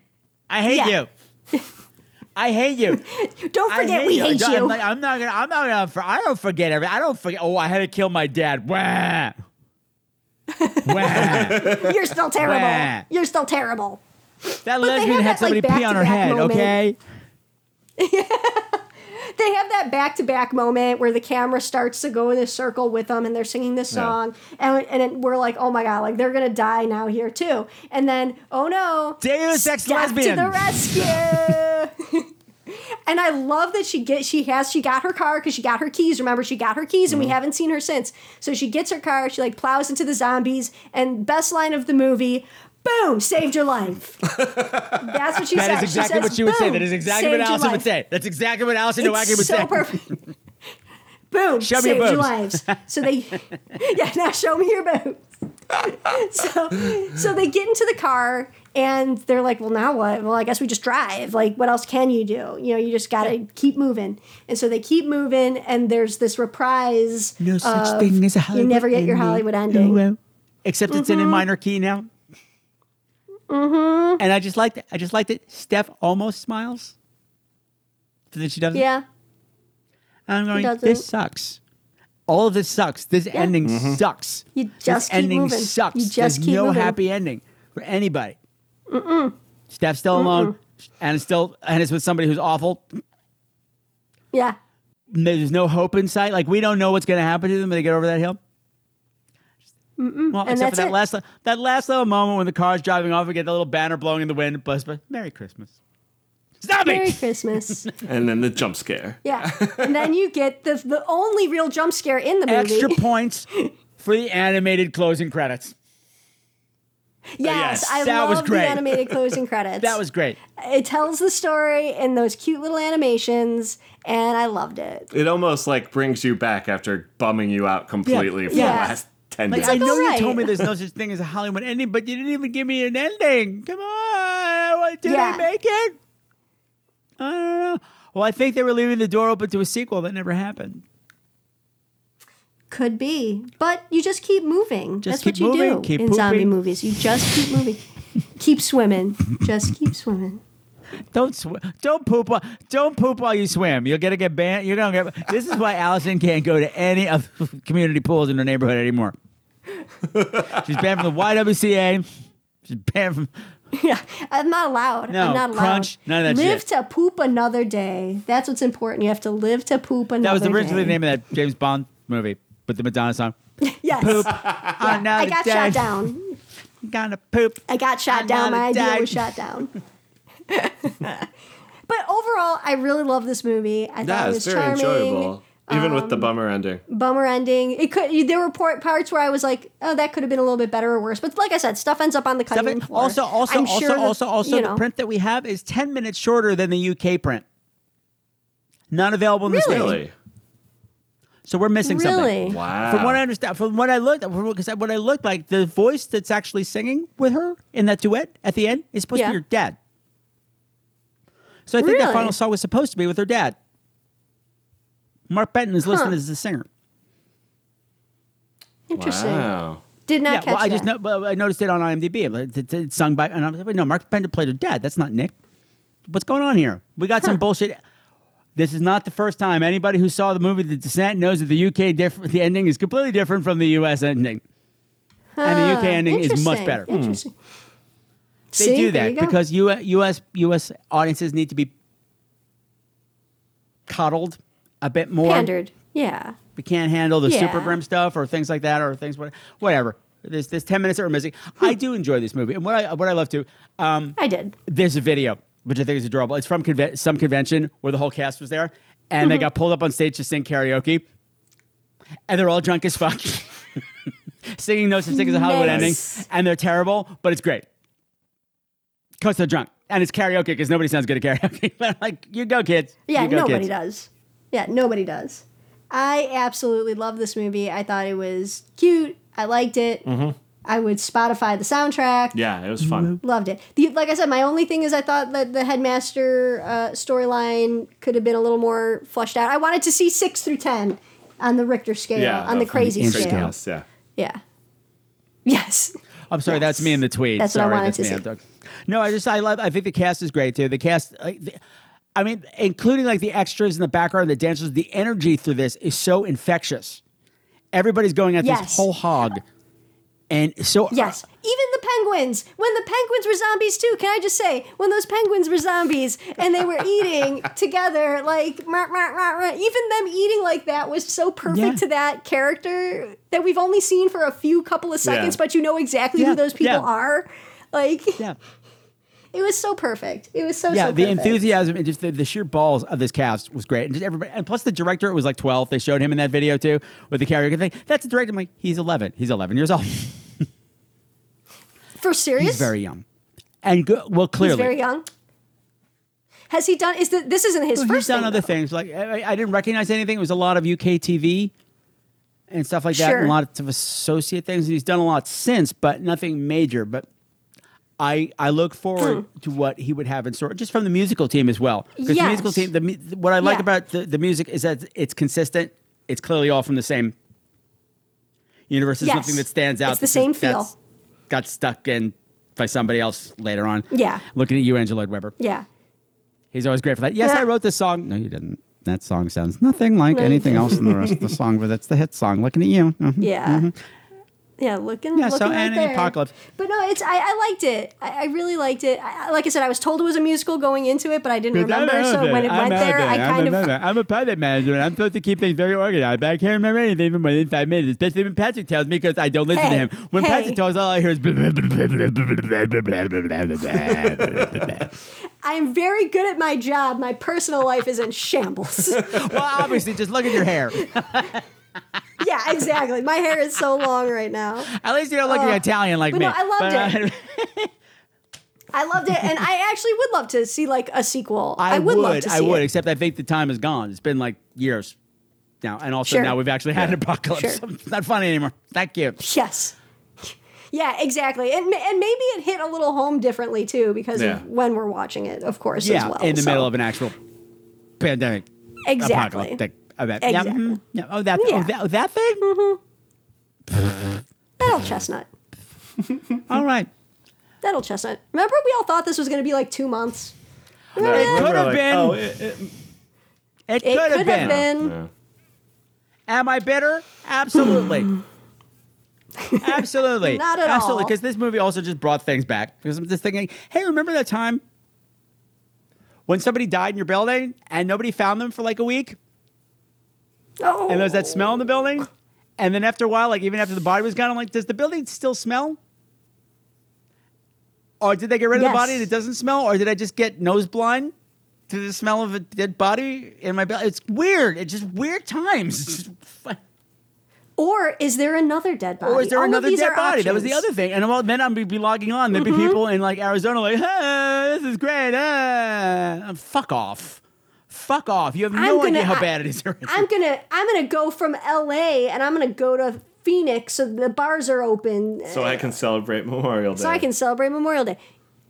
S3: I hate
S8: Yeah.
S3: you.
S8: [LAUGHS]
S3: I hate you.
S8: Don't
S3: I
S8: forget, we hate
S3: I'm
S8: you.
S3: like, I'm not gonna. I'm not gonna. For, I don't forget every. I don't forget. Oh, I had to kill my dad.
S8: [LAUGHS]
S3: Wah. Wah. [LAUGHS]
S8: You're still
S3: Wah.
S8: terrible. You're still terrible.
S3: That lesbian
S8: had
S3: had
S8: that, like,
S3: somebody pee on her
S8: back-to-back
S3: head.
S8: moment.
S3: Okay.
S8: they have that back to back moment where the camera starts to go in a circle with them and they're singing this song. And, and it- we're like, oh my God, like they're going to die now here too. And then, oh no.
S3: Deus ex
S8: Steph
S3: lesbian.
S8: To the rescue. [LAUGHS] and I love that she get she has she got her car because she got her keys. Remember, she got her keys
S3: Mm-hmm.
S8: and we haven't seen her since. So she gets her car, she like plows into the zombies, and best line of the movie. Boom! Saved
S3: [LAUGHS]
S8: your life. That's what she said.
S3: That is exactly
S8: says,
S3: what she would say.
S8: "Boom,
S3: That is exactly what
S8: saved your
S3: Allison would
S8: life."
S3: say. That's exactly what Allison Nowacki
S8: It's
S3: would
S8: so
S3: say.
S8: perfect. [LAUGHS] Boom!
S3: Show me your
S8: saved your
S3: boobs.
S8: lives. So they, [LAUGHS] yeah. Now show me your boobs. [LAUGHS] so, so they get into the car and they're like, "Well, now what? Well, I guess we just drive. Like, what else can you do? You know, you just gotta keep moving." And so they keep moving, and there's this reprise.
S3: No such
S8: of,
S3: thing as a Hollywood
S8: You never get your
S3: ending.
S8: Hollywood ending.
S3: Well, Except it's in a minor key now. Mm-hmm. And I just liked it. I just liked it. Steph almost smiles. But then she doesn't.
S8: Yeah.
S3: I'm going,
S8: doesn't.
S3: this sucks. all of this sucks. This ending sucks.
S8: You just
S3: this
S8: keep
S3: ending
S8: moving.
S3: sucks.
S8: You just
S3: There's
S8: keep
S3: no
S8: moving.
S3: happy ending for anybody. Mm-mm. Steph's still alone, and it's still and it's with somebody who's awful.
S8: Yeah.
S3: There's no hope in sight. Like we don't know what's going to happen to them when they get over that hill. Well,
S8: and
S3: except for
S8: that's
S3: that
S8: it.
S3: last that last little moment when the car's driving off, we get the little banner blowing in the wind. Buzz, but Merry Christmas. Stop
S8: Merry
S3: it!
S8: Christmas.
S6: And then the jump scare.
S3: [LAUGHS]
S8: Yeah. And then you get the the only real jump scare in the movie.
S3: Extra points for the animated closing credits.
S8: yes,
S6: yes,
S8: I
S3: Uh, that was
S8: love the
S3: great. [LAUGHS]
S8: animated closing credits.
S3: That was great.
S8: it tells the story in those cute little animations and I loved it.
S6: It almost like brings you back after bumming you out completely for
S8: Yeah.
S6: the last 10
S3: Like,
S6: minutes.
S3: I know you
S8: alright.
S3: told me there's no such thing as a Hollywood ending, but you didn't even give me an ending. Come on, did
S8: Yeah.
S3: they make it? I don't know. Well, I think they were leaving the door open to a sequel that never happened.
S8: Could be. But you just keep moving.
S3: Just
S8: That's
S3: keep
S8: what you
S3: moving,
S8: do
S3: keep
S8: in zombie
S3: pooping.
S8: movies. You just keep moving. keep swimming.
S3: [LAUGHS]
S8: Just keep swimming. [LAUGHS]
S3: Don't sw- don't poop while- don't poop while you swim. You're gonna get banned. You're gonna get. This is why Allison can't go to any of [LAUGHS] community pools in her neighborhood anymore. She's banned from the YWCA. She's banned from.
S8: Yeah, I'm not allowed.
S3: No,
S8: I'm not allowed.
S3: crunch, none of that
S8: Live
S3: shit.
S8: to poop another day. That's what's important. You have to live to poop another day.
S3: That was originally the name of that James Bond movie with the Madonna song.
S8: [LAUGHS] Yes.
S3: I,
S8: I got shot down.
S3: Gonna poop.
S8: I got shot
S3: I'm
S8: down.
S3: not a
S8: My idea
S3: dad.
S8: was shot down. but overall, I really love this movie. I thought
S6: Yeah,
S8: it
S6: it's
S8: was
S6: very
S8: charming. um,
S6: enjoyable. Even with the bummer ending.
S8: Bummer ending. It could. There were por- parts where I was like, "Oh, that could have been a little bit better or worse." But like I said, stuff ends up on the cutting
S3: Seven-
S8: floor.
S3: Also, also,
S8: I'm
S3: also,
S8: sure that,
S3: also, also,
S8: you
S3: the
S8: know,
S3: print that we have is ten minutes shorter than the UK print. Not available in the
S8: Really?
S3: states,
S6: Really?
S3: so we're missing something.
S8: Really?
S6: Wow.
S3: From what I understand, from what I looked, because what I looked like, the voice that's actually singing with her in that duet at the end is supposed to
S8: Yeah.
S3: be your dad. So I think that
S8: Really?
S3: final song was supposed to be with her dad. Mark Benton is listed as the singer.
S8: Interesting.
S6: Wow.
S8: Did not
S3: yeah,
S8: catch
S3: well, I
S8: that.
S3: just no, but I noticed it on IMDb. but It's, it's- it's sung by, and I'm like, wait, no, Mark Bender played her dad. That's not Nick. What's going on here? We got some bullshit. This is not the first time anybody who saw the movie The Descent knows that the UK diff- the ending is completely different from the US ending, and the UK
S8: Huh,
S3: ending is much
S8: Uh, interesting,
S3: better.
S8: Interesting.
S3: They
S8: See,
S3: do
S8: there
S3: that
S8: you go.
S3: because U- US US audiences need to be coddled a bit more.
S8: pandered. Yeah.
S3: We can't handle the
S8: Yeah.
S3: super grim stuff or things like that or things what whatever. There's there's ten minutes that we're missing. I do enjoy this movie, and what I what I love to um,
S8: I did.
S3: there's a video which I think is adorable. It's from conve- some convention where the whole cast was there, and
S8: Mm-hmm.
S3: they got pulled up on stage to sing karaoke, and they're all drunk as fuck, [LAUGHS] singing those things as a Hollywood
S6: Nice.
S3: ending, and they're terrible, but it's great because they're drunk and it's karaoke because nobody sounds good at karaoke. [LAUGHS] but like you go, kids.
S8: Yeah,
S3: You go,
S8: nobody
S3: kids.
S8: does. Yeah, nobody does. I absolutely love this movie. I thought it was cute. I liked it. I would Spotify the soundtrack.
S6: Yeah, it was fun.
S8: Loved it. The, like I said, my only thing is I thought that the headmaster uh, storyline could have been a little more fleshed out. I wanted to see six through ten on the Richter scale,
S6: Yeah,
S8: on the
S6: from the
S8: crazy
S3: inch
S8: scale.
S3: scale.
S6: Yeah.
S8: Yeah. Yes.
S3: I'm sorry, that's me in the tweet.
S8: That's what I
S3: sorry,
S8: wanted
S3: that's
S8: to
S3: me.
S8: see.
S3: I'm done. No, I just I love. I think the cast is great too. The cast, like, the- I mean, including like the extras in the background, the dancers. The energy through this is so infectious. Everybody's going at this
S8: Yes.
S3: whole hog, and so uh,
S8: Yes. Even the penguins. When the penguins were zombies too, can I just say, when those penguins were zombies and they were
S3: [LAUGHS]
S8: eating together, like rah, rah, rah, rah, even them eating like that was so perfect
S3: Yeah.
S8: to that character that we've only seen for a few couple of seconds, but you know exactly
S3: Yeah,
S8: who those people
S3: yeah.
S8: are. Like
S3: yeah,
S8: it was so perfect. It was so
S3: yeah.
S8: so
S3: the
S8: perfect.
S3: enthusiasm and just the, the sheer balls of this cast was great, and just everybody. And plus, the director it was like 12. They showed him in that video too with the karaoke thing. That's the director. I'm like, he's 11. He's 11 years old.
S8: For serious?
S3: He's very young, and good. Well,
S8: He's
S3: clearly,
S8: very young. Has he done is the, this isn't his
S3: Well,
S8: first
S3: Oh, he's done
S8: thing,
S3: other
S8: though.
S3: things. Like I, I didn't recognize anything. It was a lot of UK TV and stuff like that, and
S8: Sure.
S3: a lot of associate things. And he's done a lot since, but nothing major. But I I look forward to what he would have in store, just from the musical team as well. Because the
S8: Hmm. Yes.
S3: musical team, the mu- what I like
S8: Yeah.
S3: about the, the music is that it's consistent. It's clearly all from the same universe. There's
S8: Yes.
S3: nothing that stands out.
S8: It's the
S3: that's-
S8: same feel.
S3: that's Got stuck in by somebody else later on.
S8: Yeah.
S3: Looking at you, Angela Lloyd Webber.
S8: Yeah.
S3: He's always great for that. Yes,
S8: Yeah.
S3: I wrote this song. No, you didn't. That song sounds nothing like anything else in the rest
S8: [LAUGHS]
S3: of the song, but that's the hit song. Looking at you. Mhm.
S8: Yeah. Yeah, looking.
S3: Yeah,
S8: looking
S3: so
S8: right
S3: and
S8: there.
S3: Apocalypse.
S8: But no, it's I, I liked it. I, I really liked it. I, I- like I said, I was told it was a musical going into it, but I didn't remember. So when it went there, I kind of
S3: I'm a project manager, and I'm supposed to keep things very organized, but I can't remember anything from within five minutes, especially when Patrick tells me because I don't listen
S8: Hey,
S3: to him. When
S8: hey.
S3: Patrick tells, all I hear is. [LAUGHS] well,
S8: I'm very good at my job. My personal life is
S3: [LAUGHS]
S8: in shambles.
S3: obviously, just look at your hair.
S8: yeah, exactly. My hair is so long right now.
S3: At least you don't look
S8: Oh.
S3: Italian like
S8: But
S3: me.
S8: no, I loved
S3: But, uh,
S8: I loved it, and I actually would love to see like a sequel. I, would, love to see
S3: I would,
S8: it.
S3: except I think the time is gone. It's been like years now, and also
S8: Sure.
S3: now we've actually had an apocalypse.
S8: Sure.
S3: it's [LAUGHS] not funny anymore. Thank you.
S8: Yes. Yeah, exactly. And, ma- and maybe it hit a little home differently too because
S6: Yeah.
S8: of when we're watching it, of course, as
S3: Yeah,
S8: well.
S3: in the
S8: so-
S3: middle of an actual pandemic,
S8: Exactly.
S3: apocalyptic event. Yeah,
S8: Exactly.
S3: mhm. yeah. Oh, that. Oh,
S8: Yeah. Mm-hmm.
S3: that, oh, that thing.
S8: That'll chestnut.
S3: All right.
S8: That'll chestnut. Remember we all thought this was going to be like 2 months.
S6: Right,
S3: It
S6: we
S3: could
S6: were
S3: have
S6: like,
S3: been.
S6: oh, it- it-
S3: It,
S8: It
S3: could have been.
S6: yeah.
S3: Am I bitter?
S8: [LAUGHS]
S3: Absolutely. Absolutely.
S8: Not at
S3: Absolutely,
S8: all.
S3: because this movie also just brought things back. Because I'm just thinking, hey, remember that time when somebody died in your building and nobody found them for like a week?
S8: Oh.
S3: And there's that smell in the building? And then after a while, like even after the body was gone, I'm like, does the building still smell? Or did they get rid of
S8: Yes.
S3: the body and it doesn't smell? Or did I just get nose blind to the smell of a dead body in my belly? It's weird. It's just weird times. It's just fu-
S8: Or is there another dead body?
S3: Or is there
S8: All of
S3: another
S8: these
S3: dead
S8: are
S3: body? That was the
S8: options. Mm-hmm.
S3: other thing. And I'm all, then I'm be logging on. There'd be people in like Arizona like, hey, this is great. ah." Fuck off. Fuck off. You have no
S8: I'm gonna-
S3: idea how
S8: I-
S3: bad it is. here.
S8: I'm going to I'm going to go from LA and I'm going to go to Phoenix so the bars are open
S6: so I can celebrate Memorial Day.
S8: so I can celebrate Memorial Day.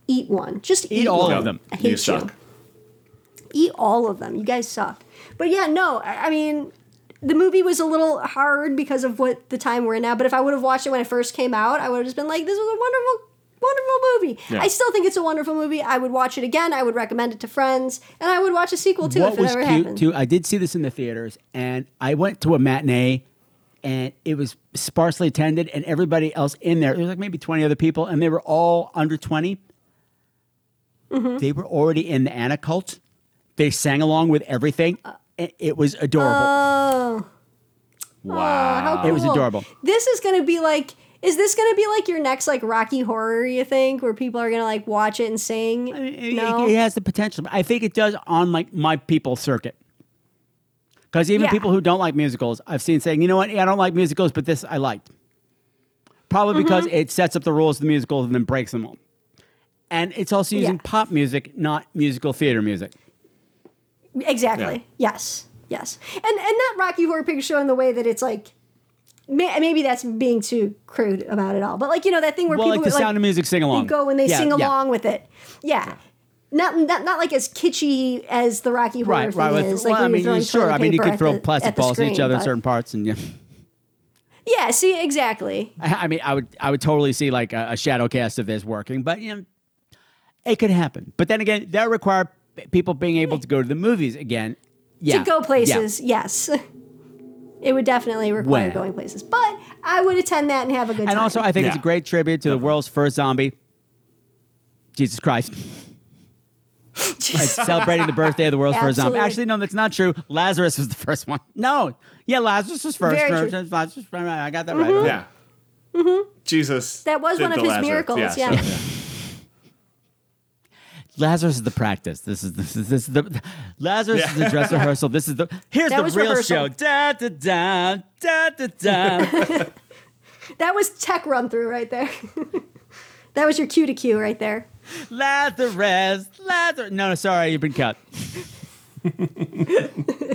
S8: Eat one. Just eat,
S3: Eat all
S8: one.
S3: of them.
S8: I hate
S6: you
S8: you.
S6: suck.
S8: eat all of them. You guys suck. But yeah, no, I I mean, the movie was a little hard because of what the time we're in now. But if I would have watched it when it first came out, I would have just been like, this was a wonderful, wonderful movie.
S6: Yeah.
S8: I still think it's a wonderful movie. I would watch it again. I would recommend it to friends. And I would watch a sequel too if
S3: what
S8: it
S3: was
S8: ever
S3: cute
S8: happened.
S3: too i did see this in the theaters and i went to a matinee and it was sparsely attended and everybody else in there there was like maybe 20 other people and they were all under 20
S8: Mm-hmm.
S3: they were already in the anna cult they sang along with everything
S8: Uh,
S3: and it was adorable
S8: Aw, how
S3: It was
S8: cool.
S3: adorable.
S8: This is going to be like. Is this going to be like your next like Rocky Horror? You think where people are going to like watch it and sing?
S3: It-
S8: no,
S3: it, it has the potential i think it does on like my people circuit because even
S8: Yeah.
S3: people who don't like musicals i've seen saying you know what i don't like musicals but this i liked
S8: Mm-hmm.
S3: probably because it sets up the rules of the musical and then breaks them all and it's also using
S8: Yeah.
S3: pop music not musical theater music
S8: Exactly. Yes. Yes. And and not Rocky Horror Picture Show in the way that it's like may, maybe that's being too crude about it all. But like you know that thing where
S3: well
S8: people
S3: like the sound of music sing
S8: they
S3: along
S8: go and they
S3: Yeah,
S8: sing
S3: yeah.
S8: along with it. Yeah. Not, not not like as kitschy as the Rocky Horror
S3: right
S8: thing
S3: right with-
S8: is.
S3: well
S8: like
S3: i
S8: when you're
S3: mean you
S8: throwing
S3: sure
S8: toilet
S3: i mean you
S8: paper
S3: could
S8: at
S3: throw
S8: the-
S3: plastic
S8: at the
S3: balls in each
S8: screen,
S3: other in
S8: but-
S3: certain parts and yeah
S8: Yeah. See exactly.
S3: [LAUGHS] I I mean, I would, I would totally see like a, a shadow cast of this working, but you know, it could happen. But then again, that would require p- people being able to go to the movies again. Yeah,
S8: to go
S3: yeah.
S8: places. Yes. [LAUGHS] It would definitely require
S3: When?
S8: going places, but I would attend that and have a good time.
S3: And also, I think it's a
S6: Yeah.
S3: great tribute to the world's first zombie, Jesus
S8: [LAUGHS]
S3: Christ. It's celebrating the birthday of the world's first zombie.
S8: Absolutely.
S3: Actually, no, that's not true. Lazarus was the first one. No, yeah, Lazarus was first.
S8: Very true. Mm-hmm.
S3: Lazarus- Lazarus- I got that right.
S6: Yeah. Jesus.
S8: That was
S6: did
S8: one of
S6: the
S8: his
S6: Lazarus.
S8: miracles,
S6: so,
S8: yeah.
S3: Lazarus is the practice. This is this is this is the Lazarus is the dress rehearsal. This is the here's
S8: That
S3: the
S8: was
S3: real
S8: rehearsal.
S3: show. Da da da da da
S8: [LAUGHS]
S3: da.
S8: That was tech run through right there. [LAUGHS] that was your cue to cue right there.
S3: Lazarus, Lazarus. No, no, sorry, you've been cut.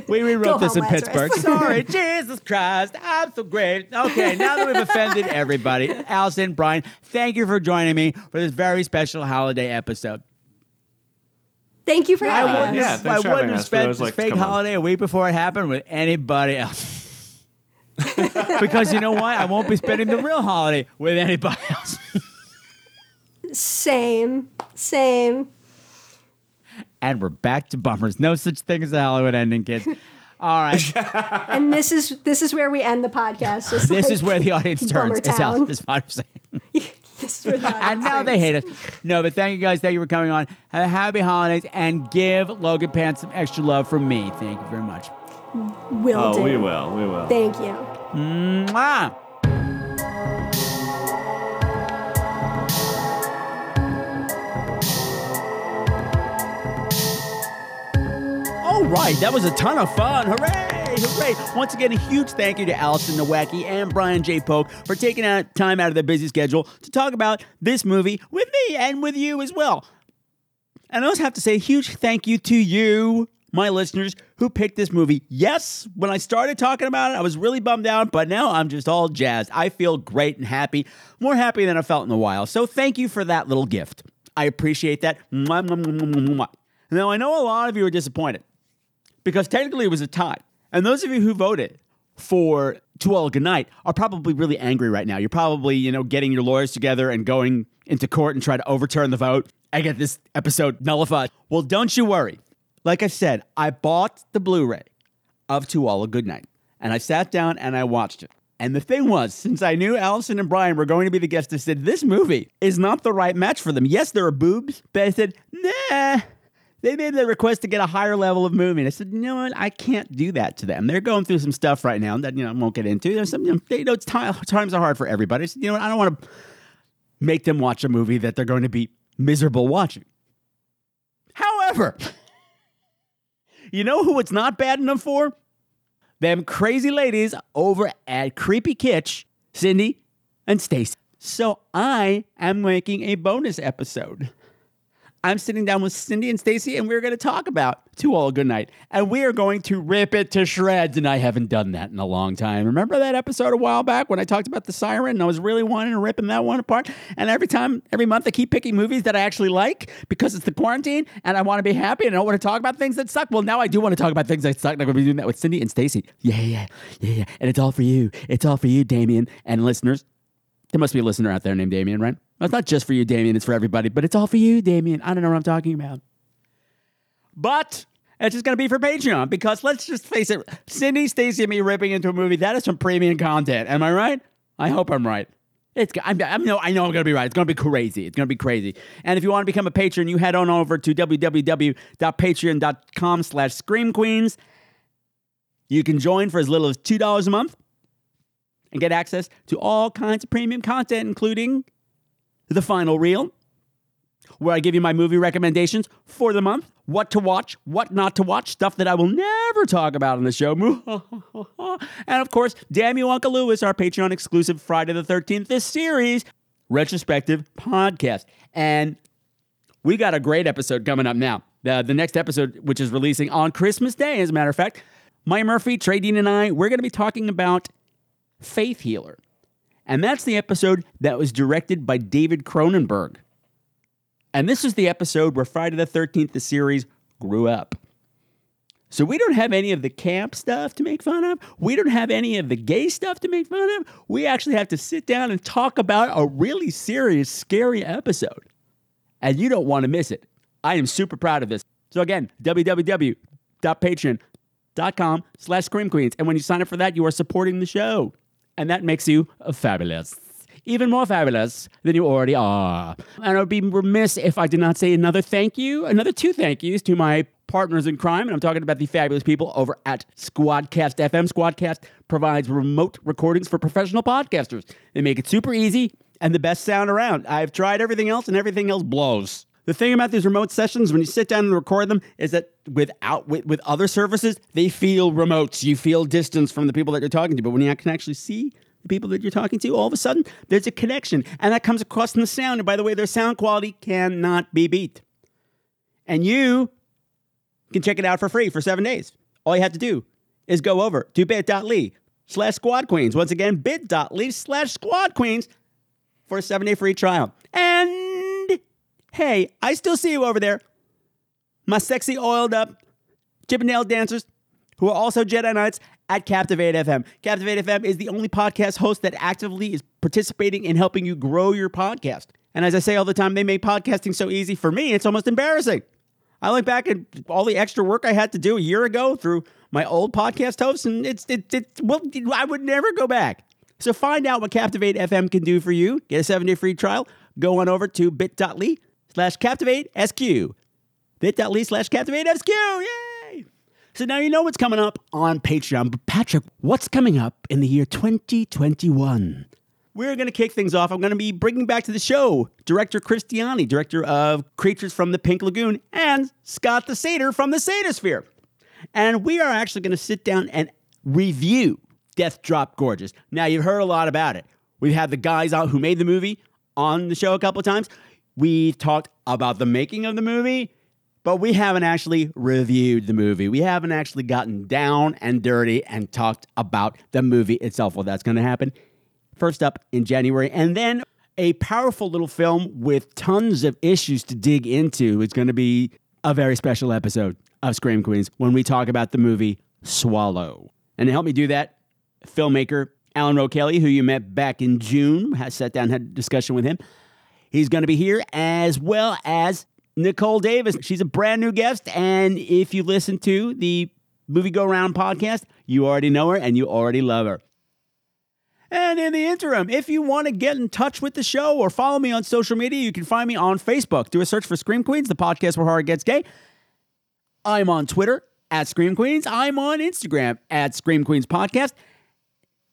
S3: we rewrote
S8: Go
S3: this
S8: home,
S3: in
S8: Lazarus. [LAUGHS]
S3: Pittsburgh. Sorry, Jesus Christ, I'm so great. Okay, now that we've offended
S8: [LAUGHS]
S3: everybody, Allison, Brian, thank you for joining me for this very special holiday episode.
S8: Thank you for having us.
S6: wouldn't- yeah,
S3: I
S6: thanks for
S3: wouldn't
S6: having
S3: have
S6: us. We
S3: spent
S6: always
S3: this
S6: like to
S3: fake
S6: come on.
S3: holiday a week before it happened with anybody else. [LAUGHS] because you know what? I won't be spending the real holiday with anybody else.
S8: Same, same.
S3: [LAUGHS] And we're back to bummers. No such thing as a Hollywood ending, kids. All
S6: [LAUGHS]
S3: right.
S8: And this is this is where we end
S3: [LAUGHS]
S8: the podcast. Just
S3: This
S8: like,
S3: is
S8: [LAUGHS]
S3: where the audience turns. It's out.
S8: Bummertown.
S3: This is what I'm saying.
S8: This is where the
S3: [LAUGHS] And
S8: audience
S3: now they
S8: turns.
S3: hate us. No, but thank you guys. Thank you for coming on. Have a happy holidays and give Logan Pants some extra love from me. Thank you very much.
S8: Will
S6: Oh,
S8: do.
S6: we will. We will.
S8: Thank you.
S3: Mwah! All right, that was a ton of fun. Hooray! Hooray! Once again, a huge thank you to Allison Nowacki and Brian J. Pope for taking out time out of their busy schedule to talk about this movie with me and with you as well. And I also have to say a huge thank you to you, my listeners, who picked this movie. Yes, when I started talking about it, I was really bummed out, but now I'm just all jazzed. I feel great and happy, more happy than I felt in a while. So thank you for that little gift. I appreciate that. Mwah, mwah, mwah, mwah, mwah, mwah. Now, I know a lot of you are disappointed because technically it was a tie. And those of you who voted for To All Goodnight are probably really angry right now. You're probably, you know, getting your lawyers together and going into court and try to overturn the vote and get this episode nullified. Well, don't you worry. Like I said, I bought the Blu-ray of To All a Good Night. And I sat down and I watched it. And the thing was, since I knew Allison and Brian were going to be the guests, I said, this movie is not the right match for them. Yes, there are boobs, but I said, nah. They made the request to get a higher level of movie. And I said, you know what? I can't do that to them. They're going through some stuff right now that, you know, I won't get into. There's some, you know, they, you know it's time, times are hard for everybody. I said, you know what? I don't want to make them watch a movie that they're going to be miserable watching. However, [LAUGHS] you know who it's not bad enough for? Them crazy ladies over at Creepy Kitsch, Cindy and Stacy. So I am making a bonus episode. I'm sitting down with Cindy and Stacy, and we're going to talk about To All a Good Night. And we are going to rip it to shreds. And I haven't done that in a long time. Remember that episode a while back when I talked about the siren? And I was really wanting to ripping that one apart. And every time, every month, I keep picking movies that I actually like because it's the quarantine and I want to be happy and I don't want to talk about things that suck. Well, now I do want to talk about things that suck. And I'm going to be doing that with Cindy and Stacy. Yeah, yeah, yeah, yeah. And it's all for you. It's all for you, Damien and listeners. There must be a listener out there named Damien, right? Well, it's not just for you, Damien. It's for everybody, but it's all for you, Damien. I don't know what I'm talking about. But it's just going to be for Patreon because let's just face it Cindy, Stacy, and me ripping into a movie, that is some premium content. Am I right? I hope I'm right. It's, I'm, I'm, no, I know I'm going to be right. It's going to be crazy. It's going to be crazy. And if you want to become a patron, you head on over to www.patreon.com slash screamqueens. You can join for as little as $2 a month and get access to all kinds of premium content, including the final reel, where I give you my movie recommendations for the month, what to watch, what not to watch, stuff that I will never talk about on the show. [LAUGHS] and of course, Damn You Uncle Lewis, our Patreon exclusive Friday the 13th, this series retrospective podcast. And we got a great episode coming up now. The, the next episode, which is releasing on Christmas Day, as a matter of fact, Maya Murphy, Trey Dean, and I, we're going to be talking about Faith Healer. And that's the episode that was directed by David Cronenberg. And this is the episode where Friday the 13th, the series, grew up. So we don't have any of the camp stuff to make fun of. We don't have any of the gay stuff to make fun of. We actually have to sit down and talk about a really serious, scary episode. And you don't want to miss it. I am super proud of this. So again, www.patreon.com slash Scream Queens. And when you sign up for that, you are supporting the show. And that makes you fabulous. Even more fabulous than you already are. And I would be remiss if I did not say another thank you, another two thank yous to my partners in crime. And I'm talking about the fabulous people over at Squadcast FM. Squadcast provides remote recordings for professional podcasters. They make it super easy and the best sound around. I've tried everything else, and everything else blows. The thing about these remote sessions, when you sit down and record them, is that without with, with other services, they feel remote. You feel distance from the people that you're talking to. But when you can actually see the people that you're talking to, all of a sudden there's a connection, and that comes across in the sound. And by the way, their sound quality cannot be beat. And you can check it out for free for seven days. All you have to do is go over to bit.ly slash squad queens. Once again, bit.ly slash squad queens for a seven day free trial. And hey, I still see you over there. My sexy, oiled up Chippendale dancers who are also Jedi Knights at Captivate FM. Captivate FM is the only podcast host that actively is participating in helping you grow your podcast. And as I say all the time, they make podcasting so easy for me, it's almost embarrassing. I look back at all the extra work I had to do a year ago through my old podcast hosts, and it's it, it well, I would never go back. So find out what Captivate FM can do for you. Get a seven day free trial. Go on over to bit.ly slash captivate SQ. Bit.ly slash captivate SQ. Yay! So now you know what's coming up on Patreon. But Patrick, what's coming up in the year 2021? We're going to kick things off. I'm going to be bringing back to the show director Christiani, director of Creatures from the Pink Lagoon, and Scott the Satyr from the Satyr Sphere. And we are actually going to sit down and review Death Drop Gorgeous. Now, you've heard a lot about it. We've had the guys out who made the movie on the show a couple of times. We've talked about the making of the movie, but we haven't actually reviewed the movie. We haven't actually gotten down and dirty and talked about the movie itself. Well, that's going to happen first up in January, and then a powerful little film with tons of issues to dig into. It's going to be a very special episode of Scream Queens when we talk about the movie Swallow. And to help me do that, filmmaker Alan Rokelly, who you met back in June, has sat down and had a discussion with him. He's going to be here as well as Nicole Davis. She's a brand new guest. And if you listen to the Movie Go Round podcast, you already know her and you already love her. And in the interim, if you want to get in touch with the show or follow me on social media, you can find me on Facebook. Do a search for Scream Queens, the podcast where horror gets gay. I'm on Twitter at Scream Queens. I'm on Instagram at Scream Queens Podcast.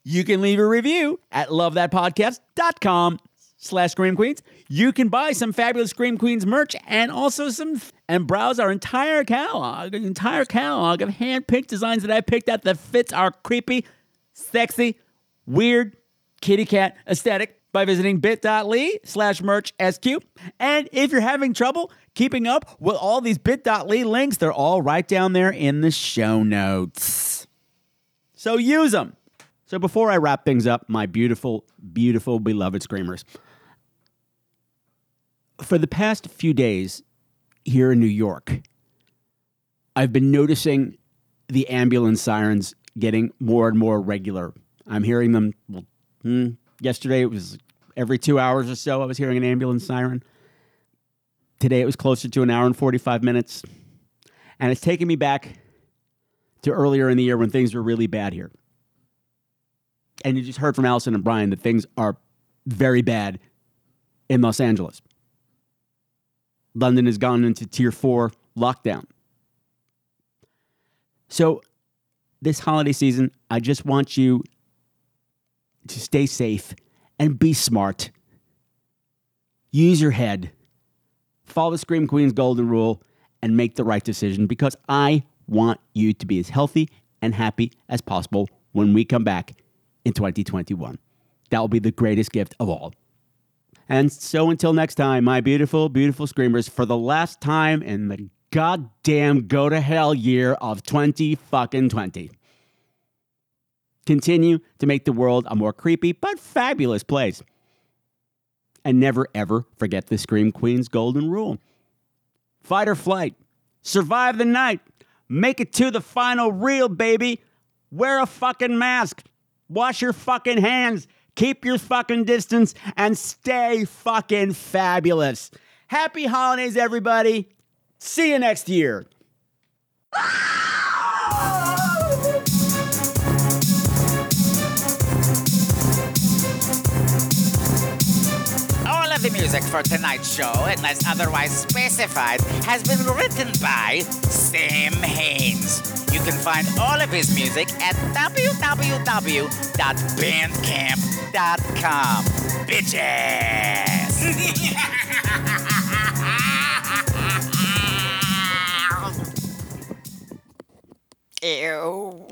S3: You can leave a review at lovethatpodcast.com slash Scream Queens. You can buy some fabulous Scream Queens merch and also some and browse our entire catalog, entire catalog of hand-picked designs that I picked out that fits our creepy, sexy, weird kitty cat aesthetic by visiting bit.ly slash merch sq. And if you're having trouble keeping up with all these bit.ly links, they're all right down there in the show notes. So use them. So before I wrap things up, my beautiful, beautiful, beloved screamers, for the past few days here in New York, I've been noticing the ambulance sirens getting more and more regular. I'm hearing them. well, hmm, yesterday it was every two hours or so. I was hearing an ambulance siren. Today it was closer to an hour and 45 minutes. And it's taking me back to earlier in the year when things were really bad here. And you just heard from Allison and Brian that things are very bad in Los Angeles. London has gone into tier four lockdown. So, this holiday season, I just want you to stay safe and be smart. Use your head. Follow the Scream Queen's golden rule and make the right decision because I want you to be as healthy and happy as possible when we come back in 2021. That will be the greatest gift of all. And so until next time, my beautiful, beautiful screamers, for the last time in the goddamn go to hell year of 20 fucking 20 continue to make the world a more creepy but fabulous place. And never ever forget the Scream Queen's golden rule fight or flight, survive the night, make it to the final reel, baby. Wear a fucking mask, wash your fucking hands, keep your fucking distance, and stay fucking fabulous. Happy holidays, everybody. See you next year.
S9: All of the music for tonight's show, unless otherwise specified, has been written by Sam Haynes. You can find all of his music at www.bandcamp.com. Bitches! [LAUGHS] Ew.